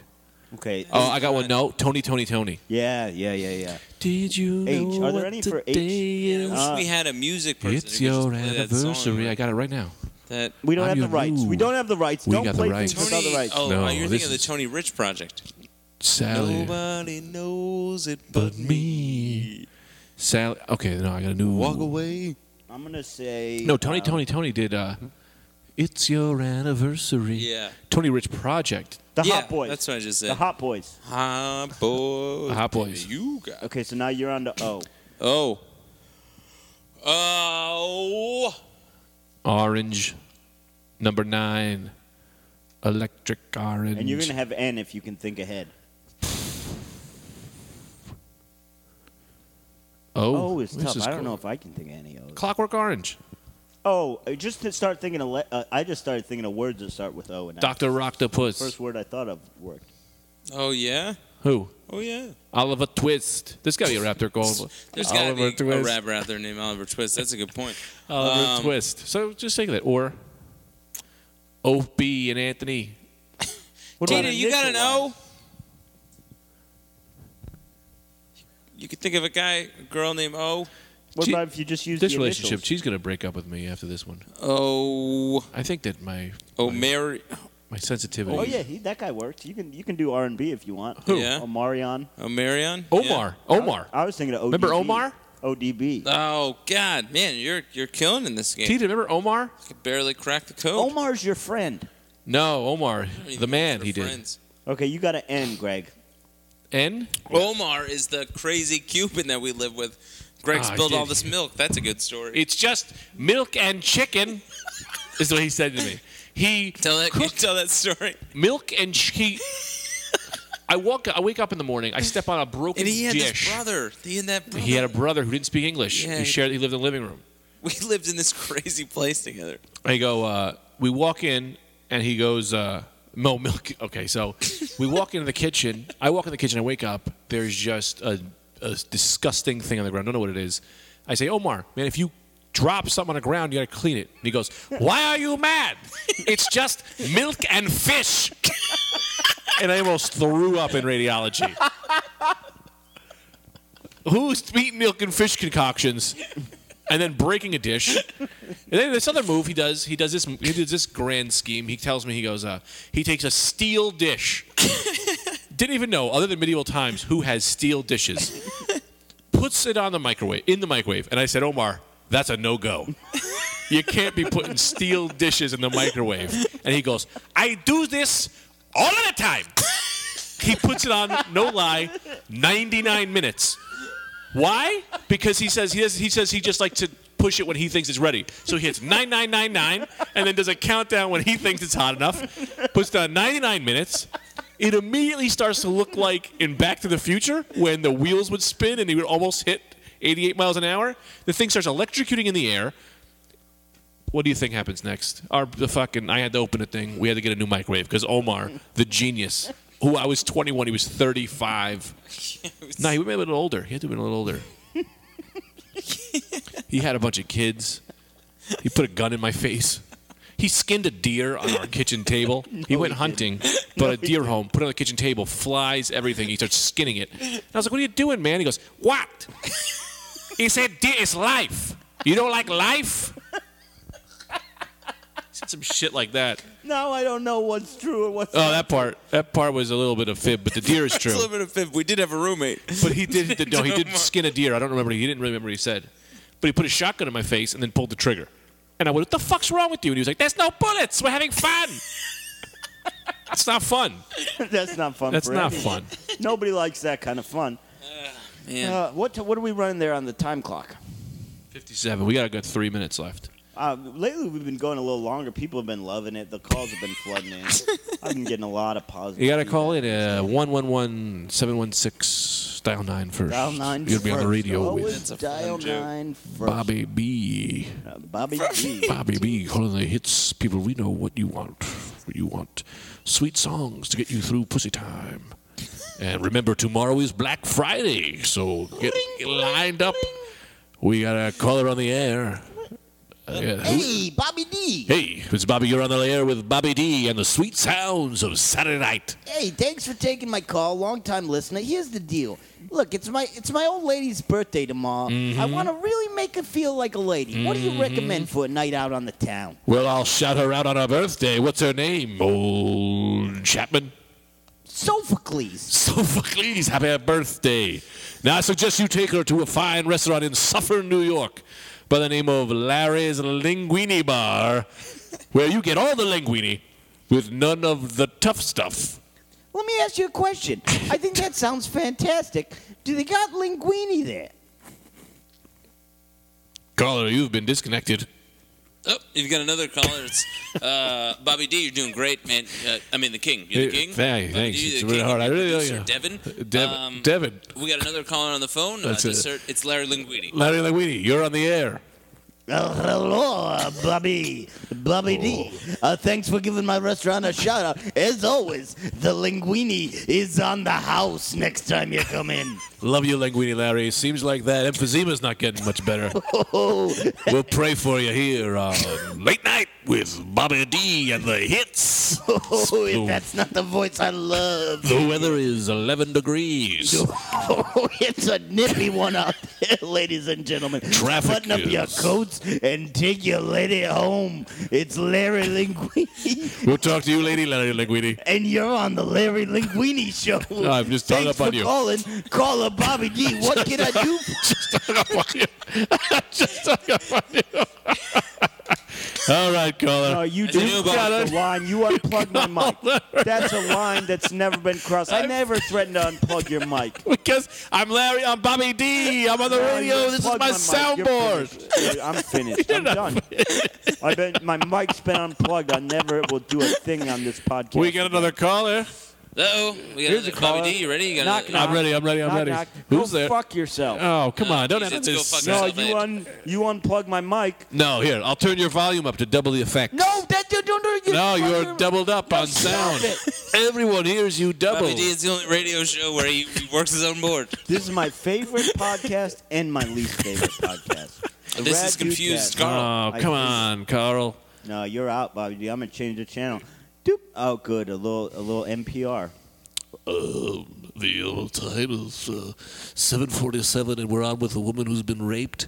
Speaker 3: Okay.
Speaker 2: Oh, I got one. No, Tony, Tony, Tony.
Speaker 3: Yeah, yeah, yeah, yeah.
Speaker 2: Did you
Speaker 3: H.
Speaker 2: know
Speaker 3: Are there
Speaker 2: what
Speaker 3: any for
Speaker 2: today
Speaker 1: I
Speaker 2: is?
Speaker 1: wish
Speaker 3: Uh,
Speaker 1: we had a music person.
Speaker 2: It's
Speaker 1: who could
Speaker 2: your
Speaker 1: just play that song,
Speaker 2: anniversary. I got it right now.
Speaker 1: That
Speaker 3: We don't
Speaker 2: I'm
Speaker 3: have the
Speaker 2: your
Speaker 3: rights. We
Speaker 2: move.
Speaker 3: don't have the rights.
Speaker 2: We
Speaker 3: don't
Speaker 2: got the
Speaker 3: play
Speaker 2: rights.
Speaker 3: things without
Speaker 1: Tony.
Speaker 3: the rights.
Speaker 1: Oh,
Speaker 2: No,
Speaker 1: you're
Speaker 2: this
Speaker 1: thinking of the
Speaker 2: is-
Speaker 1: Tony Rich project.
Speaker 2: Sally,
Speaker 1: Nobody knows it
Speaker 2: but me. Sally. Okay, no, I got a new.
Speaker 1: Walk away.
Speaker 3: I'm gonna say
Speaker 2: No, Tony,
Speaker 3: uh, hmm?
Speaker 2: Tony, Tony did. uh It's your anniversary.
Speaker 1: Yeah.
Speaker 2: Tony Rich Project.
Speaker 3: The
Speaker 1: yeah,
Speaker 3: Hot Boys.
Speaker 1: That's what I just said.
Speaker 3: the Hot Boys.
Speaker 1: Hot boys.
Speaker 2: Hot boys.
Speaker 1: baby, You got.
Speaker 3: Okay, so now you're on to O.
Speaker 1: Oh. Oh.
Speaker 2: Orange. Number nine. Electric Orange.
Speaker 3: And you're gonna have N if you can think ahead.
Speaker 2: oh,
Speaker 3: O is
Speaker 2: this
Speaker 3: oh, tough. I don't
Speaker 2: cool.
Speaker 3: know if I can think of any O's.
Speaker 2: Clockwork Orange.
Speaker 3: Oh, uh, just to start thinking of. Le- uh, I just started thinking of words that start with O, and that's
Speaker 2: Doctor
Speaker 3: the
Speaker 2: Rocktopus.
Speaker 3: first word I thought of worked.
Speaker 1: Oh yeah.
Speaker 2: Who?
Speaker 1: Oh yeah.
Speaker 2: Oliver Twist. There's got to be a raptor gold.
Speaker 1: There's got to
Speaker 2: Oliver
Speaker 1: be a
Speaker 2: Twist.
Speaker 1: rapper out there named Oliver Twist. That's a good point.
Speaker 2: Oliver
Speaker 1: Um,
Speaker 2: Twist. So just take that. Or OB and Anthony.
Speaker 3: What
Speaker 1: Tita, you got an O? You can think of a guy, a girl named O.
Speaker 3: What
Speaker 2: She-
Speaker 3: about if you just use
Speaker 2: This
Speaker 3: the
Speaker 2: relationship,
Speaker 3: initials?
Speaker 2: she's going to break up with me after this one.
Speaker 1: Oh.
Speaker 2: I think that my
Speaker 1: Oh,
Speaker 2: my,
Speaker 1: Mary.
Speaker 2: my sensitivity.
Speaker 3: Oh yeah, he, that guy worked. You can you can do R and B if you want.
Speaker 1: Who? Yeah.
Speaker 3: Omarion.
Speaker 1: Oh, Marion?
Speaker 2: Omar. Omar.
Speaker 3: I was thinking of ODB.
Speaker 2: Remember Omar?
Speaker 3: ODB.
Speaker 1: Yeah. Oh, God, man, you're you're killing in this game.
Speaker 2: Tita, remember Omar?
Speaker 1: I could barely crack the code.
Speaker 3: Omar's your friend.
Speaker 2: No, Omar,
Speaker 1: I don't even
Speaker 2: the
Speaker 1: think
Speaker 2: man.
Speaker 1: we're
Speaker 2: He did.
Speaker 1: friends.
Speaker 3: Okay, you got an N, Greg.
Speaker 2: N.
Speaker 1: Omar is the crazy Cuban that we live with. Greg
Speaker 2: Ah,
Speaker 1: spilled
Speaker 2: did
Speaker 1: all this
Speaker 2: he?
Speaker 1: milk. That's a good story.
Speaker 2: It's just milk and chicken. is what he said to me. He
Speaker 1: tell that
Speaker 2: cooked
Speaker 1: tell that story.
Speaker 2: milk and ch- he I walk. I wake up in the morning. I step on a broken
Speaker 1: And he had
Speaker 2: dish.
Speaker 1: this brother. He had that brother.
Speaker 2: He had a brother who didn't speak English.
Speaker 1: Yeah,
Speaker 2: he
Speaker 1: he-
Speaker 2: shared. He lived in the living room.
Speaker 1: we lived in this crazy place together.
Speaker 2: I go, uh, we walk in, and he goes, uh, Mo milk. Okay, so we walk into the kitchen. I walk in the kitchen. I wake up. There's just a, a disgusting thing on the ground. I don't know what it is. I say, Omar, man, if you drop something on the ground, you got to clean it. And he goes, Why are you mad? It's just milk and fish. and I almost threw up in radiology. Who's eating milk and fish concoctions? and then breaking a dish. And then this other move he does, he does this, he does this grand scheme. He tells me he goes, uh, he takes a steel dish. Didn't even know, other than medieval times, who has steel dishes. Puts it on the microwave, in the microwave, and I said, Omar, that's a no go. You can't be putting steel dishes in the microwave. And he goes, I do this all of the time. He puts it on, no lie, 99 minutes. Why? Because he says he does, he says he just likes to push it when he thinks it's ready. So he hits 9999 and then does a countdown when he thinks it's hot enough. Puts down 99 minutes. It immediately starts to look like in Back to the Future when the wheels would spin and he would almost hit 88 miles an hour. The thing starts electrocuting in the air. What do you think happens next? Our the fucking I had to open a thing. We had to get a new microwave because Omar, the genius, who I was 21, he was 35. No, he would have been a little older. He had to have been a little older. he had a bunch of kids. He put a gun in my face. He skinned a deer on our kitchen table. he went hunting, brought a deer home, put it on the kitchen table, flies everything. He starts skinning it. And I was like, "What are you doing, man?" He goes, "What?" he said, "Deer is life. You don't like life." He said some shit like that.
Speaker 3: Now I don't know what's true or what's
Speaker 2: Oh, that part. That part was a little bit of fib, but the deer is
Speaker 1: It's a
Speaker 2: true.
Speaker 1: little bit of fib. We did have a roommate.
Speaker 2: But he did. not no, he did
Speaker 1: Omar.
Speaker 2: skin a deer. I don't remember. He didn't really remember what he said. But he put a shotgun in my face and then pulled the trigger. And I went, "What the fuck's wrong with you?" And he was like, "There's no bullets. We're having fun." That's not fun.
Speaker 3: That's not fun.
Speaker 2: That's
Speaker 3: for
Speaker 2: not
Speaker 3: anyone.
Speaker 2: fun.
Speaker 3: Nobody likes that kind of fun.
Speaker 1: Man.
Speaker 3: Uh, what what are we running there on the time clock?
Speaker 2: Fifty-seven. We got a good three minutes left.
Speaker 3: Uh, lately, we've been going a little longer. People have been loving it. The calls have been flooding in. I've been getting a lot of positive.
Speaker 2: You got to
Speaker 3: feedback.
Speaker 2: call it uh, one one one seven one six dial nine first.
Speaker 3: Dial nine.
Speaker 2: You'll be on the
Speaker 3: first.
Speaker 2: radio
Speaker 3: Always
Speaker 2: with
Speaker 1: That's a
Speaker 3: dial
Speaker 1: fun joke.
Speaker 3: nine first.
Speaker 2: Bobby B.
Speaker 3: Uh, Bobby G.
Speaker 2: Bobby B. Calling the hits. People, we know what you want. What you want. Sweet songs to get you through pussy time. And remember, tomorrow is Black Friday, so get, get lined up. We got a caller on the air. Uh, yeah.
Speaker 4: Hey, Bobby D.
Speaker 2: Hey, it's Bobby. You're on the air with Bobby D and the sweet sounds of Saturday night.
Speaker 4: Hey, thanks for taking my call, long-time listener. Here's the deal. Look, it's my it's my old lady's birthday
Speaker 3: Uh,
Speaker 4: tomorrow.
Speaker 1: Mm-hmm.
Speaker 4: I want to really make her feel like a lady. What do you recommend for a night out on the town?
Speaker 2: Well, I'll shout her out on her birthday. What's her name? Old Chapman.
Speaker 4: Sophocles.
Speaker 2: Sophocles, happy birthday. Now, I suggest you take her to a fine restaurant in Suffern, New York, by the name of Larry's Linguini Bar, where you get all the linguini with none of the tough stuff.
Speaker 4: Let me ask you a question. I think that sounds fantastic. Do they got linguini there?
Speaker 2: Caller, you've been disconnected.
Speaker 1: Oh, you've got another caller. It's uh, Bobby D. You're doing great, man. Uh, I mean, the king. You're the
Speaker 2: Hey,
Speaker 1: king.
Speaker 2: thank-
Speaker 1: Bobby
Speaker 2: thanks.
Speaker 1: D,
Speaker 2: It's
Speaker 1: the
Speaker 2: really
Speaker 1: king.
Speaker 2: hard. I really
Speaker 1: Producer
Speaker 2: like
Speaker 1: Devin.
Speaker 2: Devin.
Speaker 1: Um,
Speaker 2: Devin.
Speaker 1: We got another caller on the phone. Uh,
Speaker 2: That's
Speaker 1: just
Speaker 2: it.
Speaker 1: heard- it's Larry Linguini.
Speaker 2: Larry Linguini, you're on the air.
Speaker 4: Oh, hello, uh, Bobby, Bobby D. Uh, thanks for giving my restaurant a shout out. As always, the linguini is on the house next time you come in.
Speaker 2: Love you, Linguini, Larry. Seems like that emphysema's not getting much better.
Speaker 4: Oh,
Speaker 2: we'll pray for you here on Late Night with Bobby D and the Hits.
Speaker 4: Oh, if that's not the voice I love.
Speaker 2: The weather is 11 degrees.
Speaker 4: Oh, it's a nippy one out there, ladies and gentlemen.
Speaker 2: Traffic
Speaker 4: Button up your
Speaker 2: is-
Speaker 4: coats and take your lady home. It's Larry Linguini,
Speaker 2: We'll talk to you, Lady Larry Linguini.
Speaker 4: and you're on the Larry Linguini show.
Speaker 2: I've just hung
Speaker 4: Thanks
Speaker 2: up on
Speaker 4: for
Speaker 2: you.
Speaker 4: calling. Caller Bobby D. What can I do?
Speaker 2: Just hung up on you. Just hung up on you. All right,
Speaker 3: No,
Speaker 2: caller.
Speaker 3: you
Speaker 1: As you
Speaker 3: just
Speaker 1: knew about
Speaker 3: crossed
Speaker 2: it.
Speaker 3: the line. You unplugged my mic. That's a line that's never been crossed. I never threatened to unplug your mic.
Speaker 2: Because I'm Larry, I'm Bobby D, I'm on the
Speaker 3: Now you
Speaker 2: radio. This is
Speaker 3: unplugged
Speaker 2: my
Speaker 3: mic. You're
Speaker 2: soundboard.
Speaker 3: finished. Dude, I'm finished. I'm done. I've been, my mic's been unplugged. I never will do a thing on this podcast.
Speaker 2: We got another caller.
Speaker 1: Uh-oh. We got
Speaker 3: Here's
Speaker 1: another
Speaker 3: a caller.
Speaker 1: Bobby D. You ready? You got
Speaker 3: Knock,
Speaker 1: another-
Speaker 2: I'm ready. I'm ready. I'm
Speaker 3: Knock,
Speaker 2: ready.
Speaker 3: knock.
Speaker 2: Who's
Speaker 3: Go
Speaker 2: there?
Speaker 3: Fuck yourself.
Speaker 2: Oh, come on. Don't
Speaker 1: Jesus,
Speaker 2: have
Speaker 1: go
Speaker 2: this.
Speaker 1: fuck
Speaker 3: no,
Speaker 1: yourself,
Speaker 3: you
Speaker 1: Ed.
Speaker 3: un you unplug my mic.
Speaker 2: No, here. I'll turn your volume up to double the effect.
Speaker 3: No, that you don't do you.
Speaker 2: No, you're
Speaker 3: fucking-
Speaker 2: doubled up on sound. Everyone hears you double.
Speaker 1: Bobby D is the only radio show where he, he works his own board.
Speaker 3: This is my favorite podcast and my least favorite podcast. The
Speaker 1: This
Speaker 3: Rad
Speaker 1: is
Speaker 3: Dude
Speaker 1: confused,
Speaker 3: Cast.
Speaker 1: Carl.
Speaker 2: Oh,
Speaker 3: I
Speaker 2: come
Speaker 3: just-
Speaker 2: on, Carl.
Speaker 3: No, you're out, Bobby D. I'm gonna change the channel. Doop. Oh, good. A little, a little NPR.
Speaker 5: Um, the uh, time is uh, 7:47, and we're on with a woman who's been raped.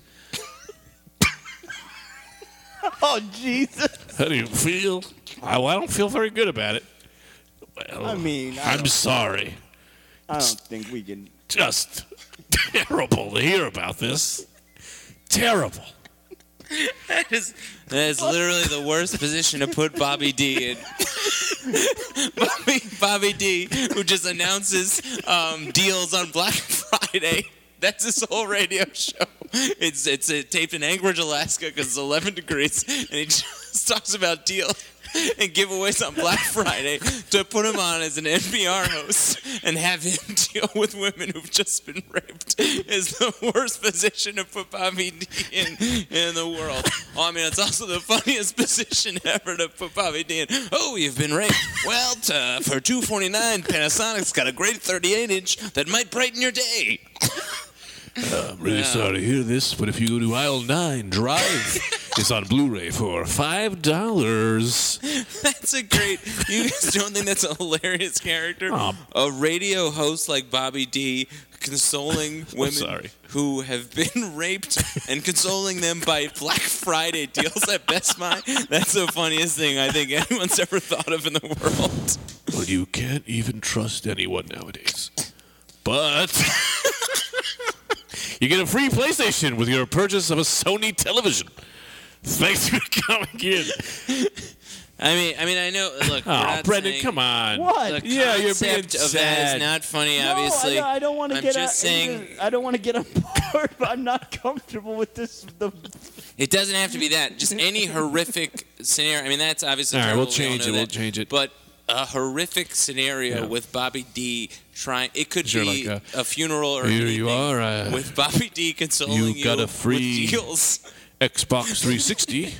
Speaker 3: Oh Jesus!
Speaker 5: How do you feel?
Speaker 2: I, well, I don't feel very good about it.
Speaker 5: Well,
Speaker 3: I mean, I
Speaker 5: I'm
Speaker 3: don't,
Speaker 5: sorry.
Speaker 3: I don't think we can.
Speaker 5: Just terrible to hear about this. Terrible.
Speaker 1: That is, that is literally the worst position to put Bobby D in. Bobby, Bobby D, who just announces um, deals on Black Friday. That's his whole radio show. It's it's uh, taped in Anchorage, Alaska, because it's 11 degrees, and he just talks about deals and giveaways on Black Friday to put him on as an NPR host and have him deal with women who've just been raped is the worst position to put Bobby D in in the world. Oh, I mean, it's also the funniest position ever to put Bobby D in. Oh, you've been raped. Well, t- uh, for 249, Panasonic's got a great 38 inch that might brighten your day.
Speaker 5: I'm really sorry to hear this, but if you go to aisle nine, Drive is on Blu-ray for five dollars.
Speaker 1: That's a great. You guys don't think that's a hilarious character? a radio host like Bobby D consoling women
Speaker 5: sorry.
Speaker 1: who have been raped and consoling them by Black Friday deals at Best Buy. That's the funniest thing I think anyone's ever thought of in the world.
Speaker 5: Well, you can't even trust anyone nowadays. But you get a free PlayStation with your purchase of a Sony television. Thanks for coming in.
Speaker 1: I mean, I mean, I know. Look, we're
Speaker 5: Oh,
Speaker 1: not
Speaker 5: Brendan,
Speaker 1: saying-
Speaker 5: come on.
Speaker 3: What?
Speaker 1: The
Speaker 5: Yeah, you're being
Speaker 1: concept of that
Speaker 5: sad.
Speaker 1: is not funny.
Speaker 3: No,
Speaker 1: Obviously,
Speaker 3: I, I don't want to
Speaker 1: I'm
Speaker 3: get.
Speaker 1: just
Speaker 3: out- uh,
Speaker 1: saying-
Speaker 3: I don't want to get on board. But I'm not comfortable with this. The
Speaker 1: It doesn't have to be that. Just any horrific scenario. I mean, that's obviously.
Speaker 2: All right, we'll
Speaker 1: terrible. We all
Speaker 2: change
Speaker 1: know
Speaker 2: it. We'll
Speaker 1: that.
Speaker 2: change it.
Speaker 1: But a horrific scenario
Speaker 2: Yeah.
Speaker 1: with Bobby D trying. It could
Speaker 2: Sure,
Speaker 1: be
Speaker 2: like,
Speaker 1: a, funeral or
Speaker 2: here you
Speaker 1: anything
Speaker 2: are, uh,
Speaker 1: with Bobby D consoling you.
Speaker 2: you got a
Speaker 1: with
Speaker 2: free-
Speaker 1: deals.
Speaker 2: Xbox
Speaker 5: 360.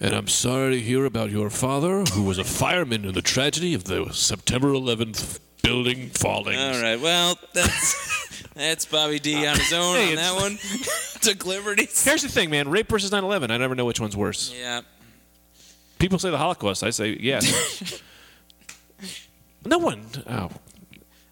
Speaker 5: And I'm sorry to hear about your father, who was a fireman in the tragedy of the September 11th building falling.
Speaker 1: All right. Well, that's that's Bobby D on his own
Speaker 2: Hey,
Speaker 1: on that
Speaker 2: it's-
Speaker 1: one. Took liberties.
Speaker 2: Here's the thing, man. Rape versus 9/11. I never know which one's worse.
Speaker 1: Yeah.
Speaker 2: People say the Holocaust. I say yes. no one. Oh,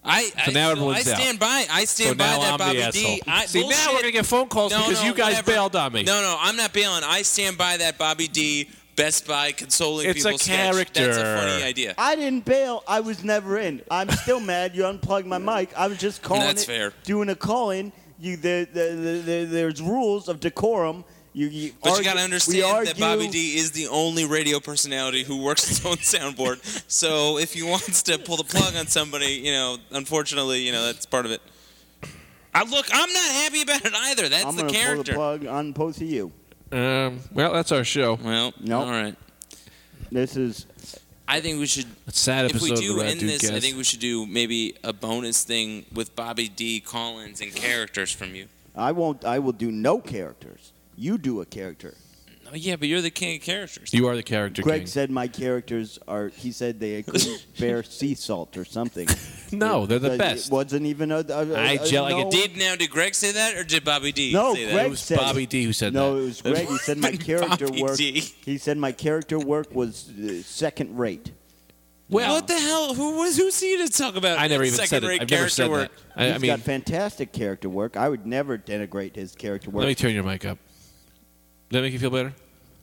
Speaker 1: I, I,
Speaker 2: So now
Speaker 1: so
Speaker 2: everyone's
Speaker 1: I
Speaker 2: out.
Speaker 1: stand by. I stand
Speaker 2: so
Speaker 1: by
Speaker 2: now
Speaker 1: that
Speaker 2: I'm
Speaker 1: Bobby
Speaker 2: the asshole.
Speaker 1: D. I,
Speaker 2: See, now
Speaker 1: bullshit.
Speaker 2: we're gonna get phone calls because you guys
Speaker 1: whatever.
Speaker 2: bailed on me.
Speaker 1: No, no, I'm not bailing. I stand by that Bobby D. Best Buy consoling
Speaker 2: It's
Speaker 1: people.
Speaker 2: a
Speaker 1: sketch. That's a funny
Speaker 2: character.
Speaker 1: idea.
Speaker 3: I didn't bail. I was never in. I'm still mad. You unplugged my mic. I was just calling.
Speaker 1: That's
Speaker 3: it,
Speaker 1: fair.
Speaker 3: Doing a call in. You there, there, there- there- There's rules of decorum. You. you
Speaker 1: But
Speaker 3: argue-
Speaker 1: you gotta
Speaker 3: we
Speaker 1: understand that
Speaker 3: argue.
Speaker 1: Bobby D is the only radio personality who works his own soundboard. So if he wants to pull the plug on somebody, you know, unfortunately, you know, that's part of it. I look, I'm not happy about it either. That's
Speaker 3: I'm
Speaker 1: the
Speaker 3: gonna pull the
Speaker 1: character.
Speaker 3: plug on both of you.
Speaker 2: Um, well, that's our show.
Speaker 1: Well,
Speaker 3: Nope.
Speaker 1: all right.
Speaker 3: This is
Speaker 1: I think we should
Speaker 2: A sad
Speaker 1: if
Speaker 2: episode
Speaker 1: we
Speaker 2: of
Speaker 1: do
Speaker 2: the Rad
Speaker 1: end
Speaker 2: Dude
Speaker 1: this, I
Speaker 2: Cast.
Speaker 1: think we should do maybe a bonus thing with Bobby D. Collins and characters from you.
Speaker 3: I won't. I will do no characters. You do a character.
Speaker 1: Oh, yeah, but you're the king of characters.
Speaker 2: you are the character
Speaker 3: Greg
Speaker 2: king.
Speaker 3: said my characters are. He said they couldn't bear sea salt or something.
Speaker 2: no, they're the
Speaker 3: But
Speaker 2: best.
Speaker 3: It wasn't even a. a- a-
Speaker 2: I
Speaker 3: a-
Speaker 2: gel- I get
Speaker 3: no,
Speaker 1: Did now? Did Greg say that, or did Bobby D
Speaker 3: No,
Speaker 1: say that?
Speaker 3: Greg
Speaker 2: it was
Speaker 3: said-
Speaker 2: Bobby D who said
Speaker 3: No,
Speaker 2: that.
Speaker 3: it was Greg. He said my character
Speaker 1: Bobby
Speaker 3: work.
Speaker 1: D.
Speaker 3: He said my character work was uh, second rate.
Speaker 2: Well-
Speaker 1: what the hell? Who was who's he to talk about?
Speaker 2: I never even said
Speaker 1: second-rate
Speaker 2: it. I've never
Speaker 1: character
Speaker 2: said
Speaker 1: work.
Speaker 2: that. I,
Speaker 3: He's
Speaker 2: I mean,
Speaker 3: got fantastic character work. I would never denigrate his character work.
Speaker 2: let me turn your mic up. Does that make you feel better?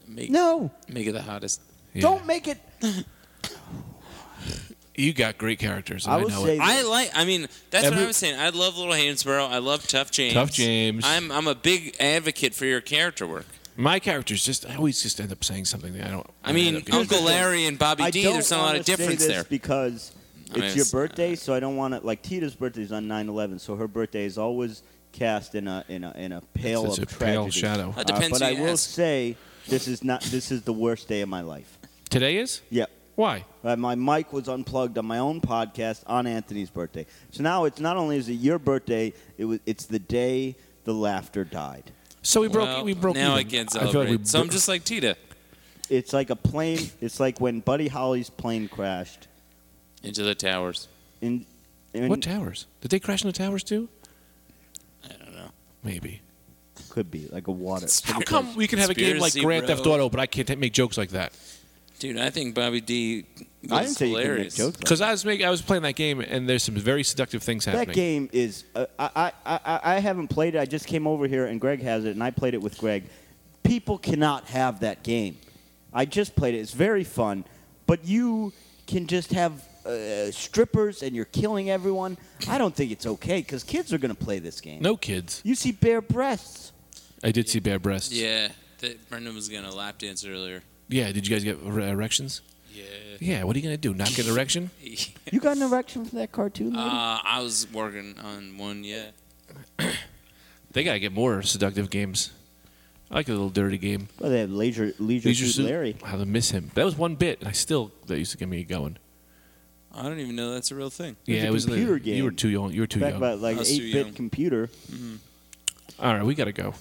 Speaker 1: Make,
Speaker 3: no,
Speaker 1: make it the hottest.
Speaker 2: Yeah.
Speaker 3: don't make it.
Speaker 2: You got great characters.
Speaker 3: I
Speaker 2: I,
Speaker 3: will
Speaker 2: know
Speaker 3: say
Speaker 2: it.
Speaker 1: I like. I mean, that's what
Speaker 2: Every-
Speaker 1: I was saying. I love Little Hansborough. I love Tough James.
Speaker 2: Tough James.
Speaker 1: I'm I'm a big advocate for your character work.
Speaker 2: My characters just I always just end up saying something that I don't.
Speaker 1: I mean,
Speaker 2: end up
Speaker 1: Uncle
Speaker 3: the thing.
Speaker 1: Larry and Bobby
Speaker 3: I
Speaker 1: D.
Speaker 3: don't
Speaker 1: There's not a lot
Speaker 3: wanna
Speaker 1: of difference
Speaker 3: say this
Speaker 1: there.
Speaker 3: because
Speaker 1: I mean,
Speaker 3: it's your
Speaker 1: it's-
Speaker 3: birthday, so I don't want to. Like Tita's birthday is on 9/11, so her birthday is always cast in a in a in a pale
Speaker 2: It's a
Speaker 3: of
Speaker 2: pale
Speaker 3: tragedy. Uh,
Speaker 2: shadow.
Speaker 1: That depends
Speaker 3: but
Speaker 1: who
Speaker 3: I
Speaker 1: you
Speaker 3: will
Speaker 1: ask.
Speaker 3: say this is not. This is the worst day of my life.
Speaker 2: Today is
Speaker 3: Yep.
Speaker 2: Why?
Speaker 3: Uh, my mic was unplugged on my own podcast on Anthony's birthday. So now it's not only is it your birthday, it was it's the day the laughter died.
Speaker 5: So we broke.
Speaker 1: Well,
Speaker 5: we broke.
Speaker 1: now
Speaker 5: even.
Speaker 1: I can't
Speaker 5: feel like
Speaker 1: celebrate.
Speaker 5: we
Speaker 1: so I'm
Speaker 5: bro-
Speaker 1: just like Tita.
Speaker 3: It's like a plane. It's like when Buddy Holly's plane crashed.
Speaker 1: Into the towers.
Speaker 3: In, in
Speaker 5: What towers? Did they crash into towers too? I don't know. Maybe.
Speaker 3: could be like a water.
Speaker 2: How come we can have a game like
Speaker 1: Conspiracy,
Speaker 2: Grand
Speaker 1: bro.
Speaker 2: Theft Auto, but I can't ta- make jokes like that?
Speaker 1: Dude, I think Bobby D was
Speaker 3: I didn't say you could make
Speaker 1: hilarious.
Speaker 3: jokes.
Speaker 2: Because I was making, I was playing that game, and there's some very seductive things
Speaker 3: That
Speaker 2: happening.
Speaker 3: game is. Uh, I, I, I, I haven't played it. I just came over here and Greg has it, and I played it with Greg. People cannot have that game. I just played it. It's very fun, but you can just have uh, strippers and you're killing everyone. I don't think it's okay because kids are going to play this game.
Speaker 2: No kids.
Speaker 3: You see bare breasts.
Speaker 2: I did see bare breasts.
Speaker 1: Yeah. That Brendan was gonna lap dance earlier.
Speaker 2: Yeah, Did you guys get er- erections?
Speaker 1: Yeah.
Speaker 2: Yeah. What are you gonna do? Not get an erection?
Speaker 3: You got an erection from that cartoon? lady?
Speaker 1: Uh, I was working on one, yeah.
Speaker 2: They gotta get more seductive games. I like a little dirty game.
Speaker 3: well, they have leisure, leisure,
Speaker 2: Leisure
Speaker 3: Suit
Speaker 2: Suit.
Speaker 3: Larry.
Speaker 2: Wow, I miss him. That was one bit, and I still that used to get me going.
Speaker 1: I don't even know that's a real thing.
Speaker 3: was
Speaker 2: yeah,
Speaker 3: a
Speaker 2: it was
Speaker 3: computer
Speaker 2: You
Speaker 3: game.
Speaker 2: were too young. You were too
Speaker 3: Back
Speaker 2: young.
Speaker 3: about like
Speaker 1: I was too young.
Speaker 3: 8-bit computer.
Speaker 2: All right, we gotta go.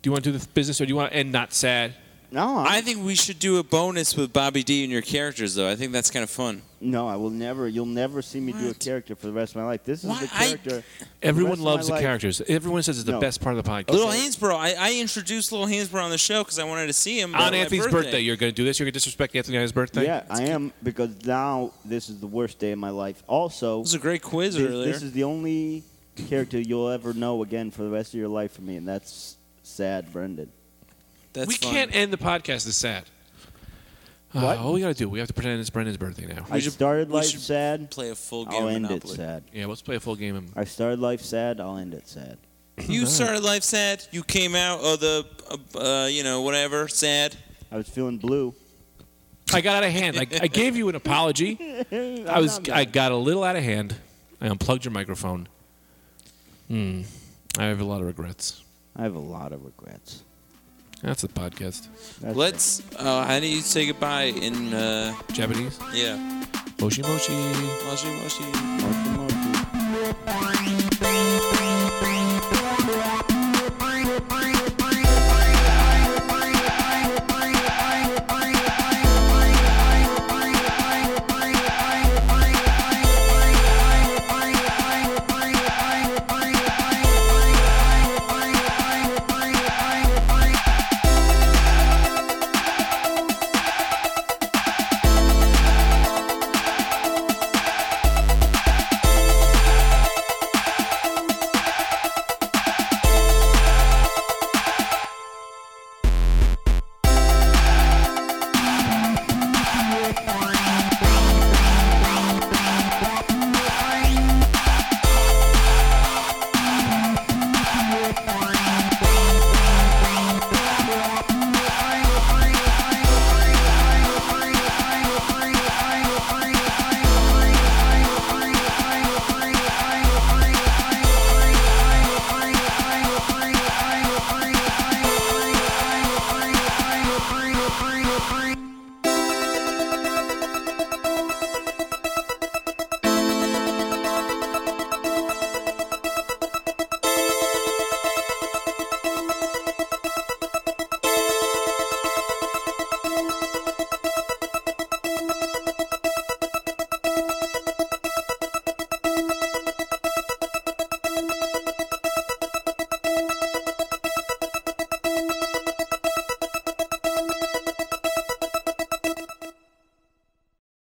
Speaker 2: Do you want to do the business, or do you want to end not sad?
Speaker 3: No, I,
Speaker 1: I think we should do a bonus with Bobby D and your characters, though. I think that's kind of fun.
Speaker 3: no, I will never. You'll never see me do a
Speaker 1: What?
Speaker 3: character for the rest of my life. This is
Speaker 1: Why-
Speaker 3: the
Speaker 1: I-
Speaker 3: character.
Speaker 2: Everyone
Speaker 3: rest of my
Speaker 2: loves the
Speaker 3: life-
Speaker 2: characters. Everyone says it's the
Speaker 3: No.
Speaker 2: best part of the podcast.
Speaker 1: Little Hainsborough. I, I introduced Little Hainsborough on the show because I wanted to see him
Speaker 2: on
Speaker 1: my
Speaker 2: Anthony's birthday. you're going to do this. You're going to disrespect Anthony on his birthday.
Speaker 3: Yeah, I am because now this is the worst day of my life. Also,
Speaker 1: It was a great quiz
Speaker 3: this,
Speaker 1: earlier.
Speaker 3: this is the only character you'll ever know again for the rest of your life for me, and that's sad, Brendan.
Speaker 1: that's
Speaker 2: we
Speaker 1: fun.
Speaker 2: can't end the podcast this sad. Uh,
Speaker 3: What?
Speaker 2: all we got to do, we have to pretend it's Brendan's birthday now.
Speaker 3: I
Speaker 1: should-
Speaker 3: started
Speaker 1: we
Speaker 3: life
Speaker 1: should
Speaker 3: sad.
Speaker 1: play a full game.
Speaker 3: I'll
Speaker 1: of
Speaker 3: end
Speaker 1: Monopoly.
Speaker 3: it sad.
Speaker 2: Yeah, let's play a full game. and-
Speaker 3: I started life sad. I'll end it sad.
Speaker 1: You started life sad. You came out of the, uh, uh, you know, whatever, sad.
Speaker 3: I was feeling blue.
Speaker 2: I got out of hand. I, I gave you an apology. I was I got a little out of hand. I unplugged your microphone. Hmm. I have a lot of regrets.
Speaker 3: I have a lot of regrets.
Speaker 2: That's the podcast.
Speaker 3: That's
Speaker 1: Let's. Uh, how do you say goodbye in? Uh,
Speaker 2: Japanese.
Speaker 1: yeah.
Speaker 2: Moshi moshi.
Speaker 1: Moshi moshi.
Speaker 3: it. Monkey, monkey.